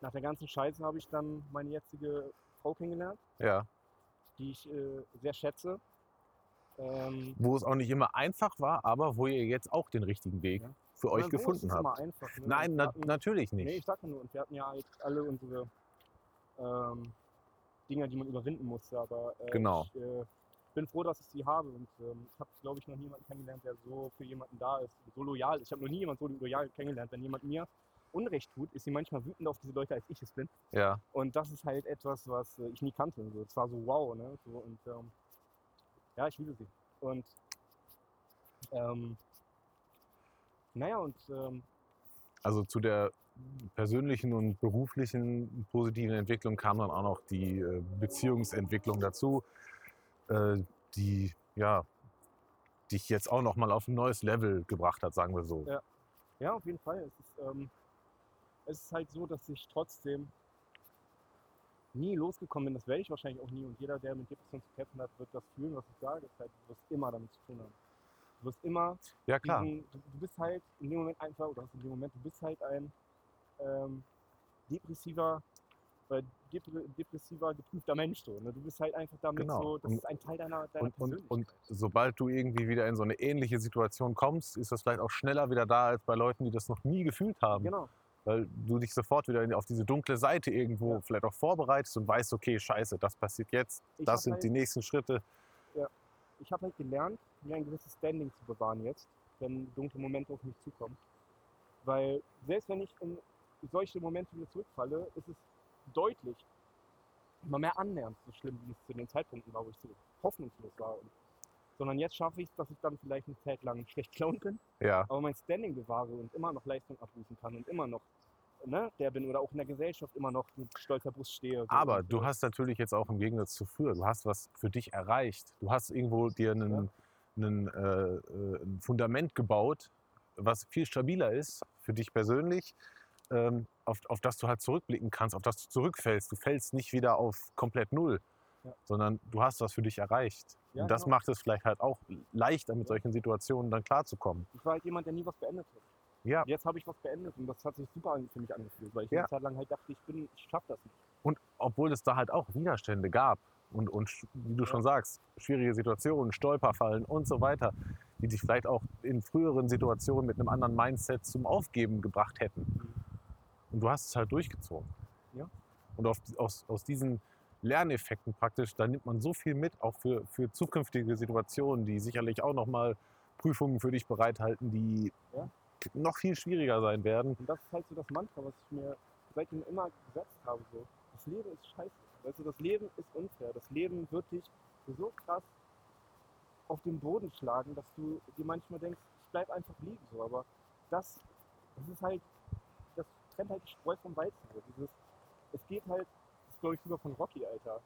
nach der ganzen Scheiße habe ich dann meine jetzige Frau kennengelernt,
Ja.
die ich äh, sehr schätze. Ähm,
Wo es auch nicht immer einfach war, aber wo ihr jetzt auch den richtigen Weg
Ja.
für euch
na, so ist
gefunden
es immer
habt.
Einfach, ne?
Nein,
Wir
na,
hatten-
natürlich nicht.
Nee, ich sag nur, und wir hatten ja jetzt alle unsere ähm, Dinger, die man überwinden musste, aber äh,
Genau.
ich äh, bin froh, dass ich sie habe und ähm, ich habe, glaube ich, noch niemanden kennengelernt, der so für jemanden da ist, und so loyal ist. Ich habe noch nie jemanden so loyal kennengelernt. Wenn jemand mir Unrecht tut, ist sie manchmal wütend auf diese Leute, als ich es bin.
ja.
Und das ist halt etwas, was äh, ich nie kannte. So, es war so wow, ne? So, und ähm, ja, ich liebe sie. Und ähm, naja, und ähm,
Also zu der persönlichen und beruflichen positiven Entwicklung kam dann auch noch die äh, Beziehungsentwicklung dazu, äh, die ja dich jetzt auch noch mal auf ein neues Level gebracht hat, sagen wir so.
Ja. Ja, auf jeden Fall. Es ist, ähm, es ist halt so, dass ich trotzdem nie losgekommen bin. Das werde ich wahrscheinlich auch nie. Und jeder, der mit Depression zu kämpfen hat, wird das fühlen, was ich sage. Das heißt, du wirst immer damit zu tun haben. Du wirst immer
Ja, klar.
diesen, du, du bist halt in dem Moment einfach, oder hast in dem Moment, du bist halt ein ähm, depressiver, äh, depre, depressiver, geprüfter Mensch. So, ne? Du bist halt einfach damit
Genau.
so, das
Und-
ist ein Teil deiner, deiner
Und, und,
Persönlichkeit.
und sobald du irgendwie wieder in so eine ähnliche Situation kommst, ist das vielleicht auch schneller wieder da als bei Leuten, die das noch nie gefühlt haben.
genau.
Weil du dich sofort wieder in- auf diese dunkle Seite irgendwo
Ja.
vielleicht auch vorbereitest und weißt, okay, scheiße, das passiert jetzt,
Ich
das
hab
sind
halt-
die nächsten Schritte.
ich habe halt gelernt, mir ein gewisses Standing zu bewahren jetzt, wenn dunkle Momente auf mich zukommen. Weil selbst wenn ich in solche Momente wieder zurückfalle, ist es deutlich immer mehr annähernd so schlimm, wie es zu den Zeitpunkten war, wo ich so hoffnungslos war. Und, sondern jetzt schaffe ich es, dass ich dann vielleicht eine Zeit lang <laughs> schlecht klauen kann,
Ja,
aber mein Standing bewahre und immer noch Leistung abrufen kann und immer noch ne, der bin oder auch in der Gesellschaft immer noch mit stolzer Brust stehe. so.
aber
Und,
du
äh,
hast natürlich jetzt auch im Gegensatz zu früher, du hast was für dich erreicht. Du hast irgendwo dir einen, einen, äh, äh, ein Fundament gebaut, was viel stabiler ist für dich persönlich, ähm, auf, auf das du halt zurückblicken kannst, auf das du zurückfällst. Du fällst nicht wieder auf komplett null,
Ja.
sondern du hast was für dich erreicht.
Ja,
und das
genau.
macht es vielleicht halt auch leichter, mit
Ja.
solchen Situationen dann klarzukommen.
Ich war halt jemand, der nie was beendet hat.
Ja.
Und Jetzt habe ich was beendet und das hat sich super an- für mich angefühlt, weil ich
Ja.
eine Zeit lang halt dachte, ich bin, ich schaffe das nicht.
Und obwohl es da halt auch Widerstände gab und, und sch- wie du schon sagst, schwierige Situationen, Stolperfallen und so weiter, die dich vielleicht auch in früheren Situationen mit einem anderen Mindset zum Aufgeben gebracht hätten. Und du hast es halt durchgezogen.
Mhm. Ja.
Und auf, aus, aus diesen Lerneffekten praktisch, da nimmt man so viel mit, auch für, für zukünftige Situationen, die sicherlich auch nochmal Prüfungen für dich bereithalten, die
Ja.
noch viel schwieriger sein werden.
Und das ist halt so das Mantra, was ich mir seitdem immer gesetzt habe. So. Das Leben ist scheiße. Weißt du, das Leben ist unfair. Das Leben wird dich so krass auf den Boden schlagen, dass du dir manchmal denkst, ich bleib einfach liegen. So. Aber das, das ist halt, das trennt halt die Spreu vom Weizen. So. Dieses, es geht halt, das ist glaube ich sogar von Rocky, Alter.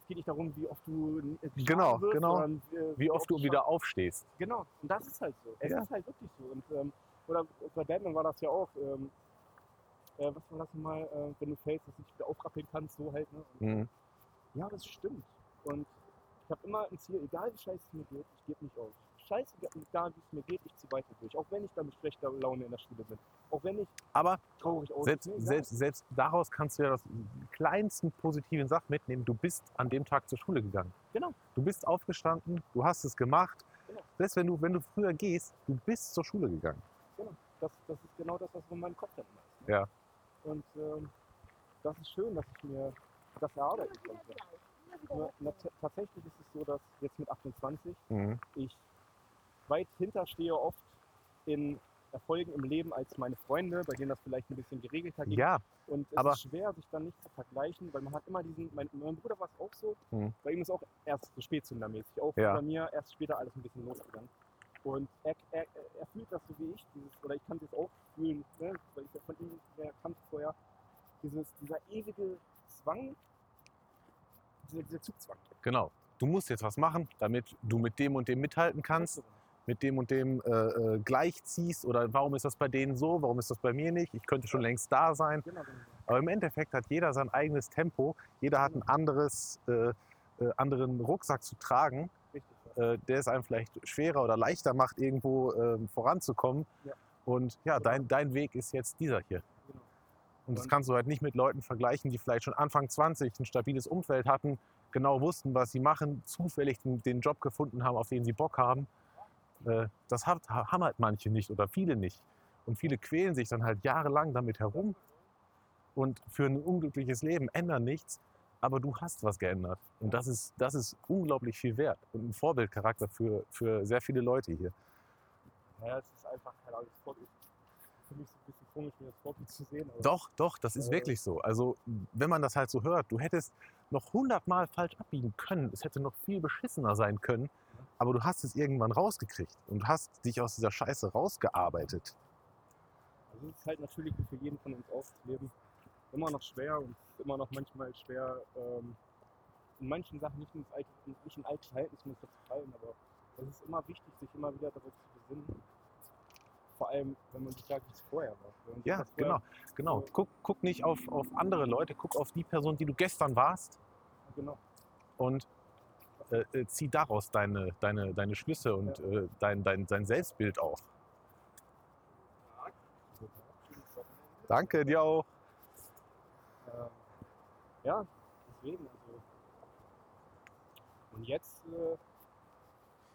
Es geht nicht darum, wie oft du äh, geschlagen
Genau,
wirst,
genau.
sondern, äh,
Wie oft du
geschlagen
wieder aufstehst.
Genau, und das ist halt so. Es
Ja.
ist halt wirklich so. Und, ähm, oder bei Batman war das ja auch. Ähm, äh, was war das nochmal, äh, wenn du fällst, dass du dich wieder aufrappeln kannst, so halt. Ne? Und,
Mhm.
Ja, das stimmt. Und ich habe immer ein Ziel, egal wie scheiße es mir geht, ich gebe nicht auf. Scheiße, egal wie es mir geht, ich ziehe weiter durch. Auch wenn ich dann mit schlechter Laune in der Schule bin. Auch wenn ich
Aber
traurig aussehe.
selbst, selbst, selbst daraus kannst du ja das kleinsten positiven Sachen mitnehmen. Du bist an dem Tag zur Schule gegangen.
Genau.
Du bist aufgestanden, du hast es gemacht.
Genau.
Selbst wenn du, wenn du früher gehst, du bist zur Schule gegangen.
das, das ist genau das, was in meinem Kopf dann ist. ne?
Ja.
Und ähm, das ist schön, dass ich mir das erarbeiten konnte. Nur, na, t- tatsächlich ist es so, dass jetzt mit 28 ich weit hinterstehe oft in Erfolgen im Leben als meine Freunde, bei denen das vielleicht ein bisschen geregelter geht.
Ja,
Und es
aber-
ist schwer, sich dann nicht zu vergleichen, weil man hat immer diesen, mein, mein Bruder war es auch so,
Mhm.
bei ihm ist auch erst so spätzündermäßig, auch
Ja.
bei mir erst später alles ein bisschen losgegangen. Und er, er, er fühlt das so wie ich, dieses, oder ich kann es jetzt auch fühlen, ne? weil ich das von ihm mehr kannte vorher, dieses, dieser ewige Zwang, dieser, dieser Zugzwang.
genau. Du musst jetzt was machen, damit du mit dem und dem mithalten kannst, mit dem und dem äh, äh, gleichziehst oder warum ist das bei denen so, warum ist das bei mir nicht? Ich könnte schon längst da sein.
Genau, genau.
Aber im Endeffekt hat jeder sein eigenes Tempo, jeder
Mhm.
hat einen anderes, äh, äh, anderen Rucksack zu tragen,
Richtig, ja.
äh, der es einem vielleicht schwerer oder leichter macht, irgendwo ähm, voranzukommen.
Ja.
Und ja, dein, dein Weg ist jetzt dieser hier.
Genau.
Und das
Und-
kannst du halt nicht mit Leuten vergleichen, die vielleicht schon Anfang 20 ein stabiles Umfeld hatten, genau wussten, was sie machen, zufällig den, den Job gefunden haben, auf den sie Bock haben. Äh, Das hat, ha- haben halt manche nicht oder viele nicht. Und viele quälen sich dann halt jahrelang damit herum und führen ein unglückliches Leben, ändern nichts, aber du hast was geändert. Und das ist, das ist unglaublich viel wert und ein Vorbildcharakter für, für sehr viele Leute hier.
Naja, es ist einfach, keine Ahnung, es ist für mich so ein bisschen komisch, mir das Vorbild zu sehen. Aber
Doch, doch, das ist
Äh.
wirklich so. Also, wenn man das halt so hört, du hättest noch hundertmal falsch abbiegen können. Es hätte noch viel beschissener sein können. Aber du hast es irgendwann rausgekriegt und hast dich aus dieser Scheiße rausgearbeitet.
Also es ist halt natürlich wie für jeden von uns aufzuleben immer noch schwer und es ist immer noch manchmal schwer, ähm, in manchen Sachen nicht ins alte, nicht in alte Verhältnismuster zu fallen, aber es ist immer wichtig, sich immer wieder darauf zu besinnen. Vor allem, wenn man sich sagt, wie es vorher war. Wenn man sich
Ja,
das vorher-
genau. genau. Guck, guck nicht auf, auf andere Leute, guck auf die Person, die du gestern warst
genau.
und äh, äh, zieh daraus deine, deine, deine Schlüsse und äh, dein, dein, dein Selbstbild auf.
Also,
Danke dir auch.
Ähm, ja, deswegen. Also. Und jetzt, äh,
Hm.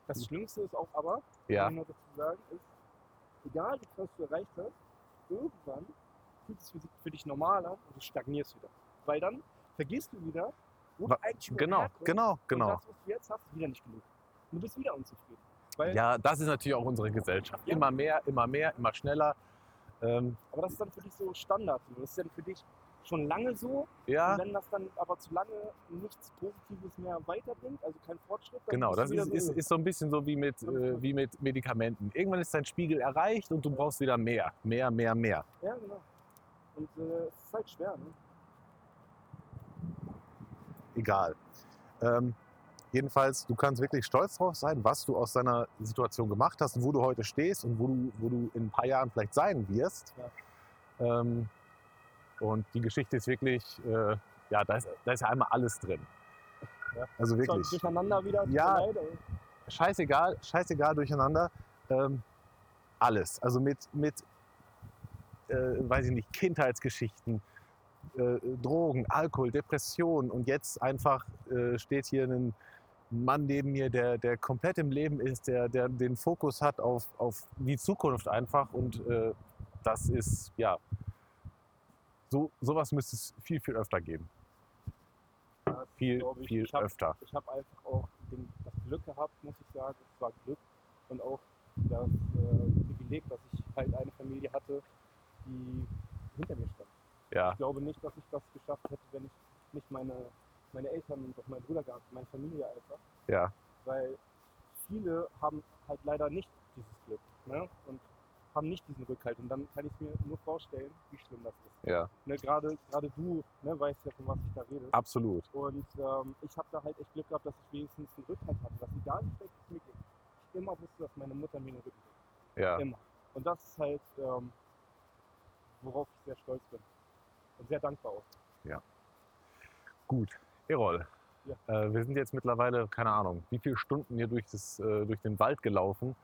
das Schlimmste ist auch aber,
Ja,
kann man dazu sagen, ist, egal wie krass du erreicht hast, irgendwann fühlt es für, für dich normal an und du stagnierst wieder. Weil dann vergisst du wieder, wo
Wa-
du eigentlich überhaupt
genau,
herkommst
genau,
Und
genau.
das, was du jetzt hast, ist wieder nicht genug. Und du bist wieder unzufrieden. Weil,
Ja, das ist natürlich auch unsere Gesellschaft.
Ja.
Immer mehr, immer mehr, immer schneller. Ähm,
Aber das ist dann für dich so Standard. so. Das ist dann für dich schon lange so.
ja,
Und wenn das dann aber zu lange nichts Positives mehr weiterbringt, also kein Fortschritt, dann
genau.
bist du
Das
wieder
ist,
so,
ist, ist so ein bisschen so wie mit, äh, wie mit Medikamenten. Irgendwann ist dein Spiegel erreicht und du brauchst wieder mehr, mehr, mehr, mehr.
Ja, genau. Und äh, es ist halt schwer. Ne?
Egal. Ähm, jedenfalls, du kannst wirklich stolz drauf sein, was du aus deiner Situation gemacht hast, und wo du heute stehst und wo du, wo du in ein paar Jahren vielleicht sein wirst. Ähm, und die Geschichte ist wirklich, äh, ja, da ist, da ist ja einmal alles drin. Also
Zwar
wirklich.
Durcheinander wieder. tut mir
Ja.
leid, aber-
scheißegal, scheißegal durcheinander. Ähm, alles. Also mit, mit äh, weiß ich nicht, Kindheitsgeschichten, äh, Drogen, Alkohol, Depressionen und jetzt einfach äh, steht hier ein Mann neben mir, der, der komplett im Leben ist, der, der den Fokus hat auf, auf die Zukunft einfach und äh, das ist, ja, so, sowas müsste es viel, viel öfter geben.
Ja,
Viel,
glaub ich.
viel
Ich hab-
öfter.
ich habe einfach auch den, das Glück gehabt, muss ich sagen. Es war Glück und auch das äh, Privileg, dass ich halt eine Familie hatte, die hinter mir stand.
Ja,
Ich glaube nicht, dass ich das geschafft hätte, wenn ich nicht meine, meine Eltern und auch meinen Bruder gehabt, hätte, meine Familie einfach.
ja.
Weil viele haben halt leider nicht dieses Glück. Ne? Und haben nicht diesen Rückhalt. Und dann kann ich mir nur vorstellen, wie schlimm das ist.
Ja,
Ne, gerade, gerade du ne, weißt ja, von was ich da rede.
absolut.
Und ähm, ich habe da halt echt Glück gehabt, dass ich wenigstens einen Rückhalt hatte, dass egal wie schlecht es mir ging, ich immer wusste, dass meine Mutter mir einen Rücken gibt.
Ja,
Immer. Und das ist halt, ähm, worauf ich sehr stolz bin. Und sehr dankbar auch.
gut. Erol,
Ja.
äh, wir sind jetzt mittlerweile, keine Ahnung, wie viele Stunden hier durch, das, äh, durch den Wald gelaufen.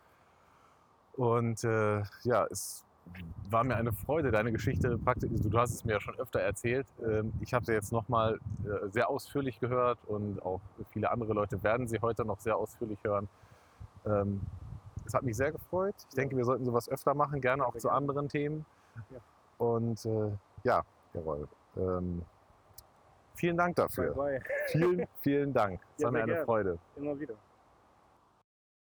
Und äh, ja, es war mir eine Freude, deine Geschichte praktisch, also du, du hast es mir ja schon öfter erzählt. Ähm, ich habe sie jetzt nochmal äh, sehr ausführlich gehört und auch viele andere Leute werden sie heute noch sehr ausführlich hören. Ähm, es hat mich sehr gefreut. Ich denke, wir sollten sowas öfter machen, gerne auch zu anderen Themen.
Ja.
Und äh, ja, Erol, ähm, vielen Dank dafür.
Bye bye.
Vielen, vielen Dank. Es
Ja,
war mir
sehr
eine
gerne.
Freude.
Immer wieder.